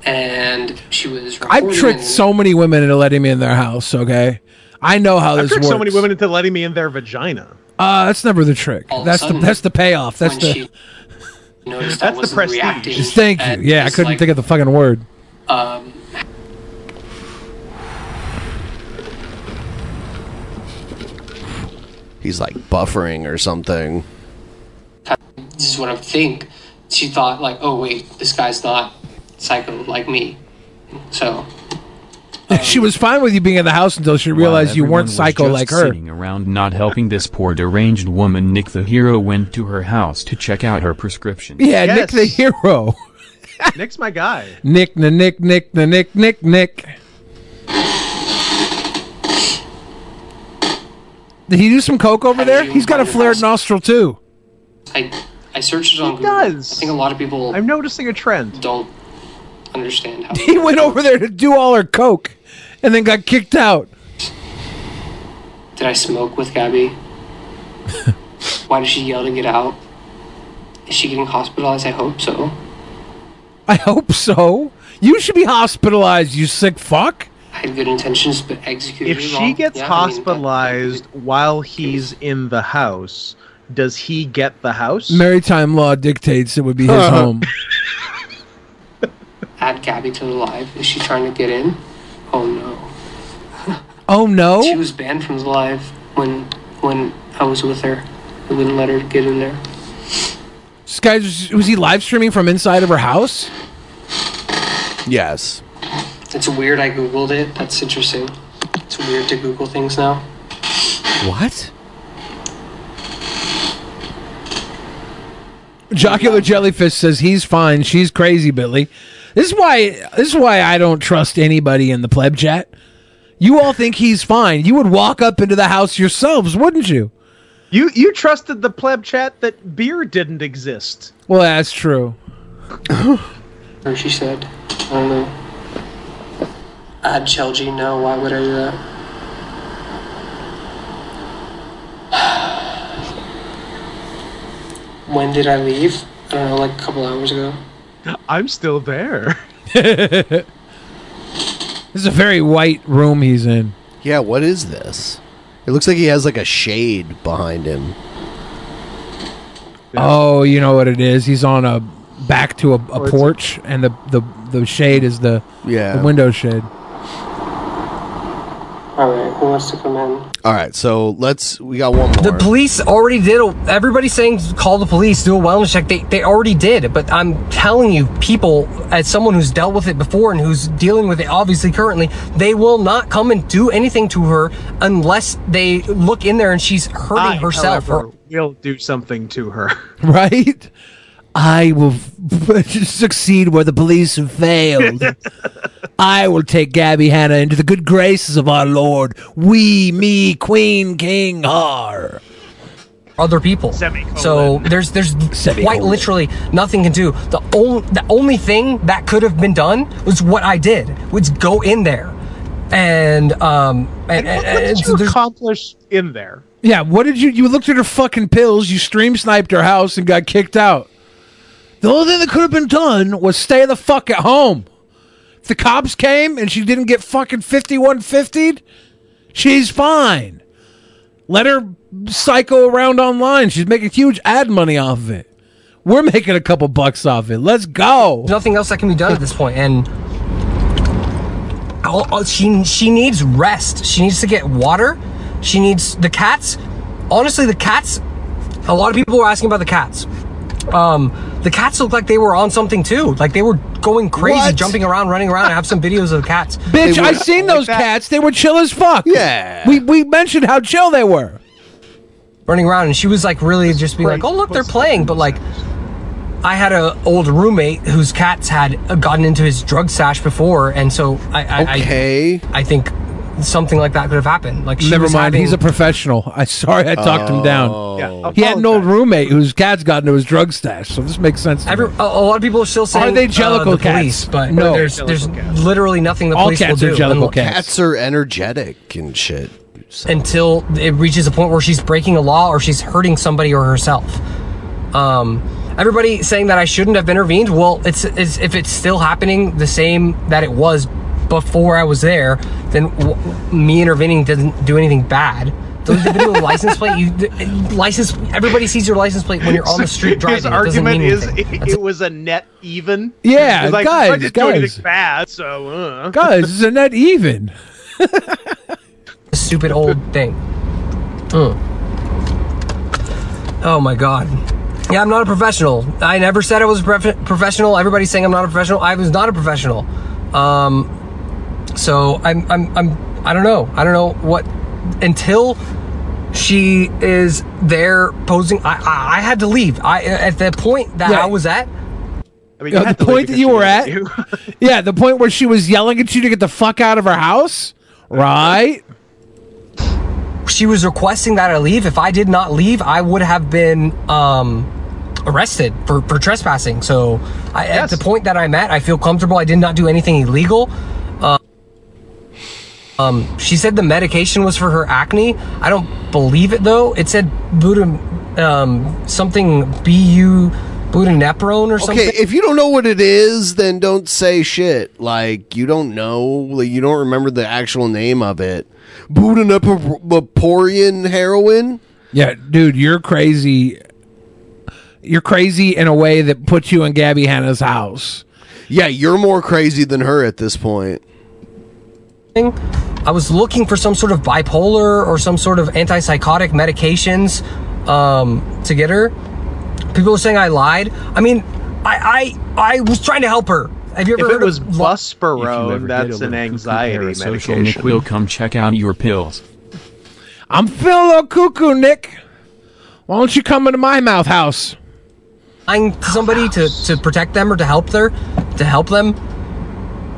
Speaker 19: and she was
Speaker 1: I've
Speaker 19: recording
Speaker 1: tricked so many women into letting me in their house. Okay, I know Oh, how
Speaker 10: I've
Speaker 1: this
Speaker 10: tricked
Speaker 1: works.
Speaker 10: so many women into letting me in their vagina.
Speaker 1: uh, that's never the trick.
Speaker 19: All of a
Speaker 1: that's the
Speaker 19: sudden,
Speaker 1: that's the payoff. That's
Speaker 19: when
Speaker 1: the.
Speaker 19: she noticed I wasn't reacting
Speaker 1: Just thank
Speaker 19: and
Speaker 1: you. Yeah, I
Speaker 19: just,
Speaker 1: couldn't
Speaker 19: like,
Speaker 1: think of the fucking word.
Speaker 19: um
Speaker 8: He's like buffering or something.
Speaker 19: this is what I think she thought like, oh wait, this guy's not psycho like me. So
Speaker 1: [laughs] she was fine with you being in the house until she realized you
Speaker 13: everyone
Speaker 1: weren't
Speaker 13: was
Speaker 1: psycho
Speaker 13: just
Speaker 1: like her.
Speaker 13: Sitting around not helping this poor deranged woman, Nick the hero went to her house to check out her prescription.
Speaker 1: Yeah, Nick the hero.
Speaker 10: [laughs]
Speaker 1: [laughs]
Speaker 10: Nick's my guy.
Speaker 1: Nick, the Nick, Nick, the Nick, Nick, Nick. Did he do some coke over there? He's got a flared nostril too. [laughs]
Speaker 19: I I searched it on Google. I think a lot of people I'm
Speaker 10: noticing a trend.
Speaker 19: Don't understand how
Speaker 1: He went over there to do all her coke, and then got kicked out.
Speaker 19: did I smoke with
Speaker 1: [laughs]
Speaker 19: Gabby? Why did she yell to get out? Is she getting hospitalized? I hope so.
Speaker 1: I hope so. You should be hospitalized, you sick fuck.
Speaker 19: I had good intentions, but executed
Speaker 10: If
Speaker 19: it all.
Speaker 10: she gets
Speaker 19: Yeah, I mean,
Speaker 10: hospitalized while he's in the house, does he get the house?
Speaker 1: Maritime law dictates it would be his
Speaker 13: [laughs]
Speaker 10: Uh-huh.
Speaker 1: home.
Speaker 19: add Gabby to the live. Is she trying to get in? Oh no.
Speaker 1: Oh no.
Speaker 19: She was banned from the live when when I was with her. They wouldn't let her get in there.
Speaker 1: This guy was, was he live streaming from inside of her house?
Speaker 8: Yes.
Speaker 19: It's weird. I googled it. That's interesting. It's weird to Google things now.
Speaker 1: What? Jocular Jellyfish says he's fine. She's crazy, Billy. This is why. This is why I don't trust anybody in the pleb chat. You all think he's fine. You would walk up into the house yourselves, wouldn't you?
Speaker 10: You you trusted the pleb chat that beer didn't exist.
Speaker 1: Well, that's true.
Speaker 19: Or she said, I don't know. Add Chelgi. No, why would I do that? When did I leave? I don't know, like a couple hours ago.
Speaker 10: I'm still
Speaker 1: [laughs]
Speaker 10: there.
Speaker 1: this is a very white room he's in.
Speaker 8: Yeah, what is this? It looks like he has like a shade behind him.
Speaker 1: Oh, you know what it is. He's on a back to a,
Speaker 8: Oh,
Speaker 1: a
Speaker 8: it's-
Speaker 1: porch, and the, the the shade is the
Speaker 8: Yeah.
Speaker 1: the window shade.
Speaker 19: Alright, who wants to come in?
Speaker 8: All right, so let's. We got one more.
Speaker 9: The police already did. A, everybody's saying call the police, do a wellness check. They, they already did. But I'm telling you, people, as someone who's dealt with it before and who's dealing with it obviously currently, they will not come and do anything to her unless they look in there and she's hurting
Speaker 10: I,
Speaker 9: herself.
Speaker 10: however, will do something to her.
Speaker 1: [laughs] Right? I will f- [laughs] succeed where the police have failed. I will take Gabby Hanna into the good graces of our Lord. We, me, Queen, King, are.
Speaker 9: Other people. So there's there's quite literally nothing can do. The only the only thing that could have been done was what I did, was go in there, and um and, and,
Speaker 10: What
Speaker 9: and
Speaker 10: did
Speaker 9: so
Speaker 10: you
Speaker 9: there's-
Speaker 10: accomplish in there?
Speaker 1: Yeah, what did you? You looked at her fucking pills. You stream sniped her house and got kicked out. The only thing that could have been done was stay the fuck at home. If the cops came and she didn't get fucking fifty-one fifty, she's fine. Let her psycho around online. She's making huge ad money off of it. We're making a couple bucks off it. Let's go.
Speaker 9: nothing else that can be done at this point and all, all- she she needs rest she needs to get water she needs the cats honestly the cats a lot of people were asking about the cats um the cats looked like they were on something too like they were going crazy
Speaker 1: What?
Speaker 9: jumping around running around i have some videos of the cats
Speaker 1: Bitch, I seen those cats. They were chill as fuck. Yeah. We we mentioned how chill they were.
Speaker 9: running around and she was like really just being like oh look they're playing but like i had a old roommate whose cats had uh, gotten into his drug stash before and so i i
Speaker 8: okay.
Speaker 9: I, I think something like that could have happened like she
Speaker 1: Never
Speaker 9: was
Speaker 1: mind.
Speaker 9: having-
Speaker 1: He's a professional. I sorry I talked him
Speaker 8: Oh.
Speaker 1: down.
Speaker 9: Yeah,
Speaker 1: he had an old roommate whose cat's got into his drug stash, so this makes sense. to
Speaker 9: Every,
Speaker 1: me.
Speaker 9: a, a lot of people are still saying
Speaker 1: they
Speaker 9: uh, the
Speaker 1: Jellicle
Speaker 9: police,
Speaker 1: cats?
Speaker 9: but
Speaker 1: No.
Speaker 9: there's there's
Speaker 1: Jellicle
Speaker 9: literally nothing the
Speaker 8: All
Speaker 9: police
Speaker 8: cats
Speaker 9: will
Speaker 8: are
Speaker 9: do
Speaker 8: Jellicle
Speaker 9: unle-
Speaker 8: cats. Cats are energetic and shit.
Speaker 9: until it reaches a point where she's breaking a law or she's hurting somebody or herself. Um, everybody saying that I shouldn't have intervened. Well, it's, it's if it's still happening the same that it was before I was there, then w- me intervening doesn't do anything bad. The the video with license plate, you the- license. Everybody sees your license plate when you're
Speaker 10: [laughs]
Speaker 9: on the street driving.
Speaker 10: His
Speaker 9: It doesn't
Speaker 10: argument
Speaker 9: mean
Speaker 10: is
Speaker 9: anything.
Speaker 10: it, it was a net even.
Speaker 1: Yeah,
Speaker 10: He's like,
Speaker 1: guys,
Speaker 10: I didn't do anything
Speaker 1: guys.
Speaker 10: bad, so uh.
Speaker 1: Guys, it's a
Speaker 9: [laughs]
Speaker 1: net even.
Speaker 9: stupid old thing. Mm. Oh my god. Yeah, I'm not a professional. I never said I was a prof- professional. Everybody's saying I'm not a professional. I was not a professional. Um, so I'm, I'm, I'm, I don't know. I don't know what until she is there posing. I, I, I had to leave. I at the point that
Speaker 1: Yeah.
Speaker 9: I was at.
Speaker 10: I
Speaker 1: Uh, the point that you were at, yeah, the point where she was yelling at you to get the fuck out of her house, right?
Speaker 9: she was requesting that I leave. If I did not leave, I would have been um, arrested for, for trespassing. So I, at the point that I'm at, I feel comfortable. I did not do anything illegal. Um, um, she said the medication was for her acne. I don't believe it though. It said butam, um, something bu butanephrone or something.
Speaker 8: Okay, if you don't know what it is, then don't say shit. Like you don't know, like you don't remember the actual name of it. Butanapaporian heroin.
Speaker 1: Yeah, dude, you're crazy. You're crazy in a way that puts you in Gabby Hanna's house.
Speaker 8: Yeah, you're more crazy than her at this point.
Speaker 9: thing. I was looking for some sort of bipolar or some sort of antipsychotic medications um, to get her. People were saying I lied. I mean, I I, I was trying to help her. Have you ever
Speaker 10: If
Speaker 9: heard
Speaker 10: it was
Speaker 9: of
Speaker 10: Buspirone,
Speaker 13: get
Speaker 10: that's
Speaker 13: a
Speaker 10: an
Speaker 13: little
Speaker 10: anxiety
Speaker 13: Social
Speaker 10: medication.
Speaker 13: Nick will come check out your pills.
Speaker 1: I'm feeling a little cuckoo, Nick. Why don't you come into my mouth house?
Speaker 9: lying to somebody to, to protect them or to help their to help them?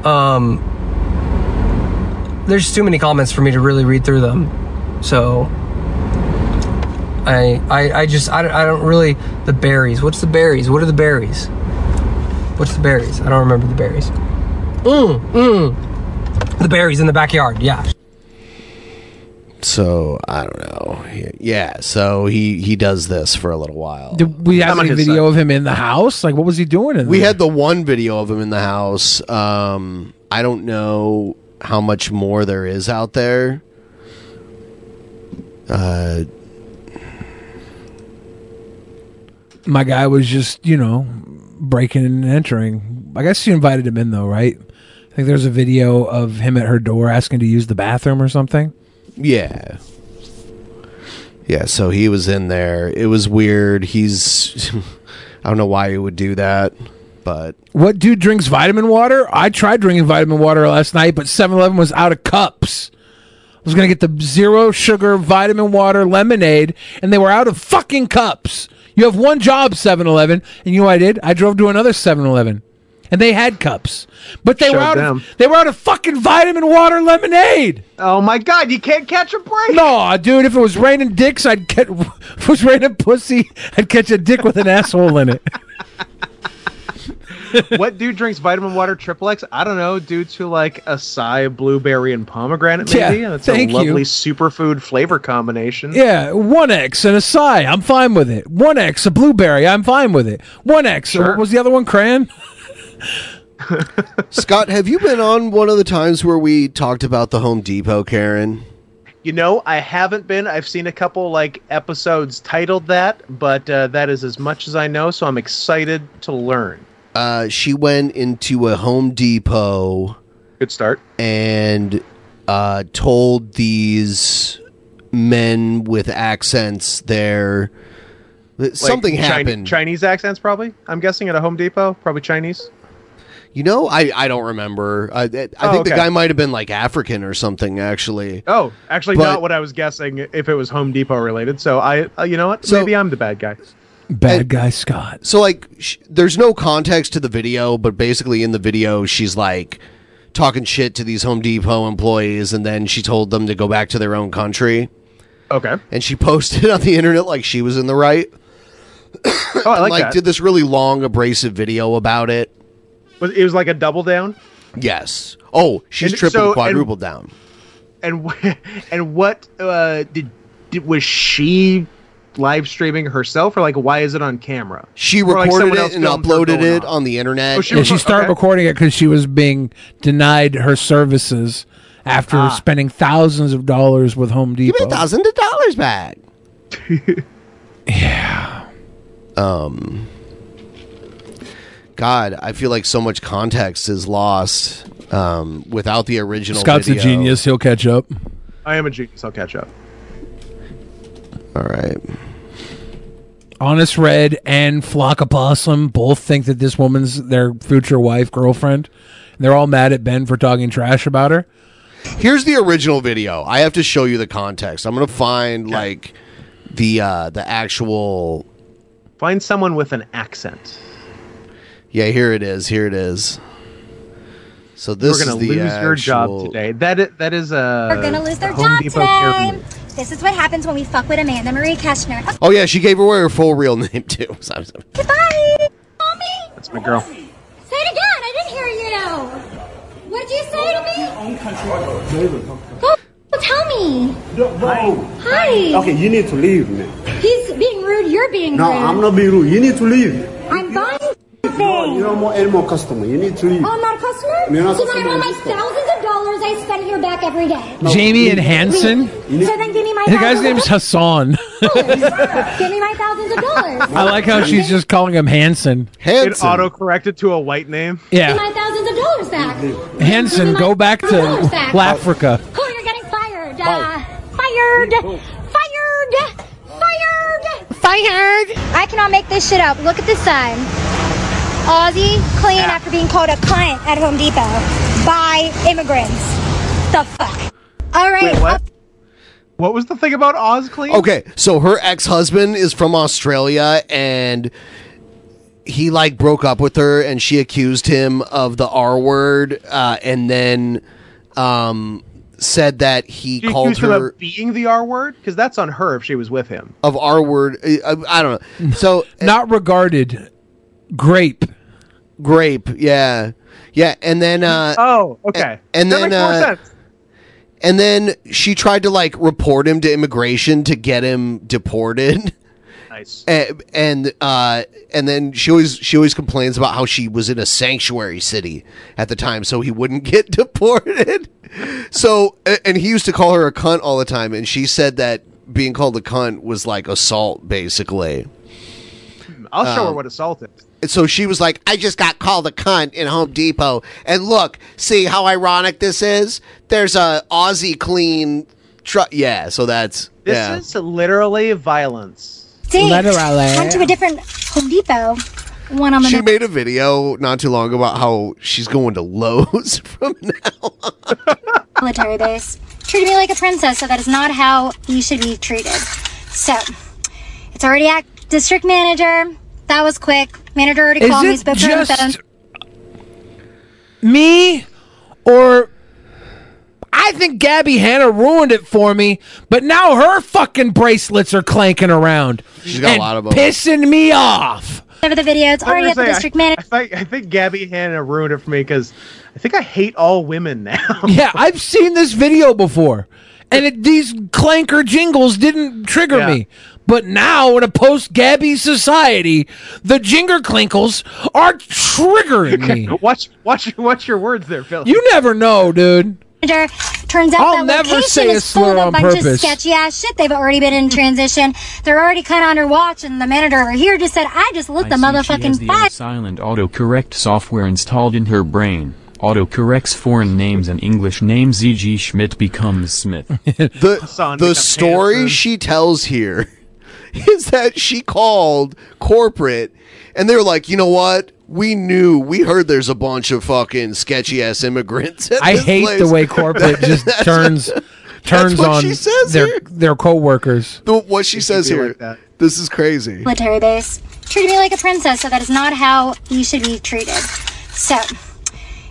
Speaker 9: Um, there's too many comments for me to really read through them, so I I, I just I, don't- I don't really the berries. What's the berries? What are the berries? What's the berries? I don't remember the berries. Mm, mm. The berries in the backyard. Yeah.
Speaker 8: So I don't know. Yeah, so he he does this for a little while.
Speaker 1: Did we have
Speaker 8: I'm Oh. on
Speaker 1: any
Speaker 8: his
Speaker 1: video of him in the house? Like, what was he doing in
Speaker 8: We
Speaker 1: there?
Speaker 8: had the one video of him in the house. Um, I don't know how much more there is out there. Uh,
Speaker 1: my guy was just, you know, breaking and entering. I guess she invited him in though, right? I think there's a video of him at her door asking to use the bathroom or something.
Speaker 8: yeah. Yeah, so he was in there. It was weird. He's [laughs] I don't know why he would do that, but
Speaker 1: What dude drinks vitamin water? I tried drinking vitamin water last night, but 7-Eleven was out of cups. I was going to get the zero sugar vitamin water lemonade, and they were out of fucking cups. You have one job, 7-Eleven, and you know what I did? I drove to another 7-Eleven, and they had cups, but they were
Speaker 10: Showed
Speaker 1: out
Speaker 10: them.
Speaker 1: of they were out of fucking vitamin water lemonade.
Speaker 10: Oh my god, you can't catch a break.
Speaker 1: No, dude, if it was raining dicks, I'd get [laughs] if it was raining pussy, I'd catch a dick with an asshole in it.
Speaker 10: what dude drinks vitamin water triple X? I don't know. Due to like acai, blueberry, and pomegranate, maybe.
Speaker 1: Yeah,
Speaker 10: That's
Speaker 1: thank
Speaker 10: a
Speaker 1: you.
Speaker 10: lovely superfood flavor combination.
Speaker 1: Yeah, one X and a sigh. I'm fine with it. One X a blueberry. I'm fine with it. One X. uh, What was the other one? Cran.
Speaker 8: Scott, have you been on one of the times where we talked about the Home Depot, Karen?
Speaker 10: You know, I haven't been. I've seen a couple like episodes titled that, but uh, that is as much as I know. So I'm excited to learn.
Speaker 8: Uh, she went into a Home Depot.
Speaker 10: Good start.
Speaker 8: And uh, told these men with accents there that
Speaker 10: Like,
Speaker 8: something
Speaker 10: Chi-
Speaker 8: happened.
Speaker 10: Chinese accents, probably. I'm guessing at a Home Depot, probably Chinese.
Speaker 8: you know, I, I don't remember. I, I think
Speaker 10: Oh,
Speaker 8: the
Speaker 10: okay.
Speaker 8: guy might have been like African or something, actually.
Speaker 10: Oh, actually,
Speaker 8: But-
Speaker 10: not what I was guessing. If it was Home Depot related, so I, uh, you know what? Maybe I'm the bad guy.
Speaker 1: Bad guy Scott.
Speaker 8: So like, sh- there's no context to the video, but basically in the video, she's like talking shit to these Home Depot employees, and then she told them to go back to their own country.
Speaker 10: Okay.
Speaker 8: And she [laughs] posted on the internet like she was in the right.
Speaker 10: Oh, I like,
Speaker 8: like
Speaker 10: that.
Speaker 8: did this really long abrasive video about it.
Speaker 10: Was- It was like a double down.
Speaker 8: Yes. Oh, she's
Speaker 10: And
Speaker 8: triple
Speaker 10: so- and-
Speaker 8: quadruple down.
Speaker 10: And [laughs] wh- and what uh, did, did was she live streaming herself, or like why is it on camera?
Speaker 8: She
Speaker 10: Or, like,
Speaker 8: recorded
Speaker 10: someone else
Speaker 8: it and
Speaker 10: filmed her
Speaker 8: uploaded
Speaker 10: going
Speaker 8: it
Speaker 10: on.
Speaker 8: on the internet.
Speaker 10: Oh, she
Speaker 1: yeah, she started recording it because she was being denied her services after
Speaker 8: Ah.
Speaker 1: spending thousands of dollars with Home Depot.
Speaker 8: Give me thousands of dollars back. um god i feel like so much context is lost um without the original
Speaker 1: Scott's
Speaker 8: video.
Speaker 1: a genius. He'll catch up.
Speaker 10: I am a genius. I'll catch up.
Speaker 8: all right
Speaker 1: Honest Red and Flock Opossum both think that this woman's their future wife, girlfriend. And they're all mad at Ben for talking trash about her.
Speaker 8: Here's the original video. I have to show you the context. I'm gonna find like the uh the actual
Speaker 10: Find someone with an accent.
Speaker 8: Yeah, here it is. Here it is. So this
Speaker 10: You're
Speaker 8: is
Speaker 10: gonna
Speaker 8: the
Speaker 10: lose your job
Speaker 8: actual-
Speaker 10: today. That i- that is a.
Speaker 20: We're gonna lose their
Speaker 10: Home
Speaker 20: job
Speaker 10: Depot care
Speaker 20: today. This is what happens when we fuck with Amanda Marie Keschner. Oh,
Speaker 8: Oh yeah, she gave away her full real name too. [laughs] So I'm-
Speaker 20: goodbye, mommy.
Speaker 10: That's my girl.
Speaker 20: Say it again. I didn't hear you. What did you say to me? Go tell me. Hi.
Speaker 21: Okay, you need to leave, man.
Speaker 20: He's being rude. You're being
Speaker 21: No,
Speaker 20: rude.
Speaker 21: I'm not being rude. You need to leave.
Speaker 20: I'm buying something.
Speaker 21: You don't want any more customer. You need to leave.
Speaker 20: Oh, I'm not a customer.
Speaker 21: You're not a
Speaker 20: so now I
Speaker 21: customer,
Speaker 20: want my
Speaker 21: you're just a-
Speaker 20: thousands of dollars I spend here back every day.
Speaker 1: Jamie and Hanson.
Speaker 20: So then give me my
Speaker 1: The guy's
Speaker 20: thousands
Speaker 1: name's
Speaker 20: of
Speaker 1: Hassan. [laughs]
Speaker 20: dollars. give me my thousands of dollars.
Speaker 1: I like how she's just calling him Hanson.
Speaker 10: It auto corrected to a white name.
Speaker 20: Give me
Speaker 1: Yeah.
Speaker 20: my thousands of dollars back.
Speaker 1: Hanson, go back to
Speaker 20: Dollars back.
Speaker 1: Africa.
Speaker 20: Oh, you're getting fired. Uh, fired. Fired. Fired. Fired. I cannot make this shit up. Look at this sign. Aussie clean after being called a cunt at Home Depot by immigrants. The fuck. All right.
Speaker 10: Wait, what? What was the thing about Oz clean?
Speaker 8: Okay, so her ex husband is from Australia and he like broke up with her and she accused him of the R word uh, and then um, said that he
Speaker 10: She
Speaker 8: called
Speaker 10: accused him
Speaker 8: her
Speaker 10: of being the R word because that's on her if she was with him.
Speaker 8: of R word. eh, I, I don't know. So
Speaker 1: [laughs] not regarded. Grape.
Speaker 8: Grape. Yeah. Yeah. And then. Uh,
Speaker 10: oh. Okay.
Speaker 8: And, then.
Speaker 10: That makes more
Speaker 8: uh,
Speaker 10: sense.
Speaker 8: And then she tried to like report him to immigration to get him deported. [laughs]
Speaker 10: Nice.
Speaker 8: And and, uh, and then she always she always complains about how she was in a sanctuary city at the time, so he wouldn't [laughs] get deported. so a- and he used to call her a cunt all the time, and she said that being called a cunt was like assault, basically.
Speaker 10: I'll show her
Speaker 8: um,
Speaker 10: what assault is.
Speaker 8: And so she was like, I just got called a cunt in Home Depot. And look, see how ironic this is? There's a Aussie clean truck. Yeah, so that's.
Speaker 10: This
Speaker 8: yeah.
Speaker 10: is literally violence.
Speaker 20: Dave, went to a different Home Depot. One on the
Speaker 8: she made a video not too long about how she's going to Lowe's. [laughs]
Speaker 20: military base. Treated me like a princess, so that is not how you should be treated. So, it's already act. District manager, that was quick. Manager already
Speaker 1: Is
Speaker 20: called me.
Speaker 1: it
Speaker 20: Spoke to her on the
Speaker 1: just-
Speaker 20: phone.
Speaker 1: Me or I think Gabby Hanna ruined it for me, but now her fucking bracelets are clanking around.
Speaker 8: She's got a
Speaker 1: and
Speaker 8: lot of 'em.
Speaker 1: Pissing me off.
Speaker 20: Over the video, it's
Speaker 10: I was
Speaker 20: already
Speaker 10: gonna
Speaker 20: at the
Speaker 10: say, I-
Speaker 20: district manager.
Speaker 10: I, I think Gabby Hanna ruined it for me because I think I hate all women now.
Speaker 1: yeah, I've seen this
Speaker 10: [laughs]
Speaker 1: video before, and it, these clanker jingles didn't trigger
Speaker 10: Yeah.
Speaker 1: me. But now, in a post Gabby society, the jinger clinkles are triggering me.
Speaker 10: watch, watch, watch your words there, Phil.
Speaker 1: You never know, dude.
Speaker 20: Manager, Turns out
Speaker 1: I'll
Speaker 20: that
Speaker 1: never
Speaker 20: location
Speaker 1: say a
Speaker 20: is full
Speaker 1: slur
Speaker 20: of a
Speaker 1: on
Speaker 20: bunch of
Speaker 1: purpose.
Speaker 20: sketchy ass shit. They've already been in transition. They're already kind of under watch, and the manager over here just said, "I just lit the
Speaker 13: She has
Speaker 20: motherfucking
Speaker 13: the
Speaker 20: fire."
Speaker 13: silent autocorrect software installed in her brain. Autocorrects foreign names and English names, e.g., Schmidt
Speaker 1: [laughs]
Speaker 13: becomes Smith.
Speaker 8: the the story she tells here [laughs] is that she called corporate and they were like, you know what? We knew, we heard there's a bunch of fucking sketchy ass immigrants. at
Speaker 1: I
Speaker 8: this
Speaker 1: hate the
Speaker 8: place." [laughs]
Speaker 1: way corporate just
Speaker 8: That's-
Speaker 1: turns turns
Speaker 8: what
Speaker 1: on
Speaker 8: she says
Speaker 1: their
Speaker 8: here.
Speaker 1: their coworkers.
Speaker 8: the- what she says here. this is crazy.
Speaker 20: military base. Treated me like a princess, so that is not how you should be treated. So,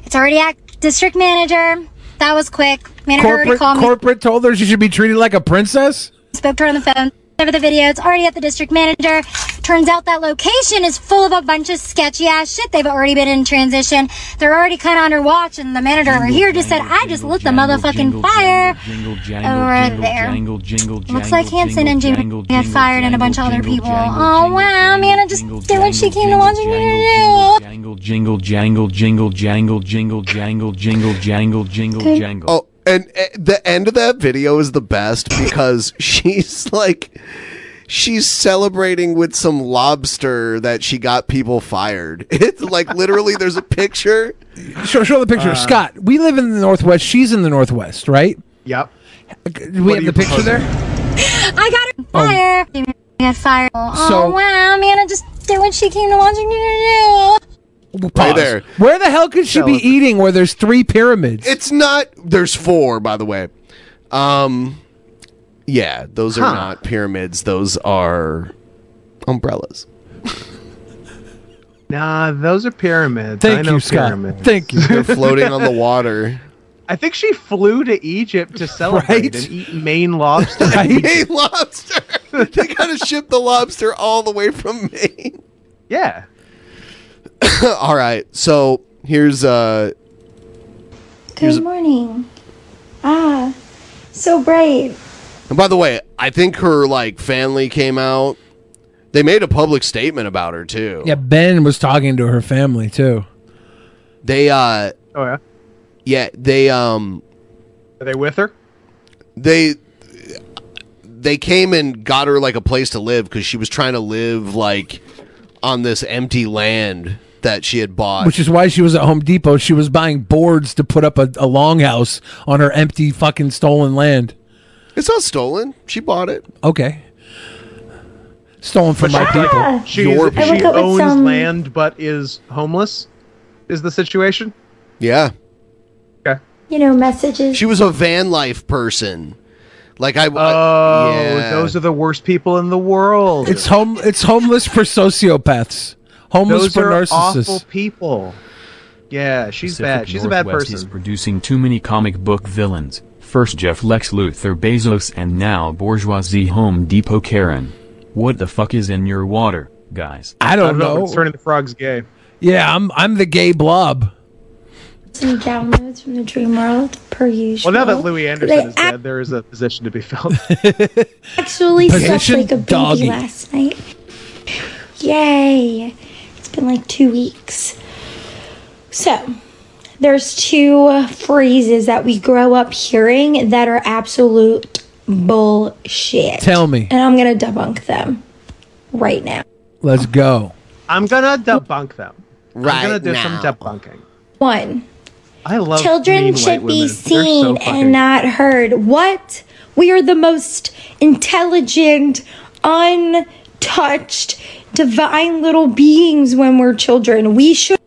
Speaker 20: it's already act. District manager, that was quick. Manager already
Speaker 1: Corporate
Speaker 20: called me.
Speaker 1: corporate told her she should be treated like a princess.
Speaker 20: Spoke to her on the phone. Over the video, it's already at the district manager. Turns out that location is full of a bunch of sketchy ass shit. They've already been in transition. They're already kind of under watch, and the manager over here just said, "I just lit the motherfucking fire."
Speaker 13: Jingle, jangle,
Speaker 20: Over
Speaker 13: jingle,
Speaker 20: Oh, there.
Speaker 13: jangle, jingle, jangle.
Speaker 20: Looks like Hanson and Jimmy
Speaker 13: jangle,
Speaker 20: got
Speaker 13: jingle,
Speaker 20: fired and a bunch of other
Speaker 13: jangle,
Speaker 20: people.
Speaker 13: jangle,
Speaker 20: oh wow, man, I just did what she came to Washington to do.
Speaker 13: Jangle, jingle, jangle, jingle, jangle, jingle, jangle, jingle, jangle, jingle,
Speaker 20: Good.
Speaker 13: jangle.
Speaker 8: Oh, and uh, the end of that video is the best because [laughs] she's like, she's celebrating with some lobster that she got people fired. [laughs] It's like literally, there's a picture.
Speaker 1: Show, show the picture.
Speaker 8: Uh,
Speaker 1: Scott, we live in the Northwest. She's in the Northwest, right?
Speaker 10: Yep.
Speaker 1: Do we have the picture there?
Speaker 13: Oh.
Speaker 20: I got her fire.
Speaker 22: at fire.
Speaker 1: So-
Speaker 22: oh wow, Amanda just did what she came to Washington to do.
Speaker 8: Right
Speaker 1: Pause.
Speaker 8: there.
Speaker 1: Where the hell could she be eating where there's three pyramids?
Speaker 8: It's not. There's four, by the way. Um, yeah, those
Speaker 1: Huh.
Speaker 8: are not pyramids. Those are umbrellas.
Speaker 10: Nah, those are pyramids. I
Speaker 8: Thank
Speaker 10: know
Speaker 8: you, Scott.
Speaker 10: pyramids.
Speaker 1: Thank you.
Speaker 8: [laughs] They're floating
Speaker 10: [laughs]
Speaker 8: on the water.
Speaker 10: I think she flew to Egypt to celebrate
Speaker 8: Right?
Speaker 10: and eat Maine
Speaker 1: [laughs]
Speaker 10: lobster.
Speaker 8: Hey, lobster! they gotta ship the lobster all the way from Maine.
Speaker 10: Yeah.
Speaker 8: [laughs] all right. So here's uh. Here's,
Speaker 22: Good morning. Ah, so bright.
Speaker 8: and by the way, I think her like family came out. They made a public statement about her too.
Speaker 1: Yeah, Ben was talking to her family too.
Speaker 8: They uh
Speaker 10: Oh yeah.
Speaker 8: Yeah, they um
Speaker 10: Are they with her?
Speaker 8: They they came and got her like a place to live cuz she was trying to live like on this empty land that she had bought.
Speaker 1: Which is why she was at Home Depot. She was buying boards to put up a, a longhouse on her empty fucking stolen land.
Speaker 8: it's not stolen. She bought it.
Speaker 1: Okay. Stolen from my
Speaker 10: she,
Speaker 1: people.
Speaker 10: She's- she owns land but is homeless. Is the situation?
Speaker 8: Yeah.
Speaker 10: Okay.
Speaker 22: You know, messages.
Speaker 8: She was a van life person. Like I
Speaker 10: Oh, those are the worst people in the world.
Speaker 1: It's home. It's homeless for sociopaths. Homeless
Speaker 10: Those
Speaker 1: for
Speaker 10: are
Speaker 1: narcissists.
Speaker 10: awful people. Yeah, she's
Speaker 13: Pacific
Speaker 10: bad. She's a bad
Speaker 13: Northwest
Speaker 10: person.
Speaker 13: Is producing too many comic book villains. First Jeff Lex Luthor Bezos and now bourgeoisie Home Depot Karen. What the fuck is in your water, guys?
Speaker 1: I don't, know.
Speaker 10: It's turning the frogs gay.
Speaker 1: Yeah, I'm. I'm the gay blob.
Speaker 22: Some downloads from the dream world, per usual.
Speaker 10: Well, now that Louis
Speaker 22: They
Speaker 10: Anderson is dead, there is a position to be
Speaker 1: [laughs]
Speaker 10: filled.
Speaker 22: actually slept
Speaker 10: Position
Speaker 22: like a baby
Speaker 10: doggy.
Speaker 22: last night. Yay! It's been like two weeks. So, there's two phrases that we grow up hearing that are absolute bullshit.
Speaker 1: Tell me.
Speaker 22: And I'm gonna debunk them right now.
Speaker 1: Let's go.
Speaker 10: I'm gonna debunk them. I'm gonna do
Speaker 1: now.
Speaker 10: some debunking.
Speaker 22: One.
Speaker 10: I love
Speaker 22: Children
Speaker 10: mean
Speaker 22: should
Speaker 10: white women.
Speaker 22: be
Speaker 10: They're so
Speaker 22: seen
Speaker 10: fucking-
Speaker 22: and not heard. What? We are the most intelligent, untouched, divine little beings when we're children. We should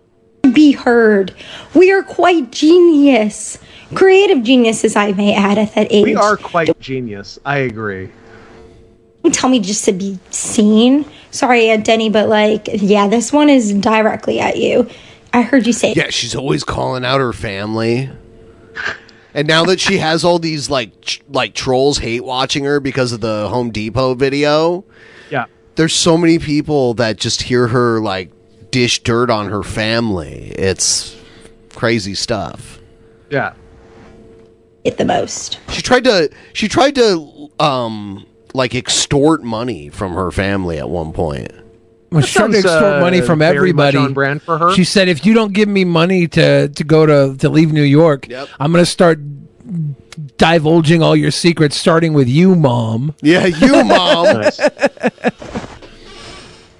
Speaker 22: be heard. We are quite genius. Creative geniuses, I may add, at that age.
Speaker 10: We are quite genius. I agree.
Speaker 22: Don't tell me just to be seen. Sorry, Aunt Denny, but like, yeah, this one is directly at you. I heard you say it.
Speaker 8: Yeah, she's always calling out her family. [laughs] And now that she has all these like tr- like trolls hate watching her because of the Home Depot video,
Speaker 10: Yeah.
Speaker 8: there's so many people that just hear her like dish dirt on her family. It's crazy stuff.
Speaker 10: Yeah.
Speaker 22: It the most.
Speaker 8: She tried to she tried to um like extort money from her family at one point.
Speaker 1: Well, she tried to
Speaker 8: sounds,
Speaker 1: extort
Speaker 8: uh,
Speaker 1: money from
Speaker 8: very much
Speaker 1: everybody.
Speaker 8: on brand for her.
Speaker 1: She said, "If you don't give me money to to go to to leave New York, I'm going to start divulging all your secrets, starting with you, mom."
Speaker 8: Yeah, you,
Speaker 10: [laughs]
Speaker 8: Mom.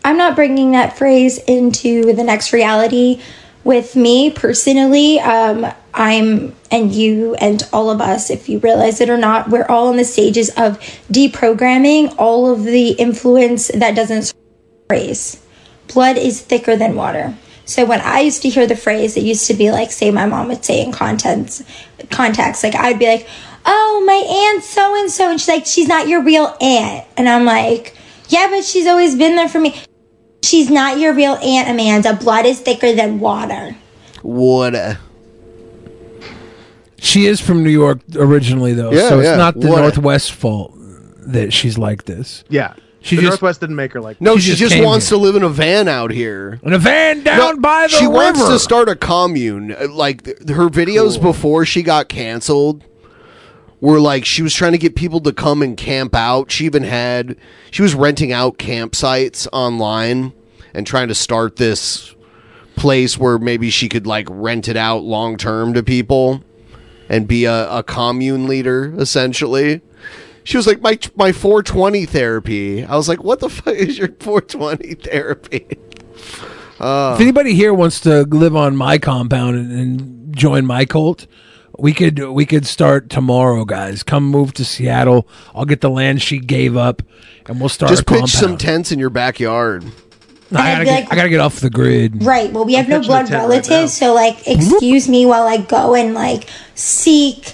Speaker 22: I'm not bringing that phrase into the next reality with me personally. Um, I'm, and you, and all of us, if you realize it or not, we're all in the stages of deprogramming all of the influence that doesn't serve the phrase. Blood is thicker than water. So when I used to hear the phrase, it used to be like, say, my mom would say in contents, context, like I'd be like, oh, my aunt so and so, and she's like, she's not your real aunt, and I'm like, yeah, but she's always been there for me. She's not your real aunt, Amanda. Blood is thicker than water.
Speaker 8: What? a-
Speaker 1: She is from New York originally, though,
Speaker 10: Yeah,
Speaker 1: so it's
Speaker 10: yeah.
Speaker 1: not the
Speaker 10: What?
Speaker 1: Northwest fault that she's like this.
Speaker 10: Yeah.
Speaker 1: She
Speaker 10: the
Speaker 1: just-
Speaker 10: Northwest didn't make her like
Speaker 8: No,
Speaker 10: that.
Speaker 8: she, just, wants to live in a van out here.
Speaker 1: In a van down by the
Speaker 8: She wants
Speaker 1: river.
Speaker 8: to start a commune. Uh, Like th- her videos before she got canceled were like she was trying to get people to come and camp out. She even had she was renting out campsites online and trying to start this place where maybe she could like rent it out long term to people and be a, a commune leader essentially. She was like my my 420 therapy. I was like, what the fuck is your 420 therapy? Uh,
Speaker 1: if anybody here wants to live on my compound and, and join my cult, We could we could start tomorrow, guys. Come move to Seattle. I'll get the land she gave up, and we'll start.
Speaker 8: Just
Speaker 1: a
Speaker 8: pitch
Speaker 1: compound.
Speaker 8: some tents in your backyard.
Speaker 1: I gotta,
Speaker 22: like-
Speaker 1: get, I gotta get off the grid.
Speaker 22: Right. Well, we have no
Speaker 1: pitching a
Speaker 22: blood
Speaker 1: tent right
Speaker 22: relatives, so like, excuse me while I go and like seek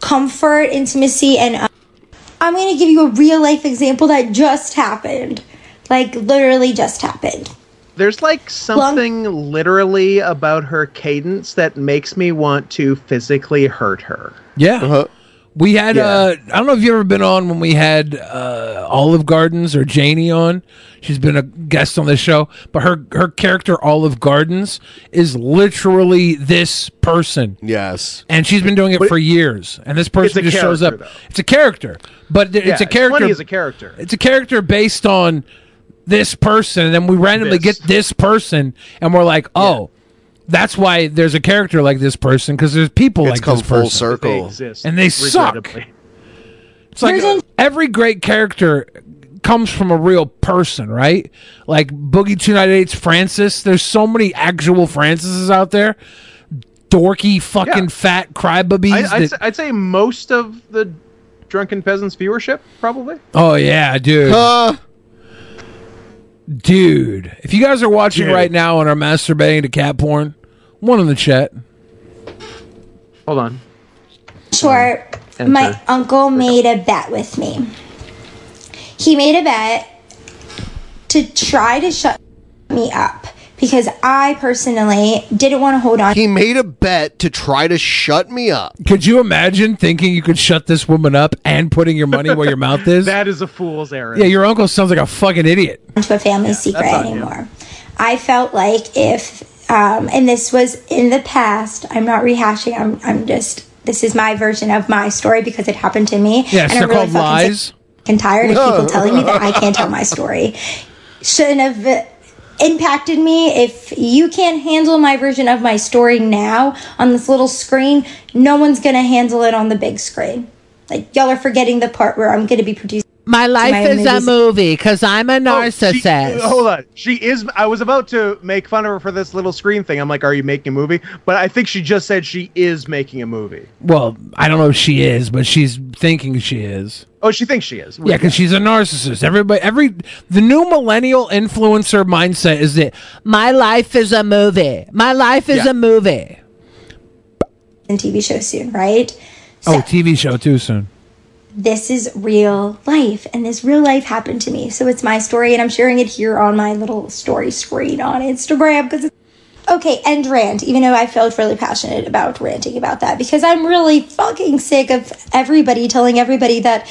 Speaker 22: comfort, intimacy, and uh, I'm gonna give you a real life example that just happened. Like literally just happened.
Speaker 10: There's like something literally about her cadence that makes me want to physically hurt her.
Speaker 1: Yeah.
Speaker 10: Uh-huh.
Speaker 1: We had uh I don't know if you've ever been on when we had uh Olive Gardens or Janie on. She's been a guest on the show, but her her character Olive Gardens is literally this person.
Speaker 8: [laughs] Yes.
Speaker 1: And she's been doing it for years. And this person
Speaker 10: it's a
Speaker 1: just shows up.
Speaker 10: character,
Speaker 1: It's a character. But th-
Speaker 10: Yeah,
Speaker 1: it's a
Speaker 10: it's funny
Speaker 1: character
Speaker 10: as a character.
Speaker 1: It's a character based on this person and then we randomly get this person and we're like, "Oh, That's why there's a character like this person because there's people
Speaker 8: It's
Speaker 1: like
Speaker 8: come
Speaker 1: this
Speaker 8: full
Speaker 1: person.
Speaker 8: circle. They
Speaker 10: exist,
Speaker 1: and they suck.
Speaker 10: regrettably.
Speaker 1: It's like uh, every great character comes from a real person, right? Like Boogie 298's Francis. There's so many actual Francises out there. Dorky, fucking
Speaker 10: Yeah.
Speaker 1: fat crybabies.
Speaker 10: I, I'd,
Speaker 1: that-
Speaker 10: say, I'd say most of the drunken peasants viewership probably.
Speaker 1: oh, yeah, dude. dude. If you guys are watching
Speaker 10: Dude.
Speaker 1: right now and are masturbating to cat porn, one in the chat.
Speaker 10: Hold on.
Speaker 22: Sure.
Speaker 1: Enter.
Speaker 22: My uncle made a bet with me. He made a bet to try to shut me up because I personally didn't want to hold on.
Speaker 8: He made a bet to try to shut me up.
Speaker 1: Could you imagine thinking you could shut this woman up and putting your money where
Speaker 10: [laughs]
Speaker 1: your mouth is?
Speaker 10: That is a fool's errand.
Speaker 1: yeah, your uncle sounds like a
Speaker 4: [laughs]
Speaker 1: fucking idiot.
Speaker 22: to a family secret
Speaker 1: on you.
Speaker 22: anymore. I felt like if, um, and this was in the past, I'm not rehashing, I'm, I'm just, this is my version of my story because it happened to me.
Speaker 1: Yes,
Speaker 22: and
Speaker 1: they're called
Speaker 22: fucking
Speaker 1: lies.
Speaker 22: sick and tired of
Speaker 1: No.
Speaker 22: people telling me that I can't
Speaker 1: [laughs]
Speaker 22: tell my story. Shouldn't have impacted me. If you can't handle my version of my story now on this little screen, no one's going to handle it on the big screen. Like, y'all are forgetting the part where I'm going to be producing.
Speaker 4: My life is a movie because I'm a
Speaker 10: Oh, she-
Speaker 4: narcissist.
Speaker 10: hold on. She is. I was about to make fun of her for this little screen thing. I'm like, are you making a movie? But I think she just said she is making a movie.
Speaker 1: Well, I don't know if she is, but she's thinking she is.
Speaker 10: Oh, she thinks she is.
Speaker 1: Yeah, because she's a narcissist. Everybody, every the new millennial influencer mindset is that
Speaker 4: My life is a movie. My life is
Speaker 1: Yeah.
Speaker 4: a movie.
Speaker 22: TV show soon, right?
Speaker 1: oh, TV show too soon.
Speaker 22: this is real life and this real life happened to me so it's my story and i'm sharing it here on my little story screen on instagram because okay and rant even though i felt really passionate about ranting about that because i'm really fucking sick of everybody telling everybody that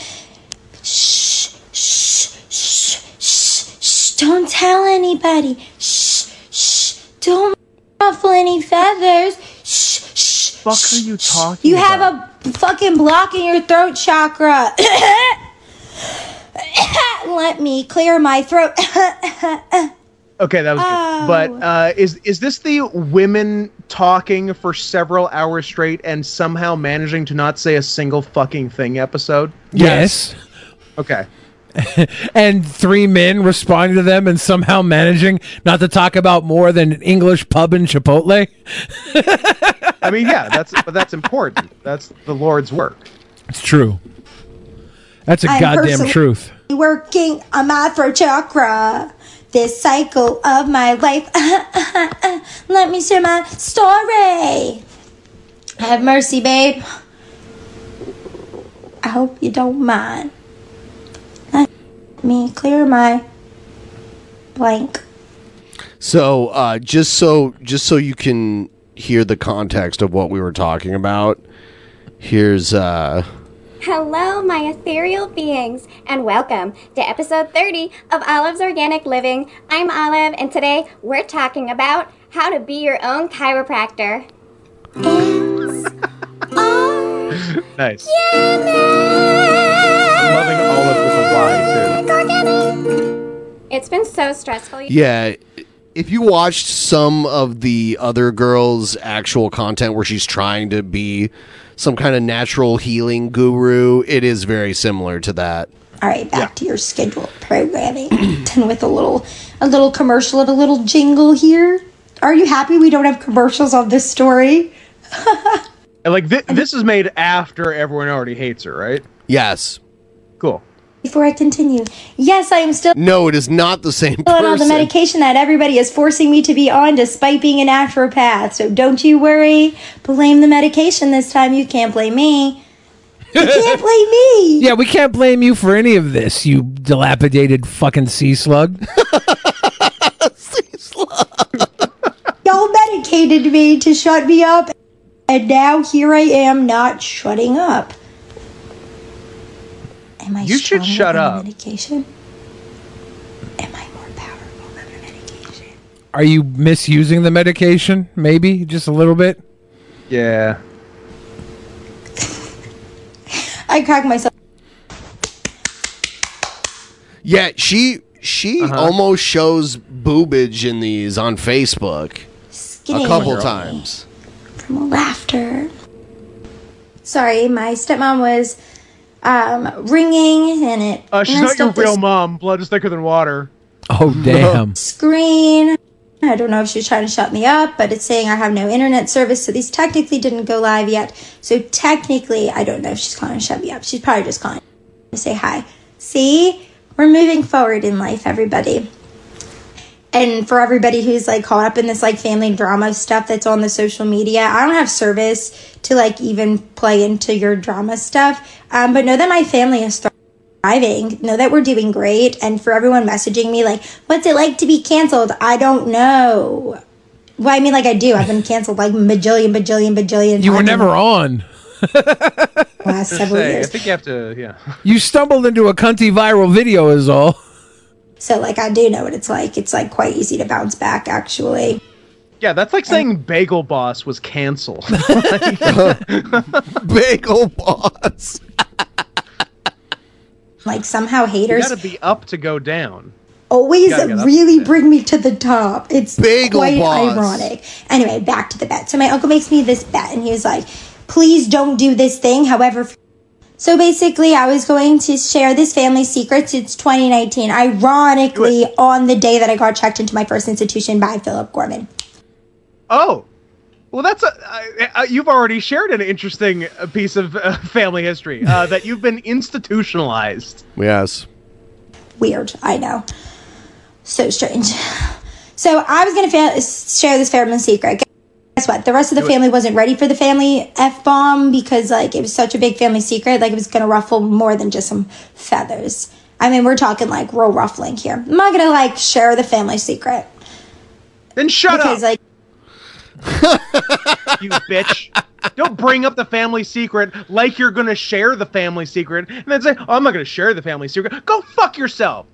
Speaker 22: shh shh shh shh shh don't tell anybody shh shh don't ruffle any feathers shh shh fuck are you talking you have a fucking block in your throat chakra [coughs] let me clear my throat [coughs]
Speaker 10: Okay, that was good. But uh, is is this the women talking for several hours straight and somehow managing to not say a single fucking thing episode?
Speaker 1: Yes.
Speaker 10: Okay.
Speaker 1: and three men responding to them and somehow managing not to talk about more than an English pub and Chipotle. [laughs]
Speaker 10: I mean, yeah, that's but that's important. That's the Lord's work.
Speaker 1: It's true. That's a
Speaker 22: I'm
Speaker 1: goddamn
Speaker 22: personally
Speaker 1: truth.
Speaker 22: Working on my throat chakra. This cycle of my life. [laughs] Let me share my story. Have mercy, babe. I hope you don't mind. Let me clear my blank.
Speaker 8: So uh, just so just so you can hear the context of what we were talking about, here's uh,
Speaker 23: Hello, my ethereal beings, and welcome to episode 30 of Olive's Organic Living. I'm Olive, and today we're talking about how to be your own chiropractor.
Speaker 10: Nice. Loving all of the Y too.
Speaker 23: It's been so stressful.
Speaker 8: yeah. If you watched some of the other girls' actual content where she's trying to be some kind of natural healing guru, it is very similar to that.
Speaker 22: All right, back to your scheduled programming. [clears throat] and with a little, a little commercial and a little jingle here. Are you happy we don't have commercials on this story?
Speaker 10: And, like thi- this is made after everyone already hates her, right?
Speaker 8: Yes.
Speaker 10: Cool.
Speaker 22: Before I continue, yes, I am still
Speaker 8: No, it is not the same
Speaker 22: on all the
Speaker 8: person.
Speaker 22: medication that everybody is forcing me to be on despite being an naturopath. So don't you worry. Blame the medication this time. You can't
Speaker 10: [laughs]
Speaker 22: blame me. [laughs] You can't blame me.
Speaker 1: Yeah, we can't blame you for any of this, you dilapidated fucking sea slug.
Speaker 22: Y'all medicated me to shut me up, and now here I am not shutting up. Am I
Speaker 10: You should
Speaker 22: stronger
Speaker 10: shut
Speaker 22: than the
Speaker 10: up.
Speaker 22: Medication?
Speaker 1: Are you misusing the medication? Maybe just a little bit.
Speaker 10: Yeah.
Speaker 22: I crack myself.
Speaker 8: Yeah, she she almost shows boobage in these on Facebook
Speaker 22: Skinny.
Speaker 8: a couple times.
Speaker 22: from laughter. Sorry, my stepmom was um, ringing and it
Speaker 10: Uh, she's not
Speaker 22: messed
Speaker 10: your
Speaker 22: up the
Speaker 10: real mom. Blood is thicker than water. [laughs]
Speaker 1: Oh damn.
Speaker 22: screen. I don't know if she was trying to shut me up, but it's saying I have no internet service, so these technically didn't go live yet. So technically, I don't know if she's calling to shut me up. She's probably just calling to say hi. See, we're moving forward in life, everybody. And for everybody who's like caught up in this like family drama stuff that's on the social media, I don't have service to like even play into your drama stuff. Um, but know that my family is thriving. Know that we're doing great. And for everyone messaging me like, what's it like to be canceled? I don't know. Well, I mean, like I do. I've been canceled like bajillion, bajillion, bajillion.
Speaker 1: You were
Speaker 22: times
Speaker 1: never
Speaker 22: in
Speaker 1: on.
Speaker 22: the Last several
Speaker 10: Say, I
Speaker 22: years.
Speaker 10: think you have to. Yeah.
Speaker 1: You stumbled into a cunty viral video, is all.
Speaker 22: So like I do know what it's like. It's like quite easy to bounce back actually.
Speaker 10: Yeah, that's
Speaker 8: Oh.
Speaker 10: like saying Bagel Boss was
Speaker 8: [laughs]
Speaker 10: canceled. [laughs]
Speaker 8: Bagel Boss.
Speaker 22: Like somehow
Speaker 10: You
Speaker 22: haters
Speaker 10: gotta be up to go down.
Speaker 22: always
Speaker 10: Gotta get up
Speaker 22: really bring me to the top. It's
Speaker 10: Bagel
Speaker 22: quite
Speaker 10: boss.
Speaker 22: ironic. Anyway, back to the bet. So my uncle makes me this bet, and he was like, "Please don't do this thing." However, f- so basically, I was going to share this family secrets. It's 2019, ironically, on the day that I got checked into my first institution by Philip Gorman.
Speaker 10: Oh, well, that's a. I, I, you've already shared an interesting uh, piece of uh, [laughs] family history uh, that you've been institutionalized.
Speaker 8: Yes.
Speaker 22: Weird, I know. So strange. So I was going to fa- share this family secret. Guess what? The rest of the family wasn't ready for the family f bomb because like it was such a big family secret. Like it was going to ruffle more than just some feathers. I mean, we're talking like real ruffling here. I'm not going to like share the family secret.
Speaker 10: Then shut
Speaker 22: because, up. Like,
Speaker 10: [laughs] you bitch. Don't bring up the family secret like you're gonna share the family secret, and then say, "Oh, I'm not gonna share the family secret." Go fuck yourself.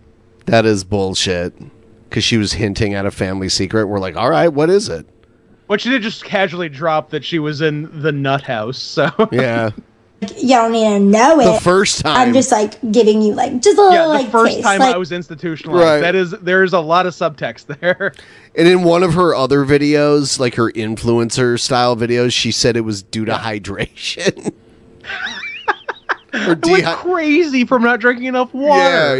Speaker 8: That is bullshit. Because she was hinting at a family secret. We're like, all right, what is it?
Speaker 10: What she did just casually drop that she was in the nut house. So
Speaker 8: yeah,
Speaker 22: you don't need to know it.
Speaker 10: The first time.
Speaker 22: I'm just like giving you like just a little
Speaker 10: yeah. The
Speaker 22: like
Speaker 10: first
Speaker 22: taste,
Speaker 10: time
Speaker 22: like,
Speaker 10: I was institutionalized.
Speaker 8: Right.
Speaker 10: That is, there is a lot of subtext there.
Speaker 8: And in one of her other videos, like her influencer style videos, she said it was due to hydration.
Speaker 10: [laughs]
Speaker 8: or
Speaker 10: I went
Speaker 8: dehy-
Speaker 10: crazy from not drinking enough water.
Speaker 8: yeah,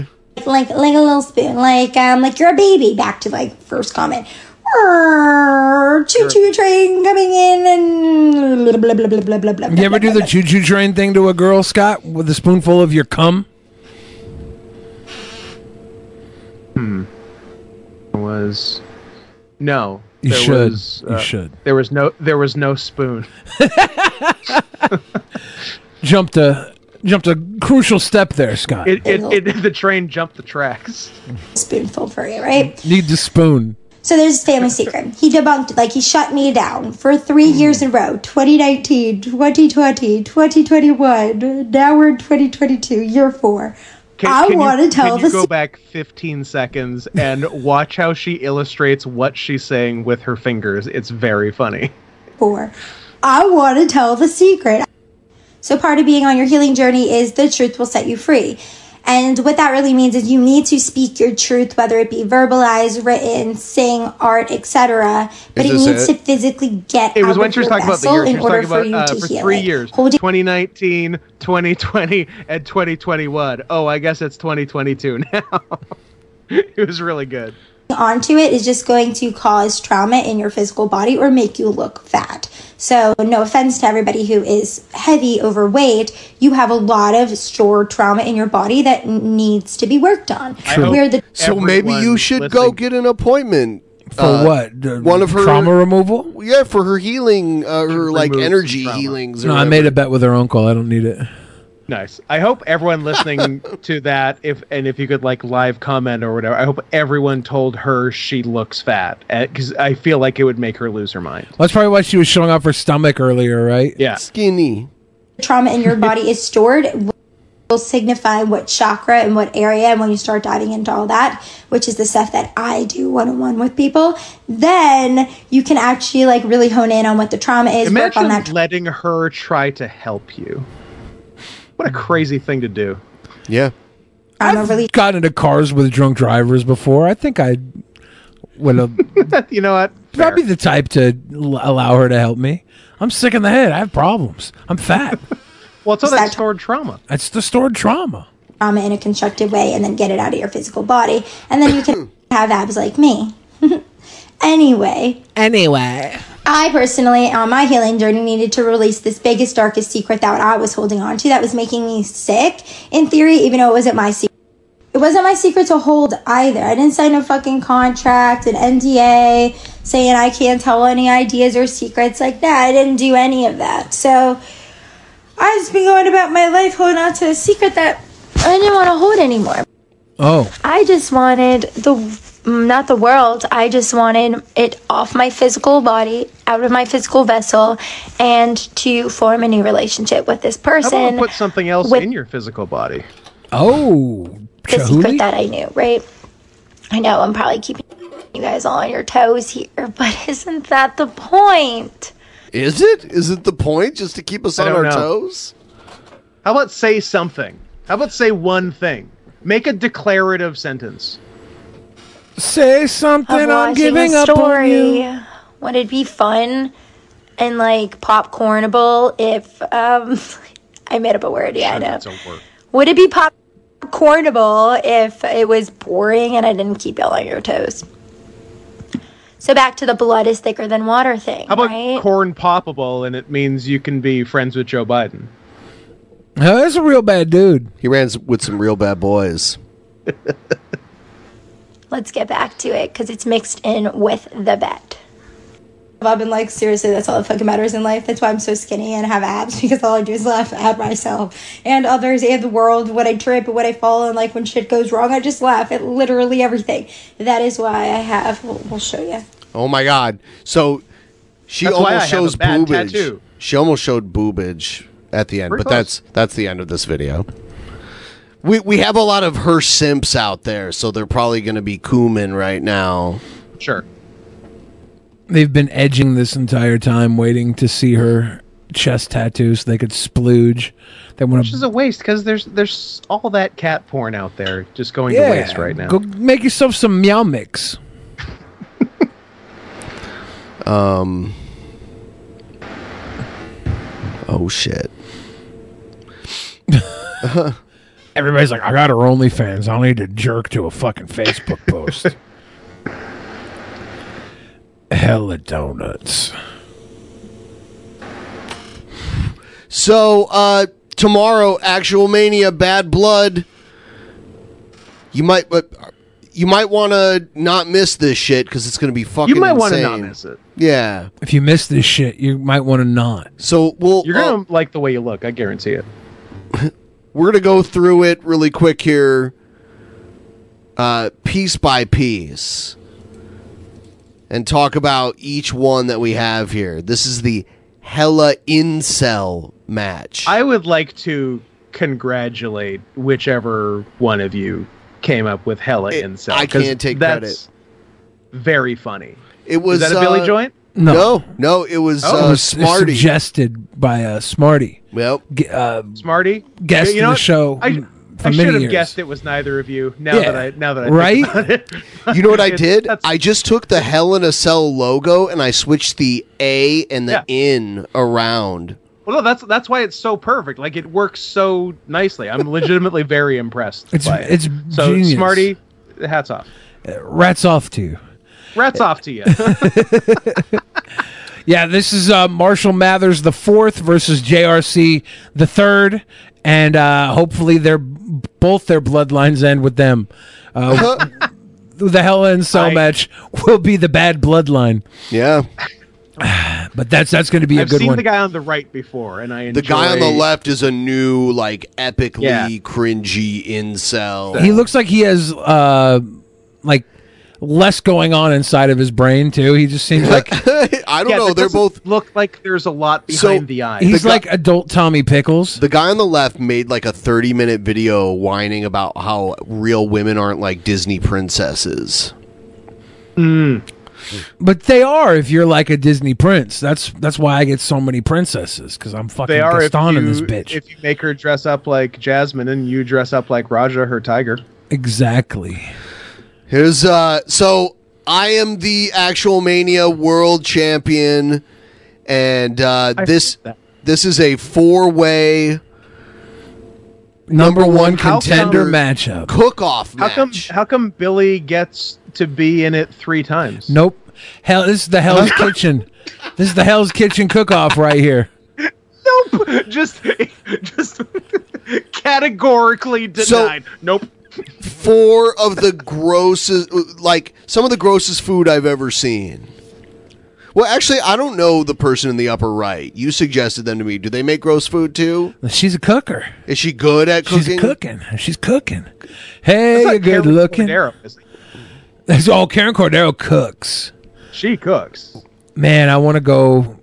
Speaker 8: yeah.
Speaker 22: like like a little spoon, like um, like you're a baby. Back to like first comment. Choo choo train coming in and blah blah blah blah blah blah blah.
Speaker 1: You ever do the choo choo train thing to a girl, Scott, with a spoonful of your cum?
Speaker 10: Hmm. Was no.
Speaker 1: You
Speaker 10: there
Speaker 1: should.
Speaker 10: was, uh,
Speaker 1: You should.
Speaker 10: There was no. There was no
Speaker 1: [laughs]
Speaker 10: spoon.
Speaker 1: Jumped a jumped a crucial step there, Scott.
Speaker 10: It, it, [laughs] it, the train jumped the tracks.
Speaker 22: Spoonful for you, right?
Speaker 1: Need the spoon.
Speaker 22: So there's his family secret. He debunked it. Like, he shut me down for three
Speaker 10: Mm.
Speaker 22: years in a row 2019, 2020, 2021. Now we're in 2022, year four. I
Speaker 10: you-
Speaker 22: want to tell
Speaker 10: Can you
Speaker 22: the
Speaker 10: go
Speaker 22: secret.
Speaker 10: back 15 seconds and watch how she illustrates what she's saying with her fingers? It's very funny.
Speaker 22: I want to tell the secret. So, part of being on your healing journey is the truth will set you free. And what that really means is you need to speak your truth, whether it be verbalized, written, sing, art, etc. But it
Speaker 10: Is this
Speaker 22: needs
Speaker 10: it?
Speaker 22: to physically get
Speaker 10: It
Speaker 22: out
Speaker 10: was when
Speaker 22: of
Speaker 10: she was
Speaker 22: your
Speaker 10: talking about the
Speaker 22: vessel
Speaker 10: years. She
Speaker 22: in
Speaker 10: was
Speaker 22: order
Speaker 10: talking
Speaker 22: for
Speaker 10: about
Speaker 22: you
Speaker 10: uh,
Speaker 22: to
Speaker 10: for
Speaker 22: heal
Speaker 10: three
Speaker 22: it.
Speaker 10: years 2019, 2020, and [laughs] 2021. Oh, I guess it's 2022 now. it was really good.
Speaker 22: onto it is just going to cause trauma in your physical body or make you look fat. So, no offense to everybody who is heavy, overweight, you have a lot of stored trauma in your body that n- needs to be worked on.
Speaker 8: [laughs]
Speaker 22: Where the
Speaker 8: so maybe you should go get an appointment uh,
Speaker 1: For what? The
Speaker 8: One of her
Speaker 1: trauma removal?
Speaker 8: Yeah, for her healing, uh, her like
Speaker 1: Remove
Speaker 8: energy
Speaker 1: trauma.
Speaker 8: healings. Or
Speaker 1: No, I made a bet with her uncle. I don't need it.
Speaker 10: Nice. I hope everyone
Speaker 22: [laughs]
Speaker 10: listening to that, if and if you could like live comment or whatever, I hope everyone told her she looks fat because I feel like it would make her lose her mind.
Speaker 1: That's probably why she was showing off her stomach earlier, right?
Speaker 10: Yeah.
Speaker 8: Skinny.
Speaker 22: trauma in your body is stored will signify what chakra and what area and when you start diving into all that which is the stuff that i do one-on-one with people then you can actually like really hone in on what the trauma is work on
Speaker 10: Imagine
Speaker 22: that
Speaker 10: letting her try to help you. What a crazy thing to do.
Speaker 8: Yeah.
Speaker 1: I've gotten into cars with drunk drivers before. I think I would have.
Speaker 10: [laughs] you know what?
Speaker 1: I'd be the type to l- allow her to help me. I'm sick in the head. I have problems.
Speaker 10: [laughs]
Speaker 1: I'm fat.
Speaker 10: well it's all that stored trauma
Speaker 1: That's the stored trauma.
Speaker 22: trauma in a constructive way and then get it out of your physical body and then you can have abs like me [laughs] anyway
Speaker 4: Anyway.
Speaker 22: I personally, on my healing journey, needed to release this biggest, darkest secret that I was holding on to that was making me sick, in theory, even though it wasn't my secret. It wasn't my secret to hold either. I didn't sign a fucking contract, an NDA, saying I can't tell any ideas or secrets like that. I didn't do any of that. So I've just been going about my life holding on to a secret that I didn't want to hold anymore.
Speaker 1: Oh.
Speaker 22: I just wanted the mm, not the world. I just wanted it off my physical body, out of my physical vessel, and to form a new relationship with this
Speaker 10: How about we
Speaker 22: person.
Speaker 10: put something else
Speaker 22: with-
Speaker 10: in your physical body?
Speaker 1: Oh.
Speaker 22: The secret that I knew, right? I know I'm probably keeping you guys all on your toes here, [laughs] but isn't that the point?
Speaker 8: Is it? Is it the point just to keep us
Speaker 10: I
Speaker 8: on
Speaker 10: don't
Speaker 8: our
Speaker 10: know.
Speaker 8: toes?
Speaker 10: How about say something? How about say one thing? Make a declarative sentence.
Speaker 1: Say something.
Speaker 22: of
Speaker 1: I'm
Speaker 22: watching
Speaker 1: giving
Speaker 22: a
Speaker 1: up on
Speaker 22: story.
Speaker 1: you.
Speaker 22: Would it be fun and like popcornable if um [laughs] I made up a word? Yeah, I know. Would it be popcornable if it was boring and I didn't keep y'all on your toes? So back to the blood is thicker than water thing,
Speaker 10: How about
Speaker 22: right?
Speaker 10: corn poppable and it means you can be friends with Joe Biden?
Speaker 1: that's a real bad dude.
Speaker 8: He ran s- with some real bad boys. [laughs]
Speaker 22: Let's get back to it because it's mixed in with the bet. I've been like, seriously, that's all that fucking matters in life. That's why I'm so skinny and have abs [laughs] because all I do is laugh at myself and others and the world when I trip and when I fall and like when shit goes wrong, I just laugh at literally everything. That is why I have. We'll, we'll show you.
Speaker 8: Oh my god. So she
Speaker 10: That's why I
Speaker 8: almost
Speaker 10: have
Speaker 8: shows
Speaker 10: a bad
Speaker 8: boobage.
Speaker 10: tattoo.
Speaker 8: She almost showed boobage at the end,
Speaker 10: Pretty
Speaker 8: but
Speaker 10: close.
Speaker 8: that's that's the end of this video. We we have a lot of her simps out there, so they're probably going to be cumin right now.
Speaker 10: Sure.
Speaker 1: They've been edging this entire time, waiting to see her chest tattoo so they could splooge. They want
Speaker 10: Which is a waste because there's there's all that cat porn out there just going to waste right now.
Speaker 1: Go make yourself some meow mix.
Speaker 8: Um. Oh shit.
Speaker 1: Everybody's like, I got her OnlyFans. I don't need to jerk to a fucking Facebook
Speaker 8: [laughs]
Speaker 1: post. Hella donuts.
Speaker 8: So uh tomorrow actual mania bad blood you might but you might want to not miss this shit cuz it's going to be fucking
Speaker 10: might
Speaker 8: want
Speaker 10: wanna
Speaker 8: to
Speaker 10: not miss it.
Speaker 8: Yeah.
Speaker 1: If you miss this shit, you might want to not.
Speaker 8: So we'll uh,
Speaker 10: You're gonna like the way you look. I guarantee it.
Speaker 8: [laughs] We're going to go through it really quick here uh piece by piece and talk about each one that we have here. This is the hella incel match.
Speaker 10: I would like to congratulate whichever one of you came up with hella incel.
Speaker 8: I
Speaker 10: 'cause
Speaker 8: can't take
Speaker 10: that's Very funny.
Speaker 8: It was
Speaker 10: that a Billy
Speaker 8: uh,
Speaker 10: joint?
Speaker 1: No.
Speaker 8: no, no, it was
Speaker 10: Oh.
Speaker 8: uh,
Speaker 1: It was
Speaker 8: Smarty.
Speaker 1: suggested by uh, Smarty.
Speaker 8: Well,
Speaker 1: uh,
Speaker 10: Smarty
Speaker 1: guest
Speaker 10: You know
Speaker 1: in the
Speaker 10: what?
Speaker 1: show
Speaker 10: I,
Speaker 1: m- for
Speaker 10: I
Speaker 1: many
Speaker 10: should have
Speaker 1: years.
Speaker 10: guessed it was neither of you. Now
Speaker 8: Yeah.
Speaker 10: that I now that I
Speaker 8: Right?
Speaker 10: think about it.
Speaker 8: [laughs] you know what
Speaker 10: [laughs]
Speaker 8: I did? I just took the Hell in a Cell logo and I switched the A and the N around.
Speaker 10: Well, no, that's that's why it's so perfect. Like it works so nicely. I'm legitimately very impressed.
Speaker 1: It's-
Speaker 10: by it.
Speaker 1: it's
Speaker 10: so
Speaker 1: genius.
Speaker 10: Smarty, hats off.
Speaker 1: Uh, Rats off to you.
Speaker 10: Rats off to you.
Speaker 8: [laughs]
Speaker 1: Yeah, this is uh, Marshall Mathers the fourth versus JRC the third, and uh, hopefully their both their bloodlines end with them. Uh, [laughs] the Hell in Cell match will be the bad bloodline.
Speaker 8: Yeah,
Speaker 1: [sighs] but that's that's going to be
Speaker 10: I've
Speaker 1: a good
Speaker 10: seen
Speaker 1: one.
Speaker 10: the guy on the right before, and I enjoy
Speaker 8: The guy on the left is a new, like, epically
Speaker 1: Yeah.
Speaker 8: cringy incel.
Speaker 1: he looks like he has uh, like less going on inside of his brain too. He just seems like
Speaker 8: [laughs] I don't know.
Speaker 10: that
Speaker 8: They're
Speaker 10: doesn't
Speaker 8: both
Speaker 10: look like there's a lot behind the eyes.
Speaker 1: he's like adult Tommy Pickles.
Speaker 8: The guy on the left made like a 30 minute video whining about how real women aren't like Disney princesses.
Speaker 10: Mm.
Speaker 1: But they are if you're like a Disney prince. That's that's why I get so many princesses because I'm fucking
Speaker 10: they are if
Speaker 1: Gaston
Speaker 10: you,
Speaker 1: in this bitch.
Speaker 10: if you make her dress up like Jasmine and you dress up like Raja, her tiger.
Speaker 1: Exactly.
Speaker 8: Here's uh so I am the actual mania world champion and uh this this is a four way
Speaker 1: number, one
Speaker 10: How
Speaker 1: contender
Speaker 10: come-
Speaker 1: matchup.
Speaker 8: cook off
Speaker 10: How come? How come Billy gets to be in it
Speaker 8: [laughs]
Speaker 10: three times?
Speaker 1: Nope. Hell, this is
Speaker 10: [laughs]
Speaker 1: the Hell's Kitchen. This is the Hell's Kitchen cook-off right here.
Speaker 10: Nope. Just, just categorically denied. nope.
Speaker 8: Four of the grossest like some of the grossest food I've ever seen. Well, actually, I don't know the person in the upper right. You suggested them to me. Do they make gross food too?
Speaker 1: She's a cooker.
Speaker 8: Is she good at cooking?
Speaker 1: She's cooking. She's cooking. Hey, you're good looking.
Speaker 10: mm.
Speaker 1: That's all. Karen Cordero cooks.
Speaker 10: She cooks.
Speaker 1: Man, I want to go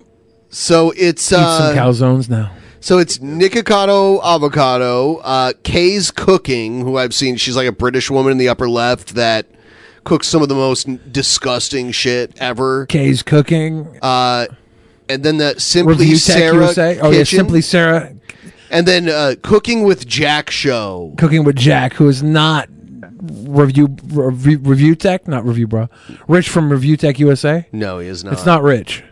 Speaker 8: So it's
Speaker 1: eat
Speaker 8: uh,
Speaker 1: some calzones now.
Speaker 8: So it's Nikocado Avocado, uh, Kay's Cooking, who I've seen. She's like a British woman in the upper left that cooks some of the most disgusting shit ever.
Speaker 1: Kay's cooking.
Speaker 8: Uh, and then the Simply
Speaker 1: Review Tech
Speaker 8: Sarah
Speaker 1: USA. Oh, yeah,
Speaker 8: Kitchen.
Speaker 1: Simply Sarah.
Speaker 8: And then uh, Cooking with Jack Show.
Speaker 1: Cooking with Jack, who is not review review, review tech, not review bro. Rich from Review Tech USA.
Speaker 8: No, he is not.
Speaker 1: It's not rich,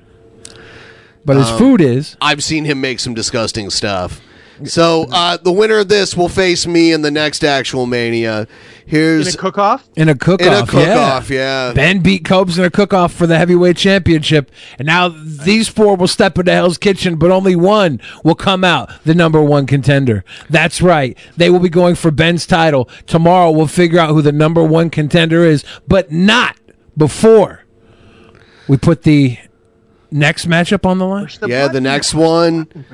Speaker 1: but his
Speaker 8: Um,
Speaker 1: food is.
Speaker 8: I've seen him make some disgusting stuff. So uh, the winner of this will face me in the next Actual Mania. Here's
Speaker 10: In a cook-off?
Speaker 1: In a cook-off,
Speaker 8: In a
Speaker 1: yeah.
Speaker 8: cook-off, yeah.
Speaker 1: Ben beat Cobes in a cook-off for the heavyweight championship, and now these four will step into Hell's Kitchen, but only one will come out the number one contender. That's right. They will be going for Ben's title tomorrow. We'll figure out who the number one contender is, but not before we put the next matchup on the line.
Speaker 8: yeah, the next one.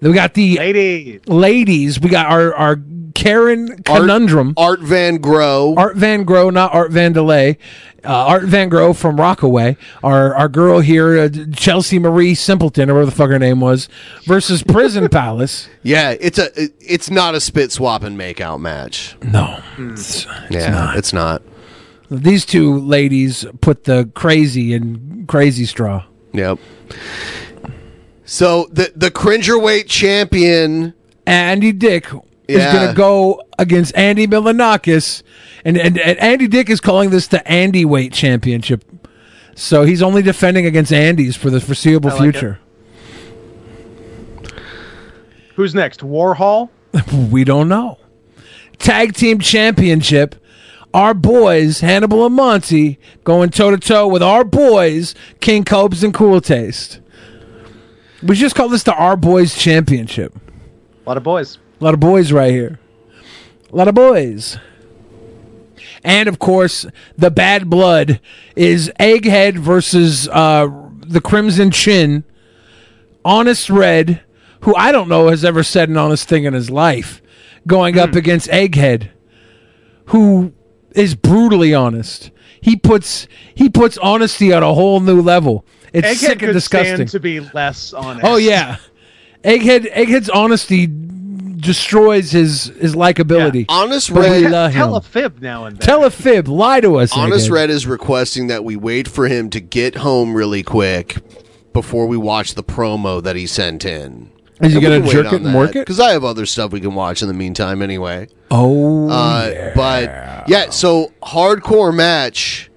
Speaker 1: We got the
Speaker 10: ladies.
Speaker 1: Ladies, we got our our Karen conundrum.
Speaker 8: Art, Van Grow.
Speaker 1: Art Van Grow, not Art Van Delay. Uh, Art Van Grow from Rockaway. Our our girl here, uh, Chelsea Marie Simpleton, or whatever the fuck her name was,
Speaker 8: [laughs]
Speaker 1: versus Prison Palace.
Speaker 8: Yeah, it's a it- it's not a spit swap and make out match.
Speaker 1: No.
Speaker 10: Hmm.
Speaker 1: It's,
Speaker 8: yeah, it's not.
Speaker 1: These two ladies put the crazy in crazy straw.
Speaker 8: Yep. So the the cringerweight champion
Speaker 1: Andy Dick
Speaker 8: Yeah.
Speaker 1: is going to go against Andy Milanakis, and, and and Andy Dick is calling this the Andy Weight Championship. So he's only defending against Andy's for the foreseeable
Speaker 10: I like it.
Speaker 1: future.
Speaker 10: Who's next? Warhol.
Speaker 1: [laughs] we don't know. Tag team championship. Our boys, Hannibal and Monty, going toe to toe with our boys, King Cobes and Cool Taste. We should just call this the Our Boys Championship.
Speaker 10: A lot of boys.
Speaker 1: A lot of boys right here. A lot of boys. And of course, the bad blood is Egghead versus uh, the Crimson Chin, Honest Red, who I don't know has ever said an honest thing in his life, going
Speaker 10: Hmm.
Speaker 1: up against Egghead, who is brutally honest. He puts he puts honesty on a whole new level. It's
Speaker 10: Egghead
Speaker 1: sick and
Speaker 10: could
Speaker 1: disgusting.
Speaker 10: Stand to be less honest.
Speaker 1: Oh yeah, Egghead. Egghead's honesty destroys his his likability.
Speaker 8: Honest
Speaker 1: But we
Speaker 8: Red-
Speaker 1: love him.
Speaker 8: Tell a
Speaker 10: fib now and then.
Speaker 1: Tell a fib. Lie to us.
Speaker 8: Honest
Speaker 1: Egghead.
Speaker 8: Red is requesting that we wait for him to get home really quick before we watch the promo that he sent in.
Speaker 1: Is he gonna jerk it and work it?
Speaker 8: Because I have other stuff we can watch in the meantime anyway.
Speaker 1: Oh,
Speaker 8: uh, but yeah, so hardcore match.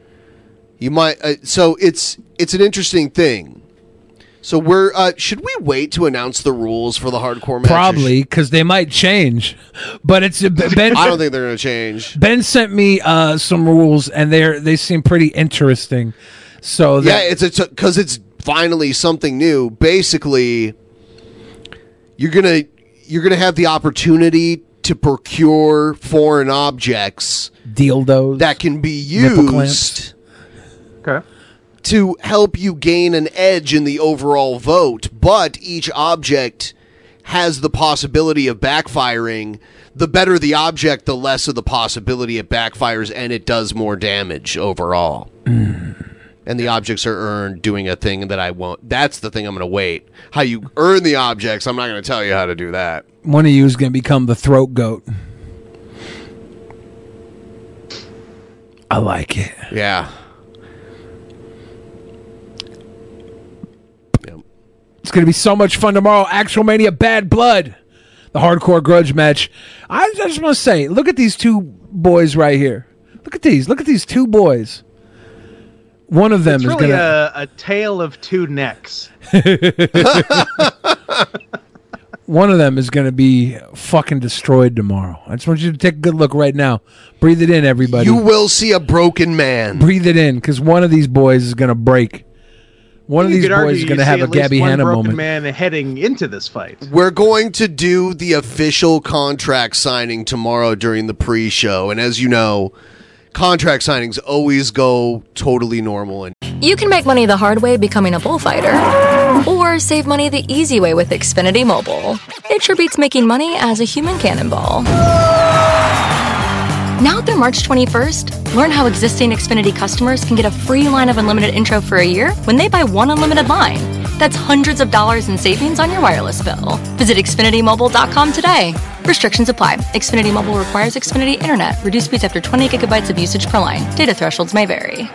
Speaker 8: You might uh, so it's it's an interesting thing. So we're uh, should we wait to announce the rules for the hardcore match?
Speaker 1: Probably because they might change, but
Speaker 8: [laughs]
Speaker 1: it's Ben.
Speaker 8: I don't think they're going to change.
Speaker 1: Ben sent me uh, some rules, and they are they seem pretty interesting. So
Speaker 8: yeah,
Speaker 1: that-
Speaker 8: it's it's because it's finally something new. Basically, you're gonna you're gonna have the opportunity to procure foreign objects,
Speaker 1: dildos
Speaker 8: that can be
Speaker 1: Nipple clamps.
Speaker 8: used. To help you gain an edge in the overall vote, but each object has the possibility of backfiring. The better the object, the less of the possibility it backfires, and it does more damage overall and the objects are earned doing a thing that I won't. That's the thing I'm going to wait. How you earn the objects, I'm not going to tell you how to do that.
Speaker 1: one of you is going to become the throat goat. I like it.
Speaker 8: Yeah.
Speaker 1: It's going to be so much fun tomorrow. Actual Mania Bad Blood, the hardcore grudge match. I just want to say, look at these two boys right here. Look at these. Look at these two boys. One of them
Speaker 10: It's
Speaker 1: is
Speaker 10: really
Speaker 1: going to.
Speaker 10: a, a tale of two necks. uh,
Speaker 1: [laughs] One of them is going to be fucking destroyed tomorrow. I just want you to take a good look right now. Breathe it in, everybody.
Speaker 8: You will see a broken man.
Speaker 1: Breathe it in, because one of these boys is going to break. One of
Speaker 10: You
Speaker 1: these
Speaker 10: could argue
Speaker 1: boys is
Speaker 10: you
Speaker 1: going to
Speaker 10: see
Speaker 1: have a
Speaker 10: at least
Speaker 1: Gabby
Speaker 10: one
Speaker 1: Hanna
Speaker 10: broken
Speaker 1: moment.
Speaker 10: Man heading into this fight.
Speaker 8: We're going to do the official contract signing tomorrow during the pre-show, and as you know, contract signings always go totally normal. And
Speaker 24: You can make money the hard way becoming a bullfighter, or save money the easy way with Xfinity Mobile. It sure beats making money as a human cannonball. Now through March 21st, learn how existing Xfinity customers can get a free line of unlimited intro for a year when they buy one unlimited line. That's hundreds of dollars in savings on your wireless bill. Visit XfinityMobile.com today. Restrictions apply. Xfinity Mobile requires Xfinity Internet. Reduced speeds after 20 gigabytes of usage per line. Data thresholds may vary.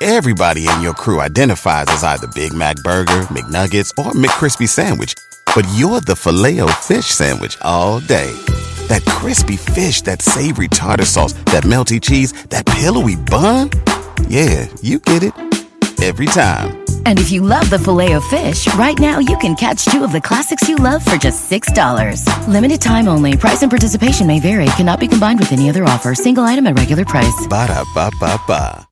Speaker 25: Everybody in your crew identifies as either Big Mac Burger, McNuggets, or McCrispy Sandwich. But you're the filet fish Sandwich all day. That crispy fish, that savory tartar sauce, that melty cheese, that pillowy bun. Yeah, you get it. Every time.
Speaker 26: And if you love the filet of fish, right now you can catch two of the classics you love for just $6. Limited time only. Price and participation may vary. Cannot be combined with any other offer. Single item at regular price.
Speaker 25: Ba-da-ba-ba-ba.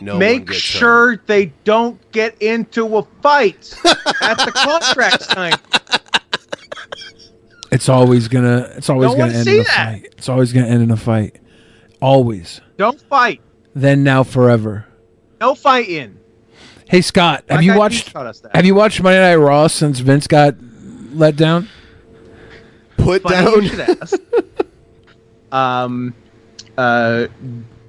Speaker 10: Make sure they don't get into a
Speaker 13: [laughs]
Speaker 10: fight at the contract signing.
Speaker 1: It's always gonna. It's always
Speaker 10: Don't
Speaker 1: gonna
Speaker 10: wanna
Speaker 1: end
Speaker 10: see
Speaker 1: in a
Speaker 10: that.
Speaker 1: fight. It's always gonna end in a fight. Always.
Speaker 10: Don't fight.
Speaker 1: Then now forever.
Speaker 10: No fight in.
Speaker 1: Hey Scott, have
Speaker 10: Black Eyed
Speaker 1: you
Speaker 10: Peas
Speaker 1: watched?
Speaker 10: taught us that.
Speaker 1: Have you watched Monday Night Raw since Vince got let down?
Speaker 8: Put
Speaker 10: down.
Speaker 13: [laughs]
Speaker 10: um, uh,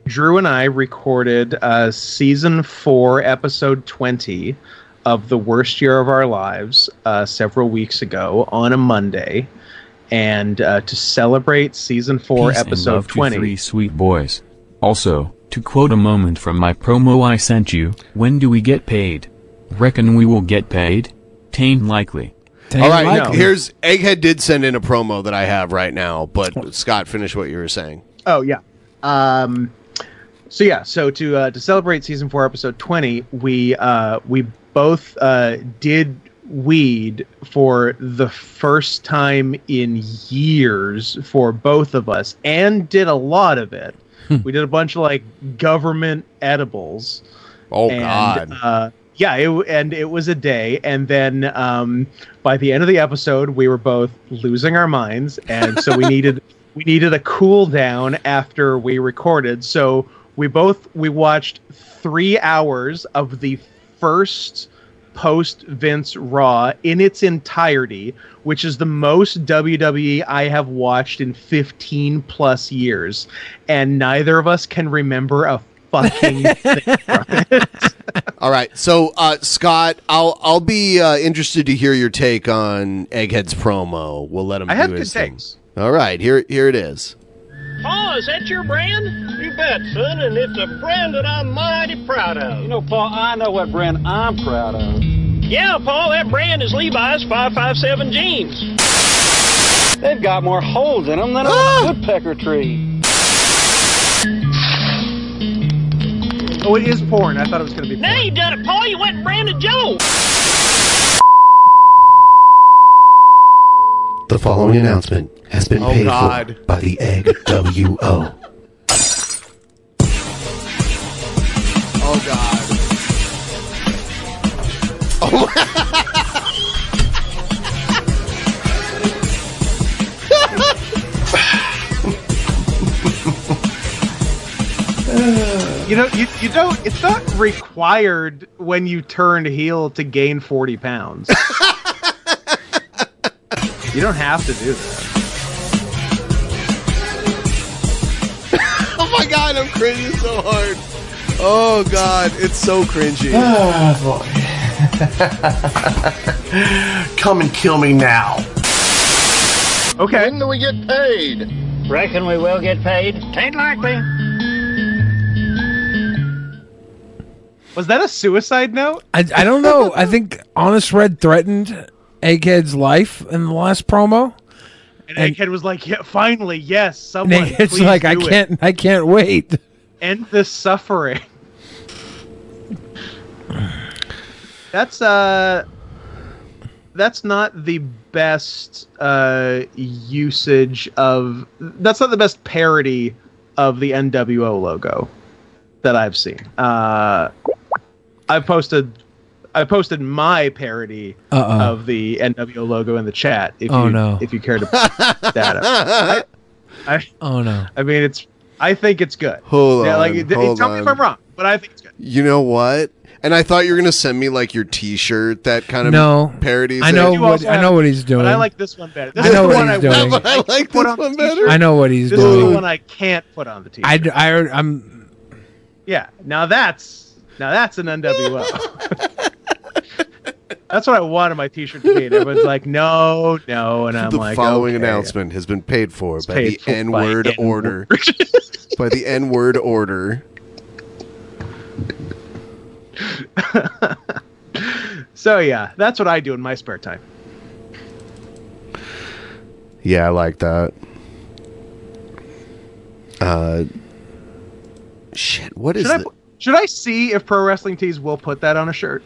Speaker 10: Drew and I recorded uh, season four, episode twenty of the worst year of our lives uh, several weeks ago on a Monday, and uh, to celebrate season four,
Speaker 13: Peace and
Speaker 10: episode
Speaker 13: love to
Speaker 10: twenty.
Speaker 13: three sweet boys. Also, to quote a moment from my promo I sent you, when do we get paid? Reckon we will get paid? Tain't likely.
Speaker 8: all right, here's Egghead did send in a promo that I have right now, but Scott, finish what you were saying.
Speaker 10: Oh yeah. Um, so yeah. So to uh, to celebrate season four, episode twenty, we uh, we both uh, did weed for the first time in years for both of us, and did a lot of it. we did a bunch of like government edibles.
Speaker 8: Oh
Speaker 10: and,
Speaker 8: God.
Speaker 10: Uh, yeah, it, w- and it was a day, and then um, by the end of the episode, we were both losing our minds, and
Speaker 8: [laughs]
Speaker 10: so we needed we needed a cool down after we recorded. So we both we watched three hours of the first post Vince Raw in its entirety, which is the most WWE I have watched in 15 plus years, and neither of us can remember a fucking thing.
Speaker 8: All right, so uh, Scott, I'll I'll be uh, interested to hear your take on Egghead's promo. We'll let him.
Speaker 27: I
Speaker 8: do
Speaker 27: have
Speaker 8: his
Speaker 27: good
Speaker 8: thing. All right, here here it is.
Speaker 27: Paul, is that your brand? You bet, son, and it's a brand that I'm mighty proud of. You know, Paul, I know what brand I'm proud of. Yeah, Paul, that brand is Levi's 557 jeans. They've got more holes in them than a woodpecker tree.
Speaker 10: Oh, it is porn. I thought it was going to be.
Speaker 27: Now you done it, Paul. You went and branded Joe.
Speaker 28: The following announcement has been
Speaker 8: Oh,
Speaker 28: paid
Speaker 8: God.
Speaker 28: for by the Egg [laughs] WO.
Speaker 8: Oh God. Oh.
Speaker 10: You know, you, you don't. It's not required when you turn heel to gain forty
Speaker 1: [laughs]
Speaker 10: pounds. you don't have to do that.
Speaker 8: oh my God! I'm cringing so hard. Oh God! It's so cringy.
Speaker 28: Oh, Ah, boy. [laughs] Come and kill me now.
Speaker 10: Okay.
Speaker 27: When do we get paid? Reckon we will get paid. Tain't likely.
Speaker 10: Was that a suicide note?
Speaker 1: I, I don't know.
Speaker 10: [laughs]
Speaker 1: I think Honest Red threatened Egghead's life in the last promo.
Speaker 10: And, Egghead was like, yeah, "Finally, yes,
Speaker 1: And
Speaker 10: someone."
Speaker 1: Egghead's
Speaker 10: please
Speaker 1: like, I
Speaker 10: do it.
Speaker 1: can't, I can't wait.
Speaker 10: end this suffering. that's uh that's not the best uh usage of that's not the best parody of the NWO logo that I've seen. Uh I posted I posted my parody
Speaker 1: Uh-oh.
Speaker 10: of the NWO logo in the chat if
Speaker 1: Oh,
Speaker 10: you
Speaker 1: no.
Speaker 10: if you care to [laughs] put that up. I- I,
Speaker 1: Oh no.
Speaker 10: I mean, it's. I think it's good.
Speaker 8: Hold
Speaker 10: yeah, Like,
Speaker 8: on,
Speaker 10: d-
Speaker 8: hold
Speaker 10: tell me if
Speaker 8: on.
Speaker 10: I'm wrong, but I think it's good.
Speaker 8: You know what? And I thought you were gonna send me like your T-shirt, that kind of
Speaker 1: No.
Speaker 8: parody.
Speaker 1: I
Speaker 8: thing.
Speaker 1: know what I know what he's doing.
Speaker 10: But I like this one better. This
Speaker 1: I know
Speaker 10: is the
Speaker 1: what
Speaker 10: one
Speaker 1: he's
Speaker 10: I,
Speaker 1: doing.
Speaker 10: But I like this one better.
Speaker 1: I know what he's
Speaker 10: this is
Speaker 1: doing.
Speaker 10: the one I can't put on the t-shirt.
Speaker 1: I, d- I, am
Speaker 10: yeah. Now that's now that's an
Speaker 8: [laughs]
Speaker 10: NWO. that's what I wanted my t-shirt to be. And everyone's like, no, no, and I'm
Speaker 8: the
Speaker 10: like,
Speaker 8: following
Speaker 10: okay.
Speaker 8: announcement has been paid for by
Speaker 10: paid for
Speaker 8: the
Speaker 10: by
Speaker 8: N word
Speaker 10: N-word. [laughs]
Speaker 8: order. by the N word order.
Speaker 10: So yeah, that's what I do in my spare time.
Speaker 8: Yeah, I like that. Uh, shit. What is
Speaker 10: should I
Speaker 8: the-
Speaker 10: pu- should I see if Pro Wrestling Tees will put that on a shirt,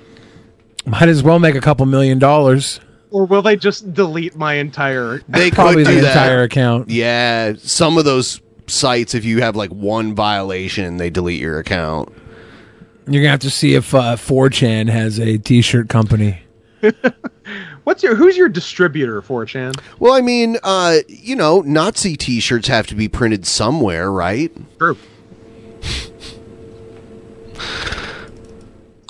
Speaker 1: might as well make a couple million dollars.
Speaker 10: or will they just delete my entire?
Speaker 8: They
Speaker 1: Probably
Speaker 8: [laughs] could do
Speaker 1: the
Speaker 8: that.
Speaker 1: entire account.
Speaker 8: Yeah, some of those sites, if you have like one violation, they delete your account.
Speaker 1: You're gonna have to see if uh, 4chan has a T-shirt company.
Speaker 10: What's your who's your distributor for Chan?
Speaker 8: Well, I mean, uh, you know, Nazi T-shirts have to be printed somewhere, right?
Speaker 10: True.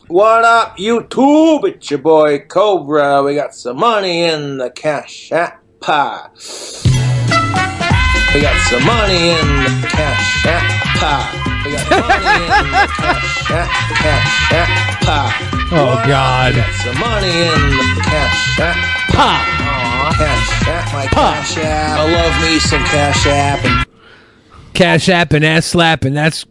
Speaker 12: What up, YouTube? It's your boy Cobra. We got some money in the cash app pot. We got some money in the cash app pot. We got money in the cash
Speaker 10: Oh,
Speaker 12: app, cash app pot.
Speaker 1: [laughs] Oh God.
Speaker 12: Some money in the cash app pot. Aw, Cash app, my cash app. I love me some cash app. And
Speaker 1: Cash app and ass slap, and that's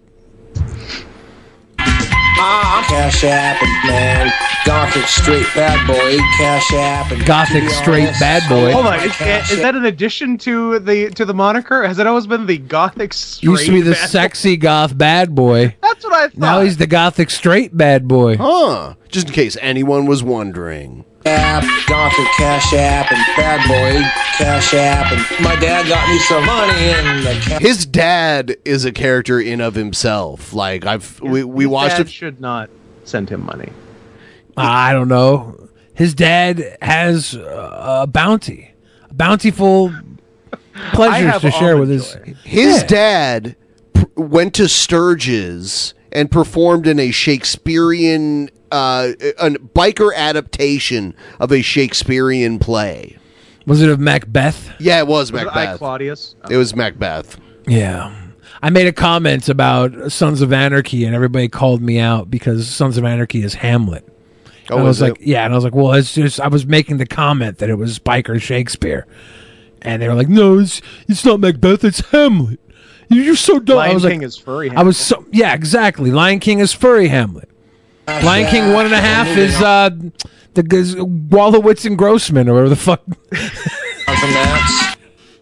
Speaker 12: Ah, Cash App and man, Gothic straight bad boy, Cash App and
Speaker 1: Gothic straight
Speaker 12: Oh,
Speaker 1: bad boy.
Speaker 10: Hold on, is, is that an addition to the to the moniker? Has it always been the gothic? Straight
Speaker 1: used to be the
Speaker 10: bad-
Speaker 1: sexy goth bad boy.
Speaker 10: [laughs] That's what I thought.
Speaker 1: Now he's the gothic straight bad boy.
Speaker 8: Huh? Just in case anyone was wondering.
Speaker 12: app, Gothic Cash App and bad boy, Cash App and my dad got me some money in the cash.
Speaker 8: His dad is a character in of himself. Like I've we, we
Speaker 10: His
Speaker 8: watched
Speaker 10: dad
Speaker 8: a
Speaker 10: should not send him money.
Speaker 1: I don't know. His dad has uh, a bounty,
Speaker 10: [laughs]
Speaker 1: bountiful pleasures to share with his.
Speaker 8: His dad pr- went to Sturgis and performed in a Shakespearean, uh, a biker adaptation of a Shakespearean play.
Speaker 1: Was it of Macbeth?
Speaker 8: Yeah, it was
Speaker 10: Was it I
Speaker 8: Macbeth.
Speaker 10: Claudius.
Speaker 8: It was Macbeth.
Speaker 1: Yeah. I made a comment about Sons of Anarchy, and everybody called me out because Sons of Anarchy is Hamlet.
Speaker 8: Oh,
Speaker 1: And I
Speaker 8: is
Speaker 1: was like,
Speaker 8: it?
Speaker 1: yeah, and I was like, well, it's just I was making the comment that it was Biker Shakespeare, and they were like, no, it's it's not Macbeth, it's Hamlet. You- You're so dumb. I
Speaker 10: Lion
Speaker 1: was
Speaker 10: King
Speaker 1: like,
Speaker 10: is furry
Speaker 1: I was so yeah, exactly. Lion King is furry Hamlet. Lion King one and a half is uh the is Wallowitz and Grossman or whatever the fuck.
Speaker 12: From that,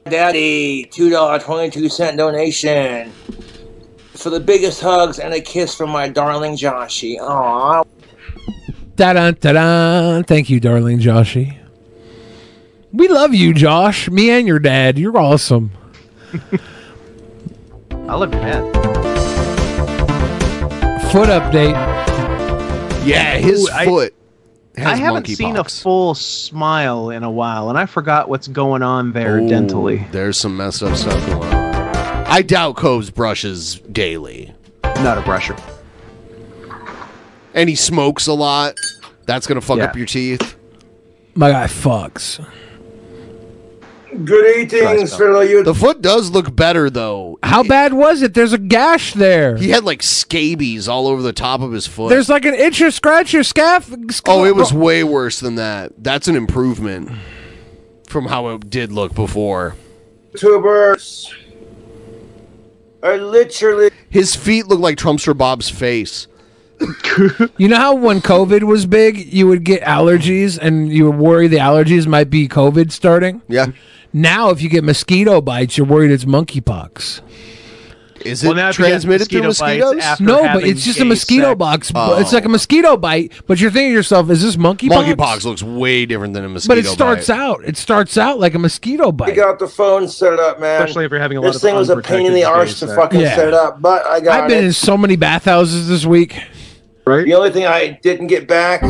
Speaker 12: daddy, two dollar twenty two cent donation. for the biggest hugs and a kiss from my darling Joshie. Aw.
Speaker 1: Da da da. Thank you, darling Joshy. We love you, Josh. Me and your dad. You're awesome.
Speaker 10: I love your dad.
Speaker 1: Foot update.
Speaker 8: Yeah, his
Speaker 10: Ooh, I-
Speaker 8: foot. has
Speaker 10: I haven't
Speaker 8: monkeypox.
Speaker 10: seen a full smile in a while, and I forgot what's going on there
Speaker 8: Ooh,
Speaker 10: dentally.
Speaker 8: There's some messed up stuff going on. I doubt Coves brushes daily.
Speaker 10: Not a brusher.
Speaker 8: And he smokes a lot. That's gonna fuck
Speaker 1: Yeah.
Speaker 8: up your teeth.
Speaker 1: My guy fucks.
Speaker 8: Christ,
Speaker 12: fellow you.
Speaker 8: The foot does look better though.
Speaker 1: How bad was it? There's a gash there.
Speaker 8: He had like scabies all over the top of his foot.
Speaker 1: There's like an itch or scratch or scaff.
Speaker 8: oh, it was way worse than that. That's an improvement from how it did look before.
Speaker 12: YouTubers are literally.
Speaker 8: His feet look like Trumpster Bob's face. [laughs]
Speaker 1: You know how when COVID was big, you would get allergies and you would worry the allergies might be COVID starting?
Speaker 8: Yeah.
Speaker 1: Now, if you get mosquito bites, you're worried it's monkeypox.
Speaker 8: Is
Speaker 10: Well, it now if you get transmitted through mosquito bites mosquitoes? after
Speaker 1: No, but
Speaker 10: having
Speaker 1: it's just a
Speaker 10: gay
Speaker 1: mosquito
Speaker 10: sex.
Speaker 1: box.
Speaker 8: Oh.
Speaker 1: It's like a mosquito bite, but you're thinking to yourself, is this monkeypox?
Speaker 8: Monkeypox looks way different than a mosquito.
Speaker 1: But it starts out. It starts out like a mosquito
Speaker 12: I
Speaker 1: bite.
Speaker 12: got the phone set up, man.
Speaker 1: Especially if you're having a lot
Speaker 12: This
Speaker 1: of
Speaker 12: thing was a pain in the
Speaker 1: unprotected
Speaker 12: arse
Speaker 1: space
Speaker 12: to
Speaker 1: there.
Speaker 12: fucking
Speaker 1: Yeah.
Speaker 12: set up, but I got
Speaker 1: I've been
Speaker 12: it.
Speaker 1: in so many bathhouses this week. Right.
Speaker 12: The only thing I didn't get back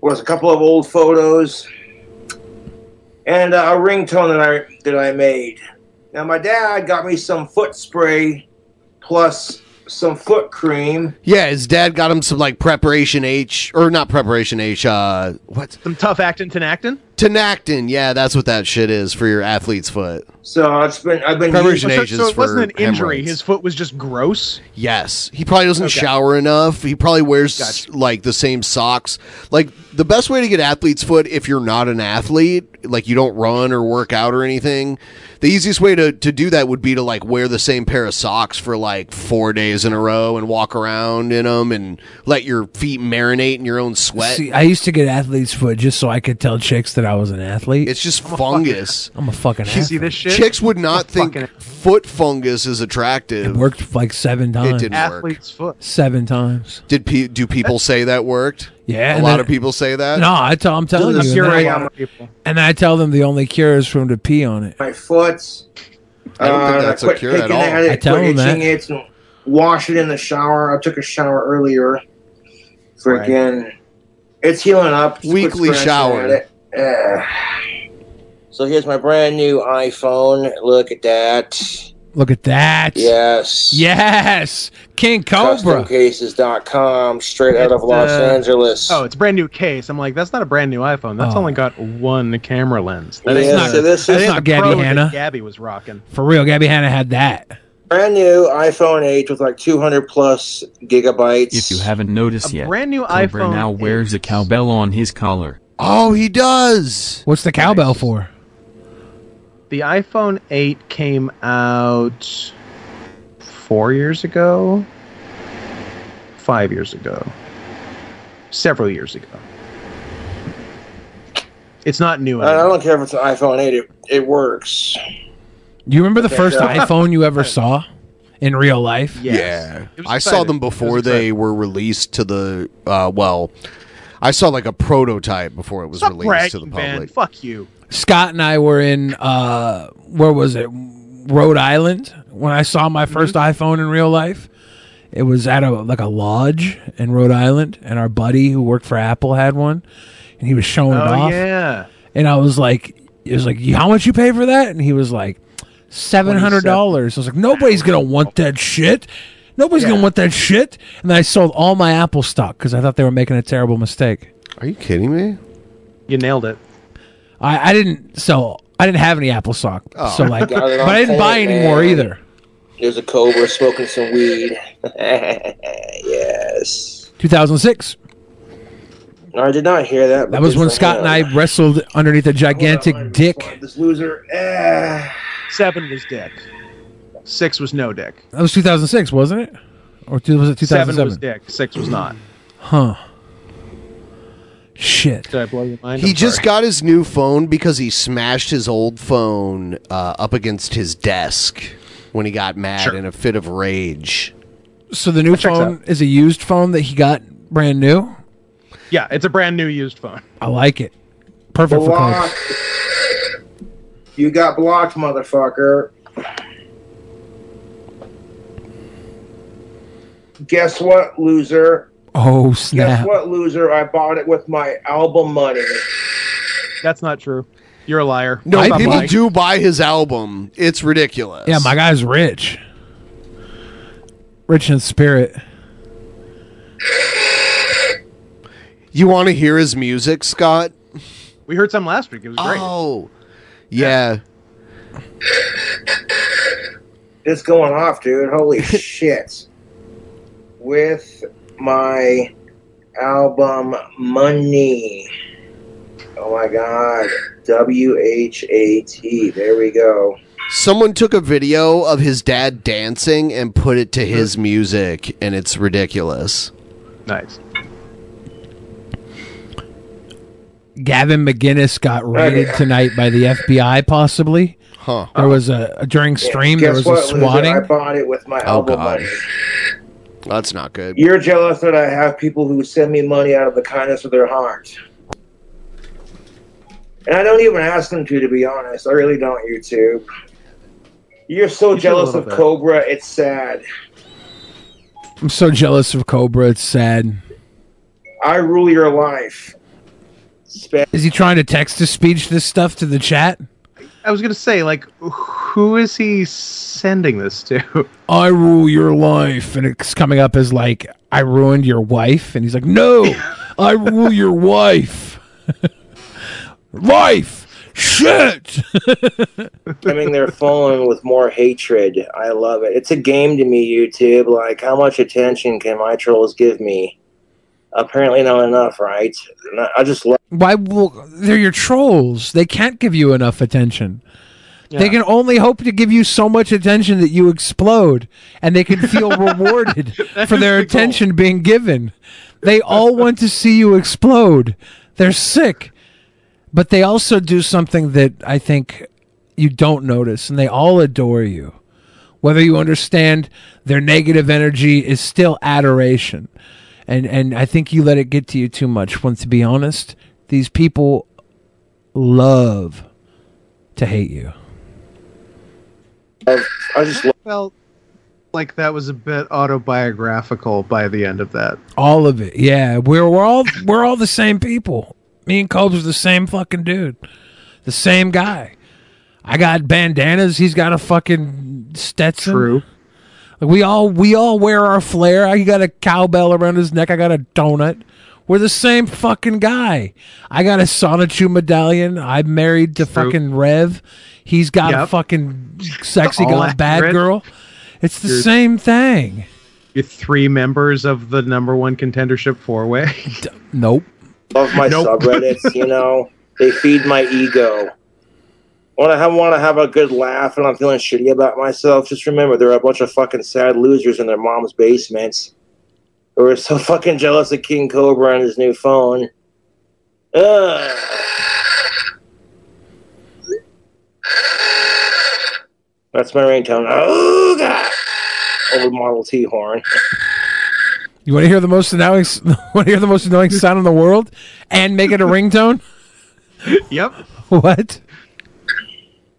Speaker 12: was a couple of old photos and uh, a ringtone that I that I made. Now my dad got me some foot spray plus some foot cream.
Speaker 8: Yeah, his dad got him some like preparation H or not preparation H. Uh, what?
Speaker 10: Some tough actin tenactin.
Speaker 8: Tenactin. Yeah, that's what that shit is for your athlete's foot.
Speaker 12: So it's been I've been
Speaker 8: preparation H
Speaker 10: so,
Speaker 8: is
Speaker 10: so it
Speaker 8: for
Speaker 10: wasn't an injury.
Speaker 8: hemorrhoids.
Speaker 10: His foot was just gross.
Speaker 8: Yes, he probably doesn't
Speaker 10: Okay.
Speaker 8: shower enough. He probably wears like the same socks. Like the best way to get athlete's foot if you're not an athlete, like you don't run or work out or anything, the easiest way to to do that would be to like wear the same pair of socks for like 4 days in a row and walk around in them and let your feet marinate in your own sweat.
Speaker 1: See, I used to get athlete's foot just so I could tell chicks that I was an athlete.
Speaker 8: It's just fungus.
Speaker 1: I'm a fucking
Speaker 8: You
Speaker 1: athlete.
Speaker 8: see this shit? Chicks would not think foot fungus is attractive.
Speaker 1: Worked like seven times.
Speaker 8: It didn't
Speaker 10: work.
Speaker 1: Seven times.
Speaker 8: Did pe- do people say that worked?
Speaker 1: Yeah,
Speaker 8: a
Speaker 1: and
Speaker 8: lot
Speaker 1: then-
Speaker 8: of people say that.
Speaker 1: No, I tell, I'm telling you. and then I- And I tell them the only cure is for them to pee on it.
Speaker 12: my foot.
Speaker 1: I don't
Speaker 12: Uh,
Speaker 1: think that's a
Speaker 12: quit
Speaker 1: cure at
Speaker 12: picking
Speaker 1: all.
Speaker 12: At it,
Speaker 1: I tell
Speaker 12: quit
Speaker 1: them that.
Speaker 12: itching it, and wash it in the shower. I took a shower earlier. Freaking, it's healing up. Just
Speaker 8: Weekly
Speaker 12: quit scratching
Speaker 8: shower.
Speaker 12: at it. Ugh. So here's my brand new iPhone. Look at that.
Speaker 1: Look at that.
Speaker 12: Yes.
Speaker 1: Yes. King Cobra.
Speaker 12: CustomCases.com, straight out of Los
Speaker 10: Uh,
Speaker 12: Angeles.
Speaker 10: Oh, it's a brand new case. I'm like, that's not a brand new iPhone.
Speaker 1: Oh.
Speaker 10: That's only got one camera lens. That
Speaker 12: Yeah,
Speaker 10: ain't
Speaker 12: so this
Speaker 10: that
Speaker 12: is-
Speaker 10: ain't
Speaker 12: Not
Speaker 10: the
Speaker 12: Gabby
Speaker 10: pro that
Speaker 1: Hanna.
Speaker 10: Gabby was rocking.
Speaker 1: For real, Gabby Hanna had that.
Speaker 12: Brand new iPhone 8 with like 200 plus gigabytes.
Speaker 13: If you haven't noticed yet,
Speaker 12: brand new
Speaker 13: Cobra
Speaker 12: iPhone
Speaker 13: now wears a cowbell on his collar.
Speaker 8: Oh, he does.
Speaker 1: What's the cowbell for?
Speaker 10: The iPhone 8 came out four years ago, five years ago, several years ago. It's not
Speaker 1: [laughs]
Speaker 10: new.
Speaker 8: Uh,
Speaker 12: I don't care if it's an iPhone 8, it, it works.
Speaker 1: You remember the
Speaker 12: Okay,
Speaker 1: first
Speaker 12: so-
Speaker 1: iPhone you ever saw in real life?
Speaker 8: Yeah. I saw them before they were released to the uh, well. I saw like a prototype before it was
Speaker 10: Stop
Speaker 8: released to the
Speaker 10: bragging, man.
Speaker 8: public.
Speaker 10: Fuck you.
Speaker 1: Scott and I were in uh where was it? Rhode Island when I saw my 1st
Speaker 10: Mm-hmm.
Speaker 1: iPhone in real life. It was at a like a lodge in Rhode Island and our buddy who worked for Apple had one and he was showing
Speaker 10: Oh,
Speaker 1: it off.
Speaker 10: yeah.
Speaker 1: And I was like it was like how much you pay for that? And he was like seven hundred dollars. I was like, nobody's gonna want that shit. Nobody's gonna want that shit. And then I sold all my Apple stock because I thought they were making a terrible mistake.
Speaker 8: Are you kidding me?
Speaker 10: You nailed it.
Speaker 1: I, I didn't sell. I didn't have any Apple stock.
Speaker 12: Oh. [laughs]
Speaker 1: so like,
Speaker 12: Got it
Speaker 1: but
Speaker 12: on
Speaker 1: I didn't buy
Speaker 12: tape,
Speaker 1: any more
Speaker 12: man.
Speaker 1: either.
Speaker 12: There's a cobra smoking some weed. [laughs] yes.
Speaker 1: 2006.
Speaker 12: I did not hear that. but
Speaker 1: That was
Speaker 12: good
Speaker 1: when
Speaker 12: for
Speaker 1: Scott
Speaker 12: him.
Speaker 1: and I wrestled underneath a gigantic dick.
Speaker 12: This loser. eh.
Speaker 10: Seven was dick. Six was no dick.
Speaker 1: That was 2006, wasn't it? Or two- was it
Speaker 10: Seven was
Speaker 1: 2007?
Speaker 10: dick. Six was not.
Speaker 1: Huh. Shit.
Speaker 10: Did I blow your mind?
Speaker 8: He
Speaker 10: I'm
Speaker 8: just
Speaker 10: sorry.
Speaker 8: got his new phone because he smashed his old phone uh, up against his desk when he got mad in a fit of rage.
Speaker 1: So the new
Speaker 8: checks
Speaker 1: phone is a used phone that he got brand new.
Speaker 10: Yeah, it's a brand new used phone.
Speaker 1: I like it. Perfect for Coach.
Speaker 12: Blocked. You got blocked, motherfucker. Guess what, loser?
Speaker 1: Oh snap!
Speaker 12: Guess what, loser? I bought it with my album money.
Speaker 10: That's not true. You're a liar.
Speaker 8: No,
Speaker 10: I'm not
Speaker 8: people
Speaker 10: lying.
Speaker 8: do buy his album. It's ridiculous.
Speaker 1: Yeah, my guy's rich. Rich in spirit.
Speaker 8: You want to hear his music, Scott?
Speaker 10: We heard some last week. It was great.
Speaker 8: Oh, yeah.
Speaker 12: It's going off, dude. Holy shit. With my album money. Oh my god. W H A T. There we go.
Speaker 8: Someone took a video of his dad dancing and put it to his music, and it's ridiculous.
Speaker 10: Nice.
Speaker 1: Gavin McGinnis got raided tonight by the FBI, possibly.
Speaker 8: Huh.
Speaker 1: There was a during stream.
Speaker 12: Guess
Speaker 1: there was
Speaker 12: what, uh,
Speaker 1: a
Speaker 12: loser?
Speaker 1: swatting.
Speaker 12: I bought it with my
Speaker 8: Oh,
Speaker 12: album
Speaker 8: God.
Speaker 12: money.
Speaker 8: That's not good.
Speaker 12: You're jealous that I have people who send me money out of the kindness of their heart. And I don't even ask them to, to be honest. I really don't, YouTube. You're so
Speaker 10: should a
Speaker 12: jealous
Speaker 10: little
Speaker 12: of
Speaker 10: bit.
Speaker 12: Cobra, it's sad.
Speaker 1: I'm so jealous of Cobra. It's sad.
Speaker 12: I rule your life. Spe-
Speaker 1: Is he trying to text to speech this stuff to the chat?
Speaker 10: I was gonna say, like, who is he sending this to?
Speaker 1: [laughs] I rule your life, and it's coming up as like I ruined your wife, and he's like, no,
Speaker 10: [laughs]
Speaker 1: I rule your wife, [laughs] life, shit.
Speaker 12: Filling their phone with more hatred. I love it. It's a game to me, YouTube. Like, how much attention can my trolls give me? Apparently, not enough, right? And I- I just love.
Speaker 1: Why will they're your trolls? They can't give you enough attention. They can only hope to give you so much attention that you explode, and they can feel rewarded for their attention being given. They all want to see you explode. They're sick, but they also do something that I think you don't notice, and they all adore you. Whether you understand their negative energy is still adoration, and and I think you let it get to you too much. When to be honest, these people love to hate you.
Speaker 12: I just
Speaker 10: felt like that was a bit autobiographical by the end of that.
Speaker 1: All of it. Yeah, we're we're all we're all the same people. Me and Cobb's the same fucking dude, the same guy. I got bandanas. He's got a fucking Stetson. True. Like we all we all wear our flair. I got a cowbell around his neck. I got a donut. We're the same fucking guy. I got a Sonichu medallion. I'm married to fucking Rev. He's got a
Speaker 10: Yep.
Speaker 1: fucking sexy
Speaker 10: All
Speaker 1: girl, bad
Speaker 10: accurate.
Speaker 1: girl. It's the
Speaker 10: You're-
Speaker 1: same thing.
Speaker 10: You're three members of the number one contendership four way.
Speaker 1: nope.
Speaker 12: love my
Speaker 10: Nope.
Speaker 12: subreddits. You know, they feed my ego. When I want to have a good laugh and I'm feeling shitty about myself, just remember there are a bunch of fucking sad losers in their mom's basements who are so fucking jealous of King Cobra and his new phone. Ugh. That's my ringtone. [gasps] Oh, God. Over Model T horn.
Speaker 1: You want to hear the most annoying? [laughs] Want to hear the most annoying sound in the world, and make it a ringtone?
Speaker 10: [laughs]
Speaker 1: [laughs]
Speaker 10: yep.
Speaker 1: What?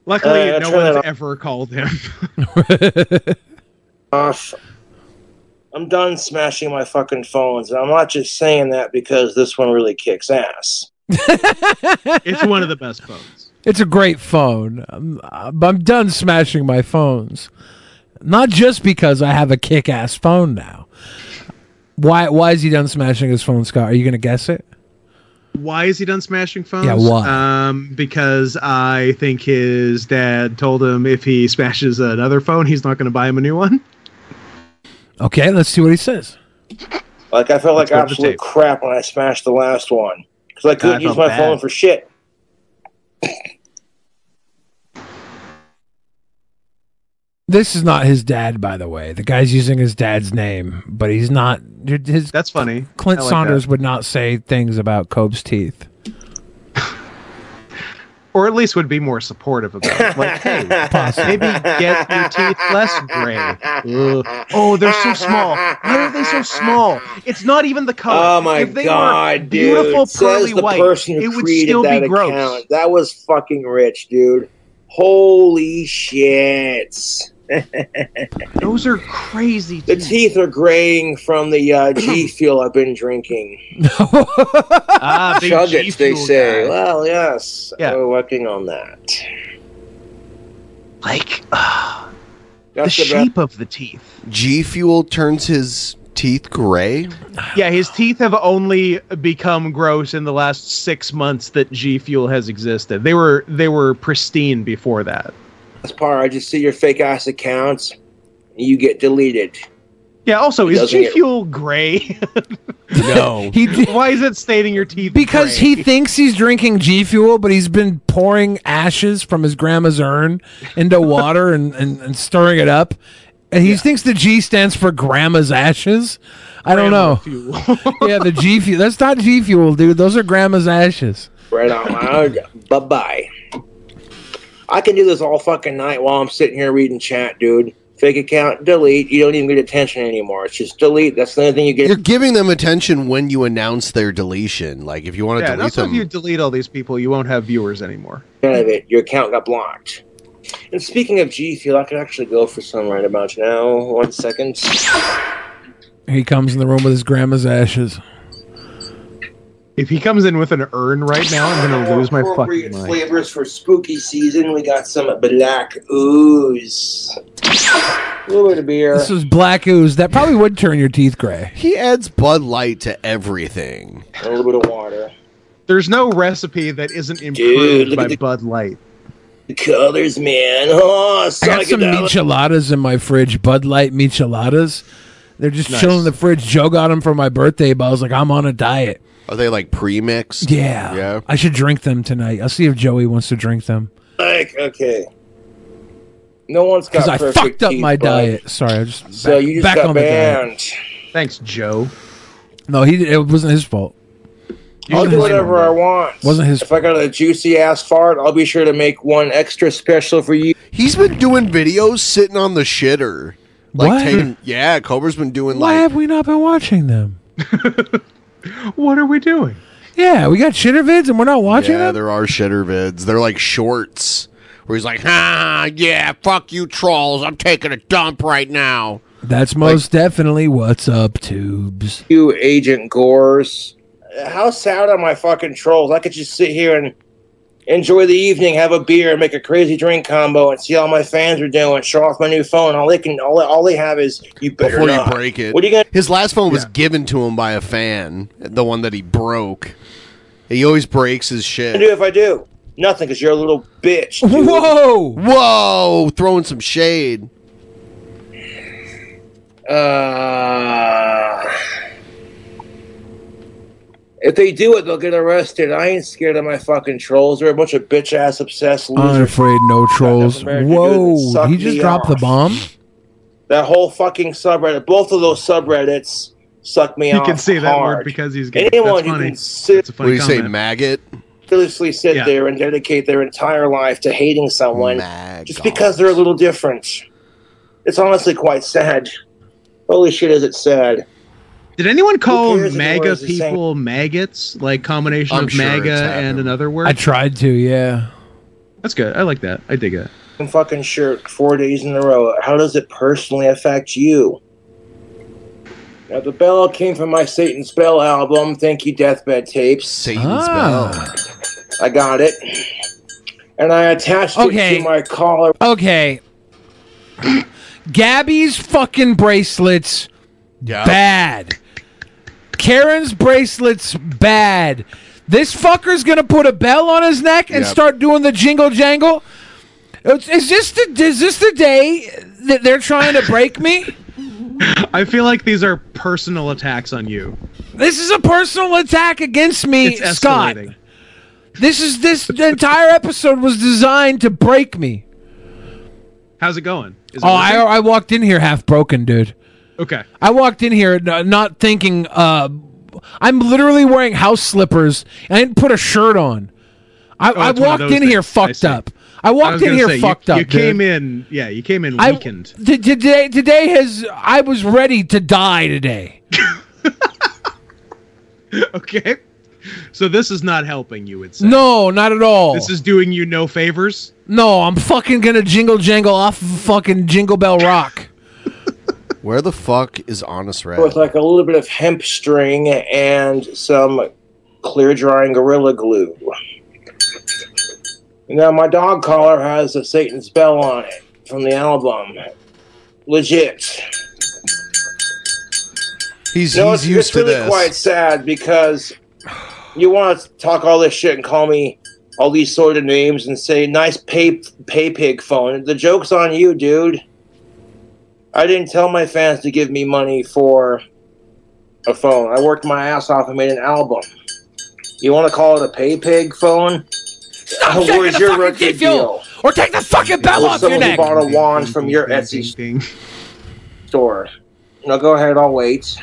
Speaker 10: Luckily,
Speaker 12: Uh,
Speaker 10: no
Speaker 12: turn it
Speaker 10: one's
Speaker 12: off.
Speaker 10: ever called
Speaker 1: [laughs]
Speaker 10: him.
Speaker 12: off. I'm done smashing my fucking phones. And I'm not just saying that because this one really kicks
Speaker 10: [laughs]
Speaker 12: ass.
Speaker 10: it's one of the best phones.
Speaker 1: It's a great phone. I'm, I'm done smashing my phones. Not just because I have a kick-ass phone now. Why? Why is he done smashing his phone, Scott? Are you gonna guess it?
Speaker 10: Why is he done smashing phones?
Speaker 1: Yeah, why?
Speaker 10: Um, because I think his dad told him if he smashes another phone, he's not going to buy him a new one.
Speaker 1: Okay, let's see what he says.
Speaker 12: Like I felt like
Speaker 10: Let's go to the
Speaker 12: absolute
Speaker 10: tape.
Speaker 12: crap when I smashed the last one because I couldn't
Speaker 10: I
Speaker 12: use
Speaker 10: felt
Speaker 12: my
Speaker 10: bad.
Speaker 12: phone for shit.
Speaker 1: This is not his dad, by the way. The guy's using his dad's name, but he's not. His
Speaker 10: that's funny.
Speaker 1: Clint
Speaker 10: I like
Speaker 1: Saunders
Speaker 10: that.
Speaker 1: would not say things about Cobe's teeth.
Speaker 10: or at least would be more supportive about it.
Speaker 12: [laughs]
Speaker 10: Like, hey, maybe get your teeth less gray. Ugh. Oh, they're so small. Why are they so small? It's not even the color.
Speaker 12: Oh my
Speaker 10: if they were
Speaker 12: god, dude!
Speaker 10: beautiful
Speaker 12: Says
Speaker 10: pearly
Speaker 12: the
Speaker 10: white,
Speaker 12: person who
Speaker 10: it would
Speaker 12: created
Speaker 10: still
Speaker 12: that
Speaker 10: be gross.
Speaker 12: account. That was fucking rich, dude. Holy shit! [laughs]
Speaker 10: Those are crazy.
Speaker 12: The teeth are graying from the
Speaker 10: [clears throat]
Speaker 12: uh, G fuel I've been drinking. [laughs]
Speaker 10: ah,
Speaker 27: big
Speaker 12: Chug
Speaker 27: G
Speaker 12: it, they
Speaker 27: Fuel
Speaker 12: say.
Speaker 27: guy.
Speaker 12: Well, yes, we're working on that.
Speaker 10: Like uh,
Speaker 12: That's
Speaker 10: the
Speaker 12: the best-
Speaker 10: shape of the teeth.
Speaker 8: G Fuel turns his teeth gray.
Speaker 10: Yeah, his teeth have only become gross in the last six months that G Fuel has existed. They were they were pristine before that.
Speaker 12: That's part. I just see your fake ass accounts, and you get deleted.
Speaker 10: Yeah. Also,
Speaker 12: He
Speaker 10: is
Speaker 12: doesn't
Speaker 10: G
Speaker 12: get-
Speaker 10: Fuel gray? [laughs]
Speaker 1: No.
Speaker 10: he. Why is it stating your teeth?
Speaker 1: Because he thinks he's drinking G Fuel, but he's been pouring ashes from his grandma's urn
Speaker 10: [laughs]
Speaker 1: into water and, and, and stirring it up. And he thinks the G stands for grandma's ashes. I don't know. [laughs] yeah, the G Fuel. That's not G Fuel, dude. Those are grandma's ashes.
Speaker 12: Right on. bye bye. I can do this all fucking night while I'm sitting here reading chat, dude. Fake account, delete. You don't even get attention anymore. It's just delete. That's the only thing you get.
Speaker 8: You're giving them attention when you announce their deletion. Like if you want to
Speaker 10: Yeah,
Speaker 8: delete
Speaker 10: that's why if
Speaker 8: them,
Speaker 10: you delete all these people, you won't have viewers anymore.
Speaker 12: None of it. Your account got blocked. And speaking of G Fuel, I could actually go for some right about now. One second.
Speaker 1: He comes in the room with his grandma's ashes.
Speaker 10: If he comes in with an urn right now, I'm gonna lose my fucking mind.
Speaker 12: flavors for spooky season. We got some black ooze, a little bit of beer.
Speaker 1: This is black ooze. That probably would turn your teeth gray.
Speaker 8: He adds Bud Light to everything.
Speaker 12: A little bit of water.
Speaker 10: There's no recipe that isn't
Speaker 12: Dude,
Speaker 10: improved
Speaker 12: look
Speaker 10: by
Speaker 12: at the-
Speaker 10: Bud Light.
Speaker 12: The colors, man. Oh,
Speaker 1: I got some
Speaker 12: psychedelic.
Speaker 1: micheladas in my fridge, Bud Light micheladas. They're just
Speaker 8: Nice.
Speaker 1: chilling in the fridge. Joe got them for my birthday, but I was like, I'm on a diet.
Speaker 8: Are they like pre-mixed?
Speaker 1: Yeah.
Speaker 8: Yeah.
Speaker 1: I should drink them tonight. I'll see if Joey wants to drink them.
Speaker 12: Like, okay. No one's got
Speaker 1: Because I
Speaker 12: perfect
Speaker 1: fucked up
Speaker 12: teeth,
Speaker 1: my
Speaker 12: bud.
Speaker 1: diet. Sorry, I just
Speaker 12: So
Speaker 1: back,
Speaker 12: you just
Speaker 1: back
Speaker 12: got
Speaker 1: on the diet.
Speaker 12: banned.
Speaker 10: Thanks, Joe.
Speaker 1: No, he it wasn't his fault.
Speaker 12: I'll do whatever I want.
Speaker 1: Wasn't his
Speaker 12: If I got a juicy ass fart, I'll be sure to make one extra special for you.
Speaker 8: He's been doing videos sitting on the shitter. Like
Speaker 1: What?
Speaker 8: taking yeah, Cobra's been doing
Speaker 1: Why
Speaker 8: like
Speaker 1: have we not been watching them?
Speaker 10: [laughs] what are we doing?
Speaker 1: Yeah, we got shitter vids and we're not watching
Speaker 8: yeah,
Speaker 1: them.
Speaker 8: there are shitter vids. They're like shorts where he's like, "Ha, Ah, yeah, fuck you trolls. I'm taking a dump right now."
Speaker 1: That's most definitely what's up, tubes.
Speaker 12: You agent gores. How sad are my fucking trolls? I could just sit here and enjoy the evening, have a beer, make a crazy drink combo, and see how my fans are doing. Show off my new phone. All they can, all, all they have is you better
Speaker 8: Before you
Speaker 12: not."
Speaker 8: break it.
Speaker 12: What are you gonna?
Speaker 8: His last phone was given to him by a fan, the one that he broke. He always breaks his
Speaker 12: gonna do
Speaker 8: shit.
Speaker 12: if I do? Nothing, because you're a little bitch. dude.
Speaker 1: [laughs] Whoa!
Speaker 8: Whoa! Throwing some shade.
Speaker 12: Uh, if they do it, they'll get arrested. I ain't scared of my fucking trolls. They're a bunch of bitch ass
Speaker 10: Oh,
Speaker 12: obsessed
Speaker 1: I'm
Speaker 12: losers.
Speaker 1: afraid no trolls.
Speaker 12: America do than
Speaker 1: Whoa,
Speaker 12: suck
Speaker 1: he just
Speaker 12: me
Speaker 1: dropped the
Speaker 12: off.
Speaker 1: bomb.
Speaker 12: that whole fucking subreddit, both of those subreddits suck me
Speaker 10: You
Speaker 12: off.
Speaker 10: can say that
Speaker 12: hard.
Speaker 10: word because he's gay.
Speaker 12: Anyone
Speaker 10: That's
Speaker 12: who
Speaker 10: funny.
Speaker 12: can sit,
Speaker 10: funny What do you say, comment.
Speaker 8: maggot?
Speaker 12: Seriously, sit
Speaker 10: Yeah.
Speaker 12: there and dedicate their entire life to hating someone just because they're a little different. It's honestly quite sad. Holy shit, is it sad?
Speaker 10: Did anyone call
Speaker 12: cares if the
Speaker 10: MAGA
Speaker 12: words are the same?
Speaker 10: people maggots? Like combination
Speaker 1: I'm
Speaker 10: of
Speaker 1: sure
Speaker 10: MAGA
Speaker 1: it's happened.
Speaker 10: and another word?
Speaker 1: I tried to, yeah.
Speaker 10: That's good. I like that. I dig it.
Speaker 12: Fucking fucking shirt four days in a row. How does it personally affect you? Now the bell came from my Satan's Bell album. Thank you, Deathbed Tapes.
Speaker 8: Satan's
Speaker 12: Bell. I got it, and I attached it
Speaker 1: Okay.
Speaker 12: to my collar.
Speaker 1: Okay. [clears throat] Gabby's fucking bracelets, bad. Karen's bracelets, bad. This fucker's gonna put a bell on his neck and
Speaker 27: Yep.
Speaker 1: start doing the jingle jangle. Is is this the is this the day that they're trying to break me?
Speaker 10: I feel like these are personal attacks on you.
Speaker 1: This is a personal attack against me,
Speaker 10: It's
Speaker 1: Scott.
Speaker 10: escalating.
Speaker 1: This is this the entire episode was designed to break me.
Speaker 10: How's it going? Is it
Speaker 1: Oh, I,
Speaker 10: working?
Speaker 1: I walked in here half broken, dude.
Speaker 10: Okay.
Speaker 1: I walked in here n- not thinking. Uh, I'm literally wearing house slippers. And I didn't put a shirt on. I,
Speaker 10: Oh,
Speaker 1: I
Speaker 10: it's one of
Speaker 1: walked in
Speaker 10: those
Speaker 1: here
Speaker 10: things. I
Speaker 1: fucked
Speaker 10: see.
Speaker 1: up. I
Speaker 10: I
Speaker 1: walked
Speaker 10: was
Speaker 1: in
Speaker 10: gonna
Speaker 1: here
Speaker 10: say, you-
Speaker 1: fucked up.
Speaker 10: You
Speaker 1: dude.
Speaker 10: came in, yeah, you came in
Speaker 1: I-
Speaker 10: weakened.
Speaker 1: T- today, today has I was ready to die today.
Speaker 10: okay, so this is not helping you. It's
Speaker 1: No, not at all.
Speaker 10: this is doing you no favors.
Speaker 1: no. I'm fucking gonna jingle jangle off of fucking Jingle Bell Rock.
Speaker 8: Where the fuck is Honest Red?
Speaker 12: With like a little bit of hemp string and some clear drying gorilla glue. Now my dog collar has a Satan's bell on it from the album. Legit.
Speaker 8: He's,
Speaker 12: no,
Speaker 8: he's
Speaker 12: it's,
Speaker 8: used
Speaker 12: it's
Speaker 8: to
Speaker 12: really
Speaker 8: this.
Speaker 12: quite sad because you want to talk all this shit and call me all these sort of names and say nice pay pay pig phone. The joke's on you, dude. I didn't tell my fans to give me money for a phone. I worked my ass off and made an album. You want to call it a pay pig phone?
Speaker 1: Stop
Speaker 12: Where's
Speaker 1: checking the
Speaker 12: your
Speaker 1: fucking
Speaker 12: record
Speaker 1: teeth, you-
Speaker 12: deal?
Speaker 1: Or take the fucking
Speaker 12: With
Speaker 1: bell off your
Speaker 12: someone who
Speaker 1: neck.
Speaker 12: bought a wand from your Etsy store. No, go ahead. I'll wait.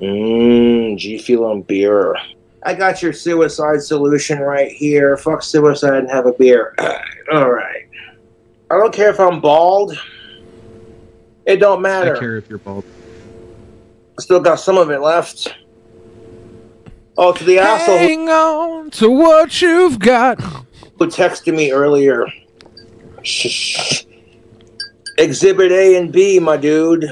Speaker 12: Mmm, G Fuel and beer. I got your suicide solution right here. Fuck suicide and have a beer. [clears throat] All right. I don't care if I'm bald. It don't matter.
Speaker 10: I care if you're bald.
Speaker 12: I still got some of it left. Oh, to the asshole who-
Speaker 1: Hang on to what you've got.
Speaker 12: who texted me earlier. Exhibit A and B, my dude.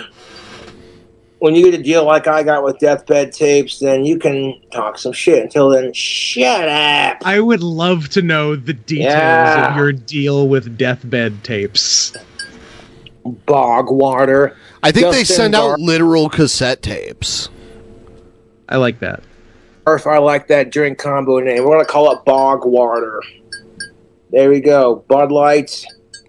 Speaker 12: When you get a deal like I got with Deathbed Tapes, then you can talk some shit. Until then, shut up.
Speaker 10: I would love to know the details
Speaker 12: Yeah.
Speaker 10: of your deal with deathbed tapes.
Speaker 12: Bog water.
Speaker 8: I think they
Speaker 12: Justin
Speaker 8: send
Speaker 12: Gar-
Speaker 8: out literal cassette tapes.
Speaker 10: I like that.
Speaker 12: Or if I like that drink combo name, we're gonna call it Bog Water. There we go. Bud Light.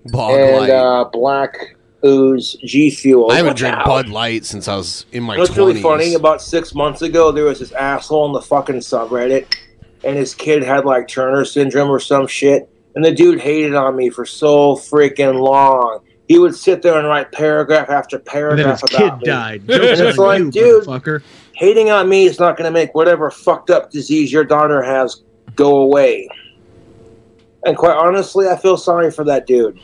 Speaker 8: Bog
Speaker 12: and,
Speaker 8: Light.
Speaker 12: Uh, black Ooze G Fuel.
Speaker 8: I haven't
Speaker 12: Look
Speaker 8: drank
Speaker 12: out.
Speaker 8: Bud Light since I was in my
Speaker 12: What's
Speaker 8: twenties.
Speaker 12: really funny. About six months ago, there was this asshole on the fucking subreddit, and his kid had like Turner syndrome or some shit. And the dude hated on me for so freaking long. He would sit there and write paragraph after
Speaker 10: And then
Speaker 12: paragraph
Speaker 10: his kid
Speaker 12: about me. [laughs]
Speaker 10: died.
Speaker 12: And
Speaker 10: Jokes
Speaker 12: it's
Speaker 10: on
Speaker 12: like,
Speaker 10: you,
Speaker 12: dude,
Speaker 10: motherfucker.
Speaker 12: hating on me is not going to make whatever fucked up disease your daughter has go away. And quite honestly, I feel sorry for that dude.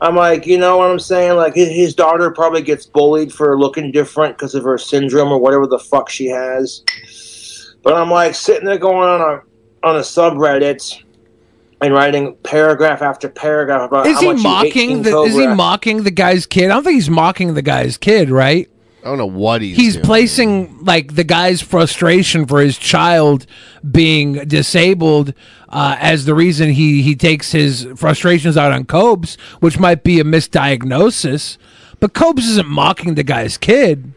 Speaker 12: I'm like, you know what I'm saying? Like, his, his daughter probably gets bullied for looking different because of her syndrome or whatever the fuck she has. But I'm like sitting there going on a, on a subreddit and writing paragraph after paragraph about
Speaker 1: Is
Speaker 12: how
Speaker 1: he
Speaker 12: much you hate King
Speaker 1: mocking the? Is he
Speaker 12: Cobra.
Speaker 1: mocking the guy's kid? I don't think he's mocking the guy's kid, right?
Speaker 8: I don't know what he's.
Speaker 1: He's placing like the guy's frustration for his child being disabled uh, as the reason he he takes his frustrations out on Cobes, which might be a misdiagnosis. But Cobes isn't mocking the guy's kid.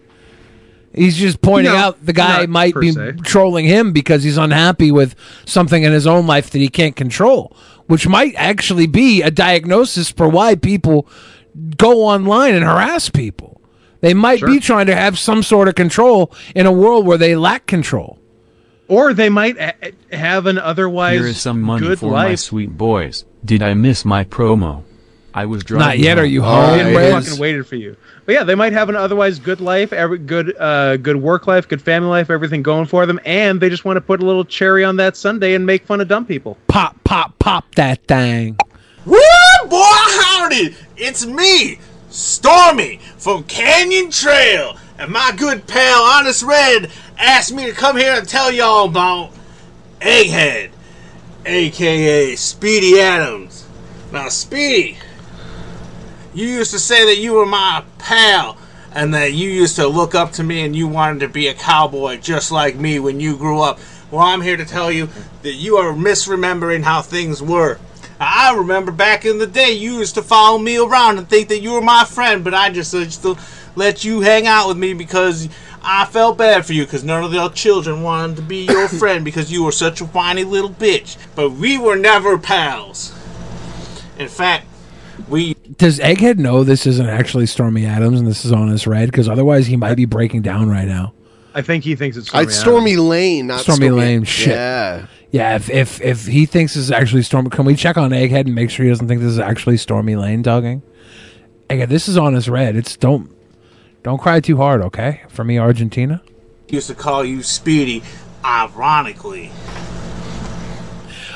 Speaker 1: He's just pointing
Speaker 10: No,
Speaker 1: out the guy
Speaker 10: not
Speaker 1: might
Speaker 10: per
Speaker 1: be
Speaker 10: se.
Speaker 1: trolling him because he's unhappy with something in his own life that he can't control, which might actually be a diagnosis for why people go online and harass people. They might be trying to have some sort of control in a world where they lack control.
Speaker 10: Or they might a- have an otherwise
Speaker 13: Here is some money
Speaker 10: good
Speaker 13: for my
Speaker 10: life.
Speaker 13: sweet boys. Did I miss my promo? I was driving.
Speaker 1: yet, are you
Speaker 10: I
Speaker 13: home? Oh,
Speaker 10: didn't fucking waited for you. But yeah, they might have an otherwise good life, every good uh, good work life, good family life, everything going for them, and they just want to put a little cherry on that Sunday and make fun of dumb people.
Speaker 1: Pop, pop, pop that thing.
Speaker 16: Woo, boy, howdy! It's me, Stormy, from Canyon Trail, and my good pal Honest Red asked me to come here and tell y'all about Egghead, aka Speedy Adams. Now, Speedy, you used to say that you were my pal, and that you used to look up to me and you wanted to be a cowboy just like me when you grew up. Well, I'm here to tell you that you are misremembering how things were. I remember back in the day you used to follow me around and think that you were my friend, but I just used to let you hang out with me because I felt bad for you because none of your children wanted to be your friend because you were such a whiny little bitch. But we were never pals. In fact, we
Speaker 1: Does Egghead know this isn't actually Stormy Adams and this is Honest Red? Because otherwise he might be breaking down right now.
Speaker 10: I think he thinks it's
Speaker 8: I
Speaker 10: Stormy.
Speaker 8: it's Stormy Lane, not
Speaker 1: Oh, Stormy,
Speaker 8: Stormy,
Speaker 1: Lane. Shit.
Speaker 8: Yeah.
Speaker 1: Yeah. If if if he thinks this is actually Stormy, can we check on Egghead and make sure he doesn't think this is actually Stormy Lane talking? Egghead, this is on his red. It's don't don't cry too hard, okay? For me, Argentina.
Speaker 16: used to call you Speedy, ironically.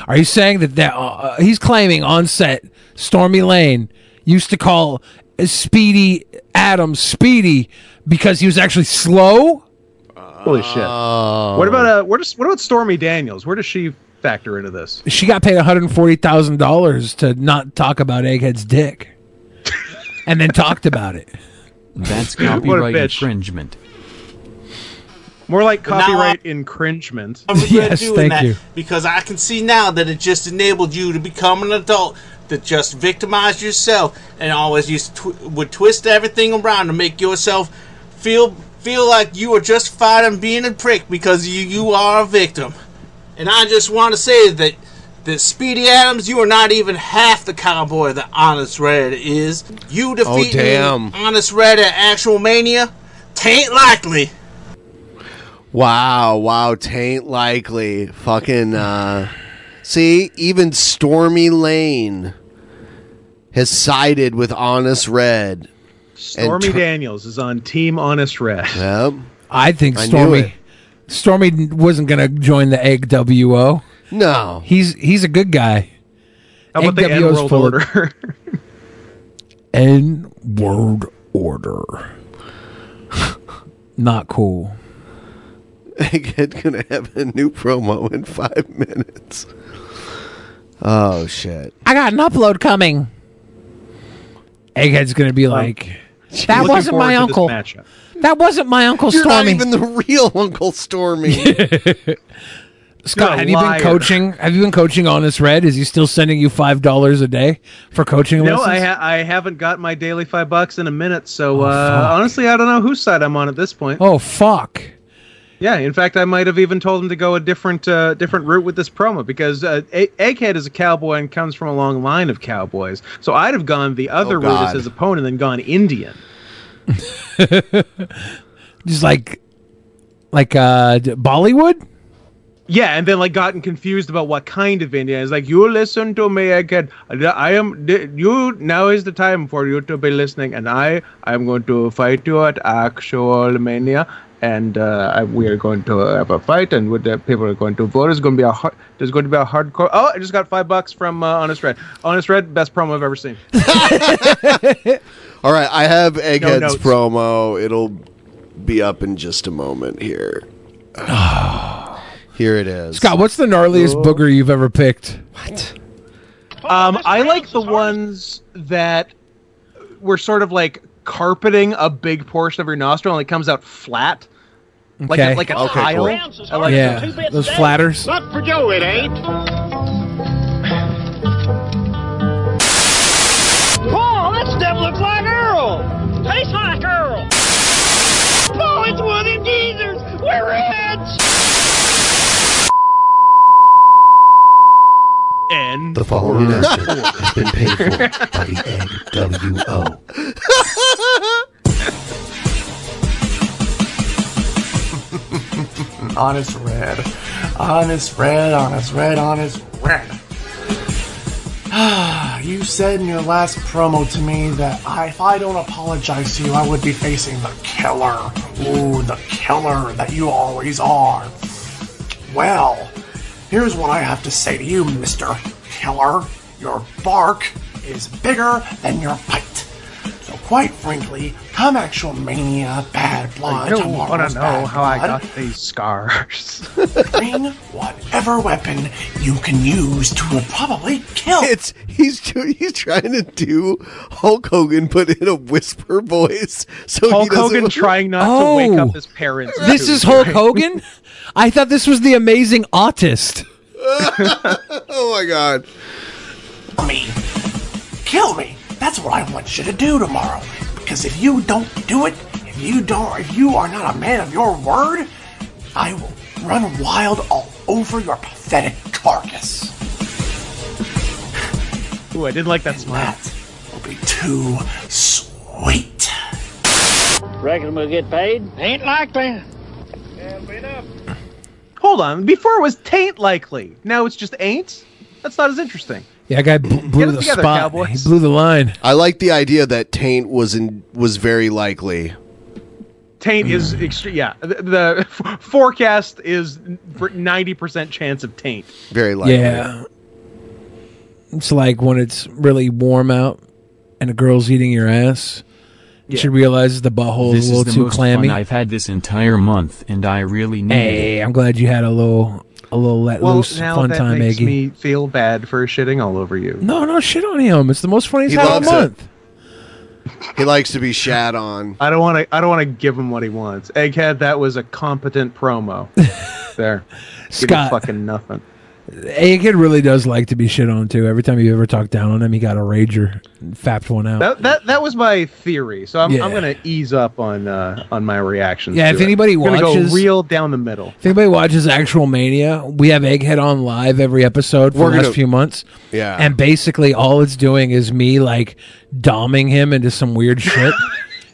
Speaker 1: Are you saying that that uh, he's claiming on set Stormy Lane used to call Speedy Adam Speedy because he was actually slow?
Speaker 10: Holy shit!
Speaker 1: Oh.
Speaker 10: What about uh? Where does what about Stormy Daniels? Where does she factor into this?
Speaker 1: She got paid one hundred forty thousand dollars to not talk about Egghead's dick, and then talked about it.
Speaker 13: That's
Speaker 10: [laughs] What a
Speaker 13: copyright
Speaker 10: bitch.
Speaker 13: infringement.
Speaker 10: More like
Speaker 16: But now
Speaker 10: copyright infringement.
Speaker 16: I regret doing that because I can see now that it just enabled you to become an adult that just victimized yourself and always used to tw- would twist everything around to make yourself feel feel like you are justified in being a prick because you you are a victim. And I just want to say that that Speedy Adams, you are not even half the cowboy that Honest Red is. You defeating
Speaker 8: damn.
Speaker 16: Honest Red at Actual Mania, tain't likely.
Speaker 8: Wow, wow, taint likely. Fucking uh see, even Stormy Lane has sided with Honest Red.
Speaker 10: Stormy Daniels is on Team Honest Red.
Speaker 8: Yep.
Speaker 1: I think
Speaker 10: I knew it.
Speaker 1: Stormy Stormy wasn't gonna join the Egg WO.
Speaker 8: No,
Speaker 1: he's he's a good guy.
Speaker 10: How about the N
Speaker 1: NWO 's
Speaker 10: world
Speaker 1: full
Speaker 8: [laughs]
Speaker 1: of-
Speaker 10: order?
Speaker 1: N word order. [laughs] Not
Speaker 8: [laughs]
Speaker 1: cool.
Speaker 8: Egghead gonna have a new promo in five minutes. Oh shit.
Speaker 1: I got an upload coming. Egghead's gonna be like, that
Speaker 8: looking
Speaker 1: wasn't my uncle.
Speaker 8: forward to this
Speaker 1: That wasn't my uncle
Speaker 8: You're
Speaker 1: Stormy.
Speaker 8: not even the real [laughs] Uncle
Speaker 1: [laughs]
Speaker 8: Stormy. You're
Speaker 1: Scott,
Speaker 8: a
Speaker 1: have you
Speaker 8: liar.
Speaker 1: been coaching? Have you been coaching on this red? Is he still sending you five dollars a day for coaching
Speaker 10: no,
Speaker 1: lessons? Oh,
Speaker 10: I ha- I haven't got my daily five bucks in a minute. So uh,
Speaker 1: fuck.
Speaker 10: honestly, I don't know whose side I'm on at this point.
Speaker 1: Oh fuck!
Speaker 10: Yeah, in fact, I might have even told him to go a different uh, different route with this promo because uh, a- Egghead is a cowboy and comes from a long line of cowboys. So I'd have gone the other
Speaker 1: Oh,
Speaker 10: route as
Speaker 1: God.
Speaker 10: his opponent and gone Indian.
Speaker 1: Just like, like uh d- Bollywood.
Speaker 10: Yeah, and then like gotten confused about what kind of Indian. It's like you listen to me, Egghead. I am you. Now is the time for you to be listening, and I I am going to fight you at actual mania. And uh, I- we are going to have a fight, and with the people are going to vote. It's going to be a hard, there's going to be a hardcore. Oh, I just got five bucks from uh, Honest Red. Honest Red, best promo I've ever seen.
Speaker 8: All right, I have Egghead's
Speaker 10: notes.
Speaker 8: promo. It'll be up in just a moment
Speaker 1: [sighs]
Speaker 8: here. here it is.
Speaker 1: Scott, what's the
Speaker 10: Oh.
Speaker 1: gnarliest booger you've ever picked?
Speaker 10: Um, I like the ones that were sort of like carpeting a big portion of your nostril and it comes out flat, like a,
Speaker 1: Okay.
Speaker 10: like a
Speaker 1: Okay,
Speaker 10: tile.
Speaker 1: cool.
Speaker 10: I like
Speaker 1: Yeah,
Speaker 10: those.
Speaker 1: those flatters.
Speaker 27: Not for you, it ain't. Paul, that stuff looks like Earl. Tastes like Earl. Paul, Oh, it's one of them geezers. We're rich.
Speaker 10: And
Speaker 11: the
Speaker 8: [laughs]
Speaker 11: following action has been paid for by the NWO.
Speaker 28: [laughs] honest red. Honest red, honest red, honest red. [sighs] you said in your last promo to me that I, if I don't apologize to you, I would be facing the killer. Ooh, the killer that you always are. Well, here's what I have to say to you, Mr. Killer. Your bark is bigger than your bite. So, quite frankly, come actual mania, bad blood.
Speaker 10: I don't
Speaker 28: tomorrow's
Speaker 10: want to know
Speaker 28: bad
Speaker 10: how I
Speaker 28: blood
Speaker 10: got these scars.
Speaker 28: bring whatever weapon you can use to probably kill.
Speaker 8: It's he's tr- he's trying to do Hulk Hogan, but in a whisper voice. So
Speaker 10: Hulk
Speaker 8: he doesn't-
Speaker 10: Hogan trying not to wake up his parents.
Speaker 1: Oh. This
Speaker 10: too, [laughs]
Speaker 1: is Hulk
Speaker 10: right?
Speaker 1: Hogan. I thought this was the amazing
Speaker 10: [laughs]
Speaker 1: autist.
Speaker 8: [laughs] oh my god.
Speaker 28: Me. Kill me. That's what I want you to do tomorrow. Because if you don't do it, if you don't, if you are not a man of your word, I will run wild all over your pathetic carcass.
Speaker 10: Ooh, I didn't like that smile.
Speaker 28: It'll be too sweet.
Speaker 27: Reckon we'll get paid? Ain't likely.
Speaker 10: Hold on, before it was taint likely. Now it's just ain't. That's not as interesting.
Speaker 1: Yeah, that guy bl- blew
Speaker 10: it
Speaker 1: the
Speaker 10: together,
Speaker 1: spot.
Speaker 10: Cowboys.
Speaker 1: He blew the line.
Speaker 8: I like the idea that Taint was in was very likely.
Speaker 10: Taint
Speaker 1: Hmm.
Speaker 10: is extreme. Yeah, the, the f- forecast is ninety percent chance of taint.
Speaker 8: Very likely.
Speaker 1: Yeah. It's like when it's really warm out and a girl's eating your ass. You
Speaker 13: Yeah.
Speaker 1: should realize the butthole
Speaker 13: This
Speaker 1: is a
Speaker 13: is
Speaker 1: little
Speaker 13: the
Speaker 1: too
Speaker 13: most
Speaker 1: clammy.
Speaker 13: fun I've had this entire month, and I really need
Speaker 1: Hey,
Speaker 13: it.
Speaker 1: I'm glad you had a little, a little let
Speaker 10: Well,
Speaker 1: loose
Speaker 10: now
Speaker 1: fun
Speaker 10: that
Speaker 1: time,
Speaker 10: makes
Speaker 1: Aggie.
Speaker 10: me feel bad for shitting all over you.
Speaker 1: No, no shit on him. It's the most fun he's
Speaker 10: He
Speaker 1: had all
Speaker 10: loves it.
Speaker 1: month.
Speaker 8: He likes to be shat on.
Speaker 10: I don't want to. I don't want to give him what he wants. Egghead, that was a competent
Speaker 1: [laughs]
Speaker 10: promo. there, Give you
Speaker 1: Scott.
Speaker 10: fucking nothing.
Speaker 1: Aikid really does like to be shit on too. Every time you ever talk down on him, he got a rager, and fapped one out.
Speaker 10: That, that that was my theory. So I'm, I'm
Speaker 1: Yeah.
Speaker 10: gonna ease up on uh, on my reactions.
Speaker 1: Yeah,
Speaker 10: to
Speaker 1: if
Speaker 10: it.
Speaker 1: anybody
Speaker 10: I'm gonna
Speaker 1: watches-
Speaker 10: go real down the middle.
Speaker 1: If anybody watches Actual Mania, we have Egghead on live every episode for
Speaker 10: We're
Speaker 1: the last
Speaker 10: gonna-
Speaker 1: few months.
Speaker 10: Yeah.
Speaker 1: And basically all it's doing is me like doming him into some
Speaker 10: [laughs]
Speaker 1: weird shit.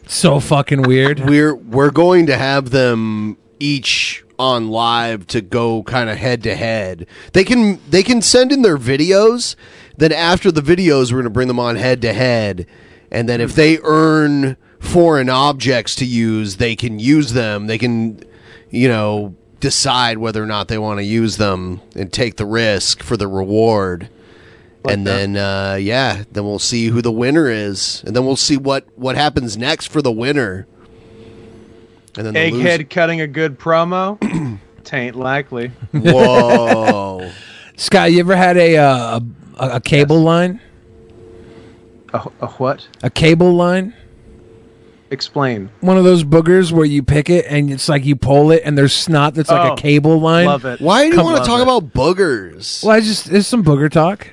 Speaker 1: so fucking weird.
Speaker 8: We're we're going to have them each on live to go kind of head to head. They can they can send in their videos. Then after the videos, we're going to bring them on head to head, and then if they earn foreign objects to use, they can use them. They can, you know, decide whether or not they want to use them and take the risk for the reward. and then uh, yeah, then we'll see who the winner is, and then we'll see what what happens next for the winner. And then the
Speaker 10: Egghead cutting a good promo.
Speaker 8: [clears throat]
Speaker 10: Tain't likely.
Speaker 8: loser- Whoa.
Speaker 1: Scott, you ever had a uh, a, a cable line?
Speaker 10: A, a what?
Speaker 1: A cable line?
Speaker 10: [laughs] Explain.
Speaker 1: One of those boogers where you pick it and it's like you pull it and there's snot that's like
Speaker 10: Oh,
Speaker 1: a cable line.
Speaker 10: love it.
Speaker 8: Why do you
Speaker 1: Come-
Speaker 8: want to
Speaker 1: love
Speaker 8: talk
Speaker 1: it.
Speaker 8: about boogers?
Speaker 1: Well, I just it's some booger talk.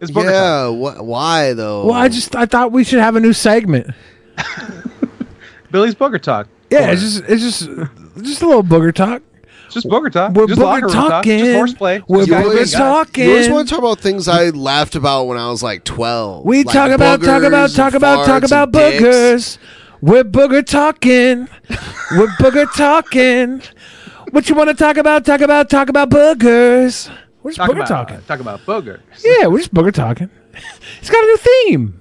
Speaker 8: yeah, wh- why though?
Speaker 1: Well, I just I thought we should have a new segment.
Speaker 10: Billy's booger talk.
Speaker 1: Yeah, it's just it's just just a little booger talk.
Speaker 10: Just booger talk.
Speaker 1: We're
Speaker 10: Just locker
Speaker 1: booger
Speaker 10: room talk. Just
Speaker 1: talking.
Speaker 10: horseplay.
Speaker 1: We're
Speaker 10: You
Speaker 1: booger
Speaker 10: always-
Speaker 1: talking.
Speaker 8: You always want to talk about things I laughed about when I was like twelve.
Speaker 1: We
Speaker 8: Like
Speaker 1: talk about talk
Speaker 8: boogers
Speaker 1: about
Speaker 8: and
Speaker 1: talk about talk
Speaker 8: farts
Speaker 1: about
Speaker 8: and dicks.
Speaker 1: boogers. We're booger talking. We're booger talking. What you want to talk about? Talk about talk about boogers. We're just
Speaker 10: Talk
Speaker 1: booger
Speaker 10: about,
Speaker 1: talking.
Speaker 10: Talk about booger.
Speaker 1: Yeah, we're just booger talking. He's got a new theme.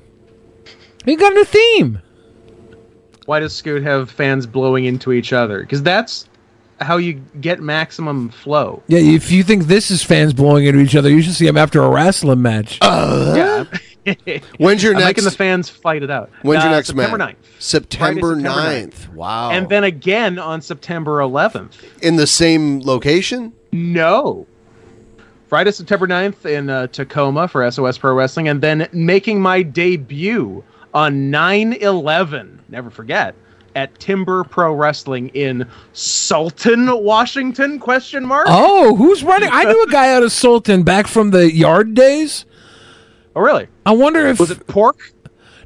Speaker 1: He got a new theme.
Speaker 10: Why does Scoot have fans blowing into each other? Because that's how you get maximum flow.
Speaker 1: Yeah, if you think this is fans blowing into each other, you should see him after a wrestling match.
Speaker 10: yeah.
Speaker 8: Uh-huh. [laughs] When's your
Speaker 10: I'm
Speaker 8: next-
Speaker 10: Making the fans fight it out.
Speaker 8: When's your
Speaker 10: Uh,
Speaker 8: next
Speaker 10: September
Speaker 8: match?
Speaker 10: 9th.
Speaker 8: September
Speaker 10: Friday,
Speaker 8: 9th.
Speaker 10: 9th.
Speaker 8: Wow.
Speaker 10: And then again on September 11th.
Speaker 8: in the same location?
Speaker 10: No. Friday, September 9th in uh, Tacoma for SOS Pro Wrestling, and then making my debut on 9 11, never forget, at Timber Pro Wrestling in Sultan, Washington? Question mark.
Speaker 1: Oh, who's running? I knew a guy out of Sultan back from the yard days.
Speaker 10: Oh, really?
Speaker 1: I wonder if
Speaker 10: was it pork.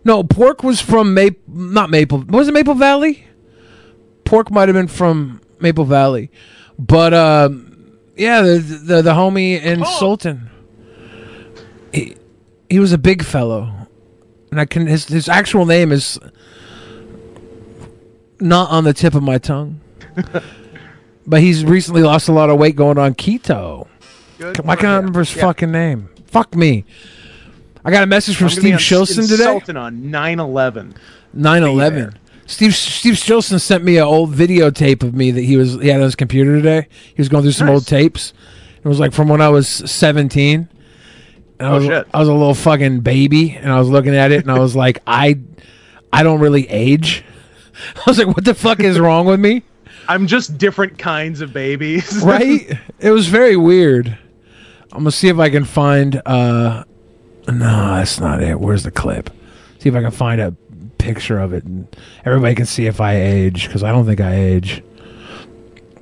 Speaker 1: No, pork was from Maple. Not Maple. Was it Maple Valley? Pork might have been from Maple Valley, but um, yeah, the the, the homie in Sultan. He, he was a big fellow, and I can his his actual name is not on the tip of
Speaker 10: [laughs]
Speaker 1: my tongue. But he's recently lost a lot of weight going on keto.
Speaker 10: Good
Speaker 1: Why can't I remember his
Speaker 10: Yeah.
Speaker 1: fucking name? Fuck me. I got a message from
Speaker 10: I'm gonna be
Speaker 1: Steve
Speaker 10: on-
Speaker 1: Shilson
Speaker 10: in
Speaker 1: today.
Speaker 10: Sultan on 9 11.
Speaker 1: 9-11. Steve Steve Stilson sent me an old videotape of me that he was he had on his computer today. He was going through some old tapes. It was like from when I was seventeen. And I
Speaker 10: Oh,
Speaker 1: was,
Speaker 10: shit.
Speaker 1: I was a little fucking baby, and I was looking at it, and I was like, I, I don't really age. [laughs] I was like, what the fuck is wrong with me?
Speaker 10: I'm just different kinds of babies. [laughs]
Speaker 1: right? It was very weird. I'm gonna see if I can find. uh No, that's not it. Where's the clip? See if I can find a picture of it, and everybody can see if I age because I don't think I age.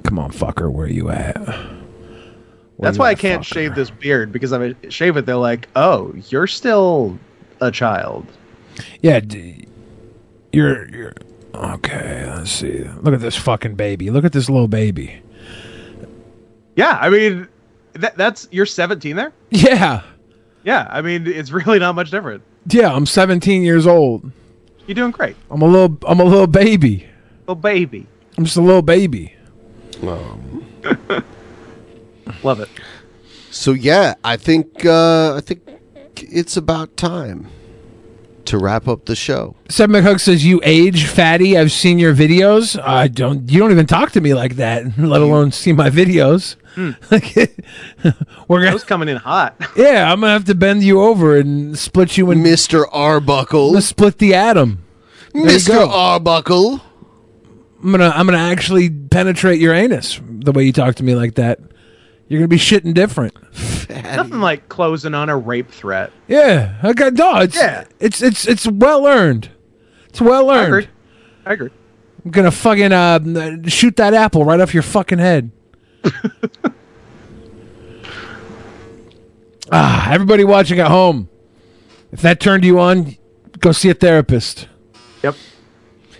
Speaker 1: Come on, fucker, where you at? Where
Speaker 10: That's
Speaker 1: you
Speaker 10: why I
Speaker 1: at,
Speaker 10: can't
Speaker 1: fuck?
Speaker 10: shave this beard because if I shave it, they're like, "Oh, you're still a child."
Speaker 1: Yeah, d- you're you're okay. Let's see. Look at this fucking baby. Look at this little baby.
Speaker 10: Yeah, I mean, that, that's you're 17 there.
Speaker 1: Yeah,
Speaker 10: Yeah, I mean, it's really not much different.
Speaker 1: yeah. I'm 17 years old.
Speaker 10: You're doing great,
Speaker 1: I'm a little. I'm a little baby.
Speaker 10: little baby.
Speaker 1: I'm just a little baby. Um.
Speaker 10: [laughs] Love it.
Speaker 8: So yeah, I think uh, I think it's about time to wrap up the show.
Speaker 1: Seb McHook says, "You age, fatty. [laughs] I've seen your videos. [laughs] I don't. You don't even talk to me like that, let alone see my videos." We're gonna,
Speaker 10: Those coming in
Speaker 1: [laughs]
Speaker 10: hot.
Speaker 1: yeah, I'm gonna have to bend you over and split you in
Speaker 8: Mr. Arbuckle.
Speaker 1: Let's split the atom. There you
Speaker 8: Mr.
Speaker 1: go.
Speaker 8: Arbuckle.
Speaker 1: I'm gonna I'm gonna actually penetrate your anus the way you talk to me like that. You're gonna be shitting different.
Speaker 10: Nothing like closing on a rape threat.
Speaker 1: Yeah, I got no. It's
Speaker 10: Yeah.
Speaker 1: it's it's it's well earned. It's well
Speaker 10: I
Speaker 1: earned.
Speaker 10: agree. I agree.
Speaker 1: I'm gonna fucking uh, shoot that apple right off your fucking [laughs] head. ah, everybody watching at home, if that turned you on, go see a therapist.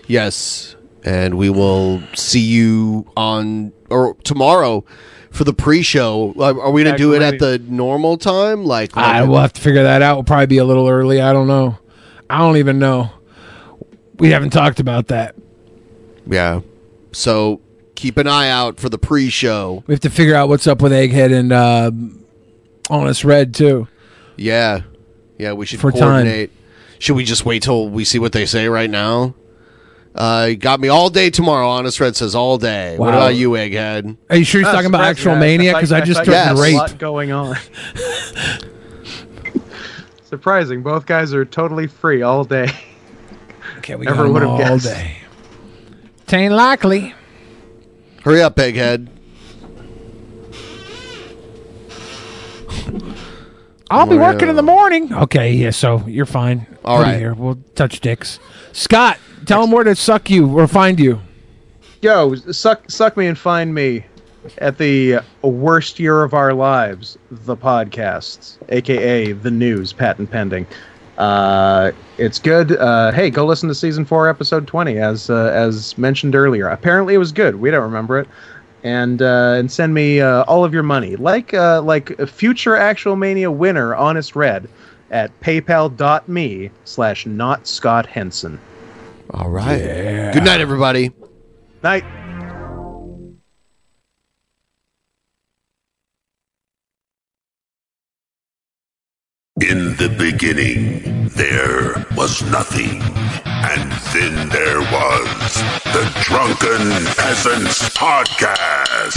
Speaker 8: Yes. And we will see you on or tomorrow for the pre-show. Are are we going to do it at the normal time? Like
Speaker 1: I will have to figure that out. We'll probably be a little early. I don't know. I don't even know. We haven't talked about that.
Speaker 8: Yeah. So keep an eye out for the pre-show.
Speaker 1: We have to figure out what's up with Egghead and uh, Honest Red too.
Speaker 8: Yeah. Yeah, we should
Speaker 1: For time.
Speaker 8: coordinate. Should we just wait till we see what they say right now? Uh, you got me all day tomorrow. Honest Red says all day. What
Speaker 1: Wow.
Speaker 8: about you, Egghead?
Speaker 1: Are you sure he's talking about actual mania? Because I just turned
Speaker 10: there's a
Speaker 1: rape.
Speaker 10: lot going on. [laughs] Surprising. Both guys are totally free all day.
Speaker 1: Okay,
Speaker 10: we
Speaker 1: got them all day. Tain't likely.
Speaker 8: Hurry up, Egghead.
Speaker 1: I'll be
Speaker 8: Mario.
Speaker 1: working in the morning. Okay, yeah, so you're fine.
Speaker 8: All
Speaker 1: Outta
Speaker 8: right.
Speaker 1: Here. We'll touch dicks. Scott, tell them where to suck you or find you.
Speaker 10: Yo, suck, suck me and find me at the worst year of our lives, the podcasts, aka the news, patent pending. Uh, it's good. Uh, hey, go listen to season four, episode twenty, as uh, as mentioned earlier. Apparently, it was good. We don't remember it. And uh, and send me uh, all of your money, like uh, like a future Actual Mania winner, Honest Red, at PayPal.me slash not Scott Henson.
Speaker 8: All right. Good night, everybody.
Speaker 10: Night.
Speaker 2: In the beginning, there was nothing. And then there was the Drunken Peasants Podcast.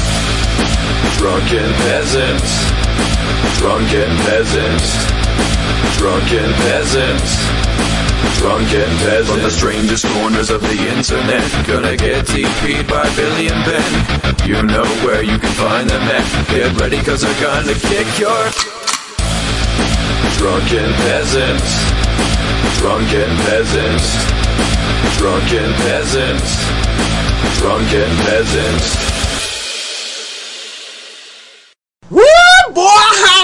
Speaker 2: Drunken Peasants. Drunken Peasants. Drunken Peasants. Drunken Peasants. From the strangest corners of the internet. Gonna get TP'd by Billy and Ben. You know where you can find them at. Get ready, cause they're gonna kick your. Drunken peasants. Drunken peasants. Drunken peasants. Drunken peasants.
Speaker 27: Woo, boy!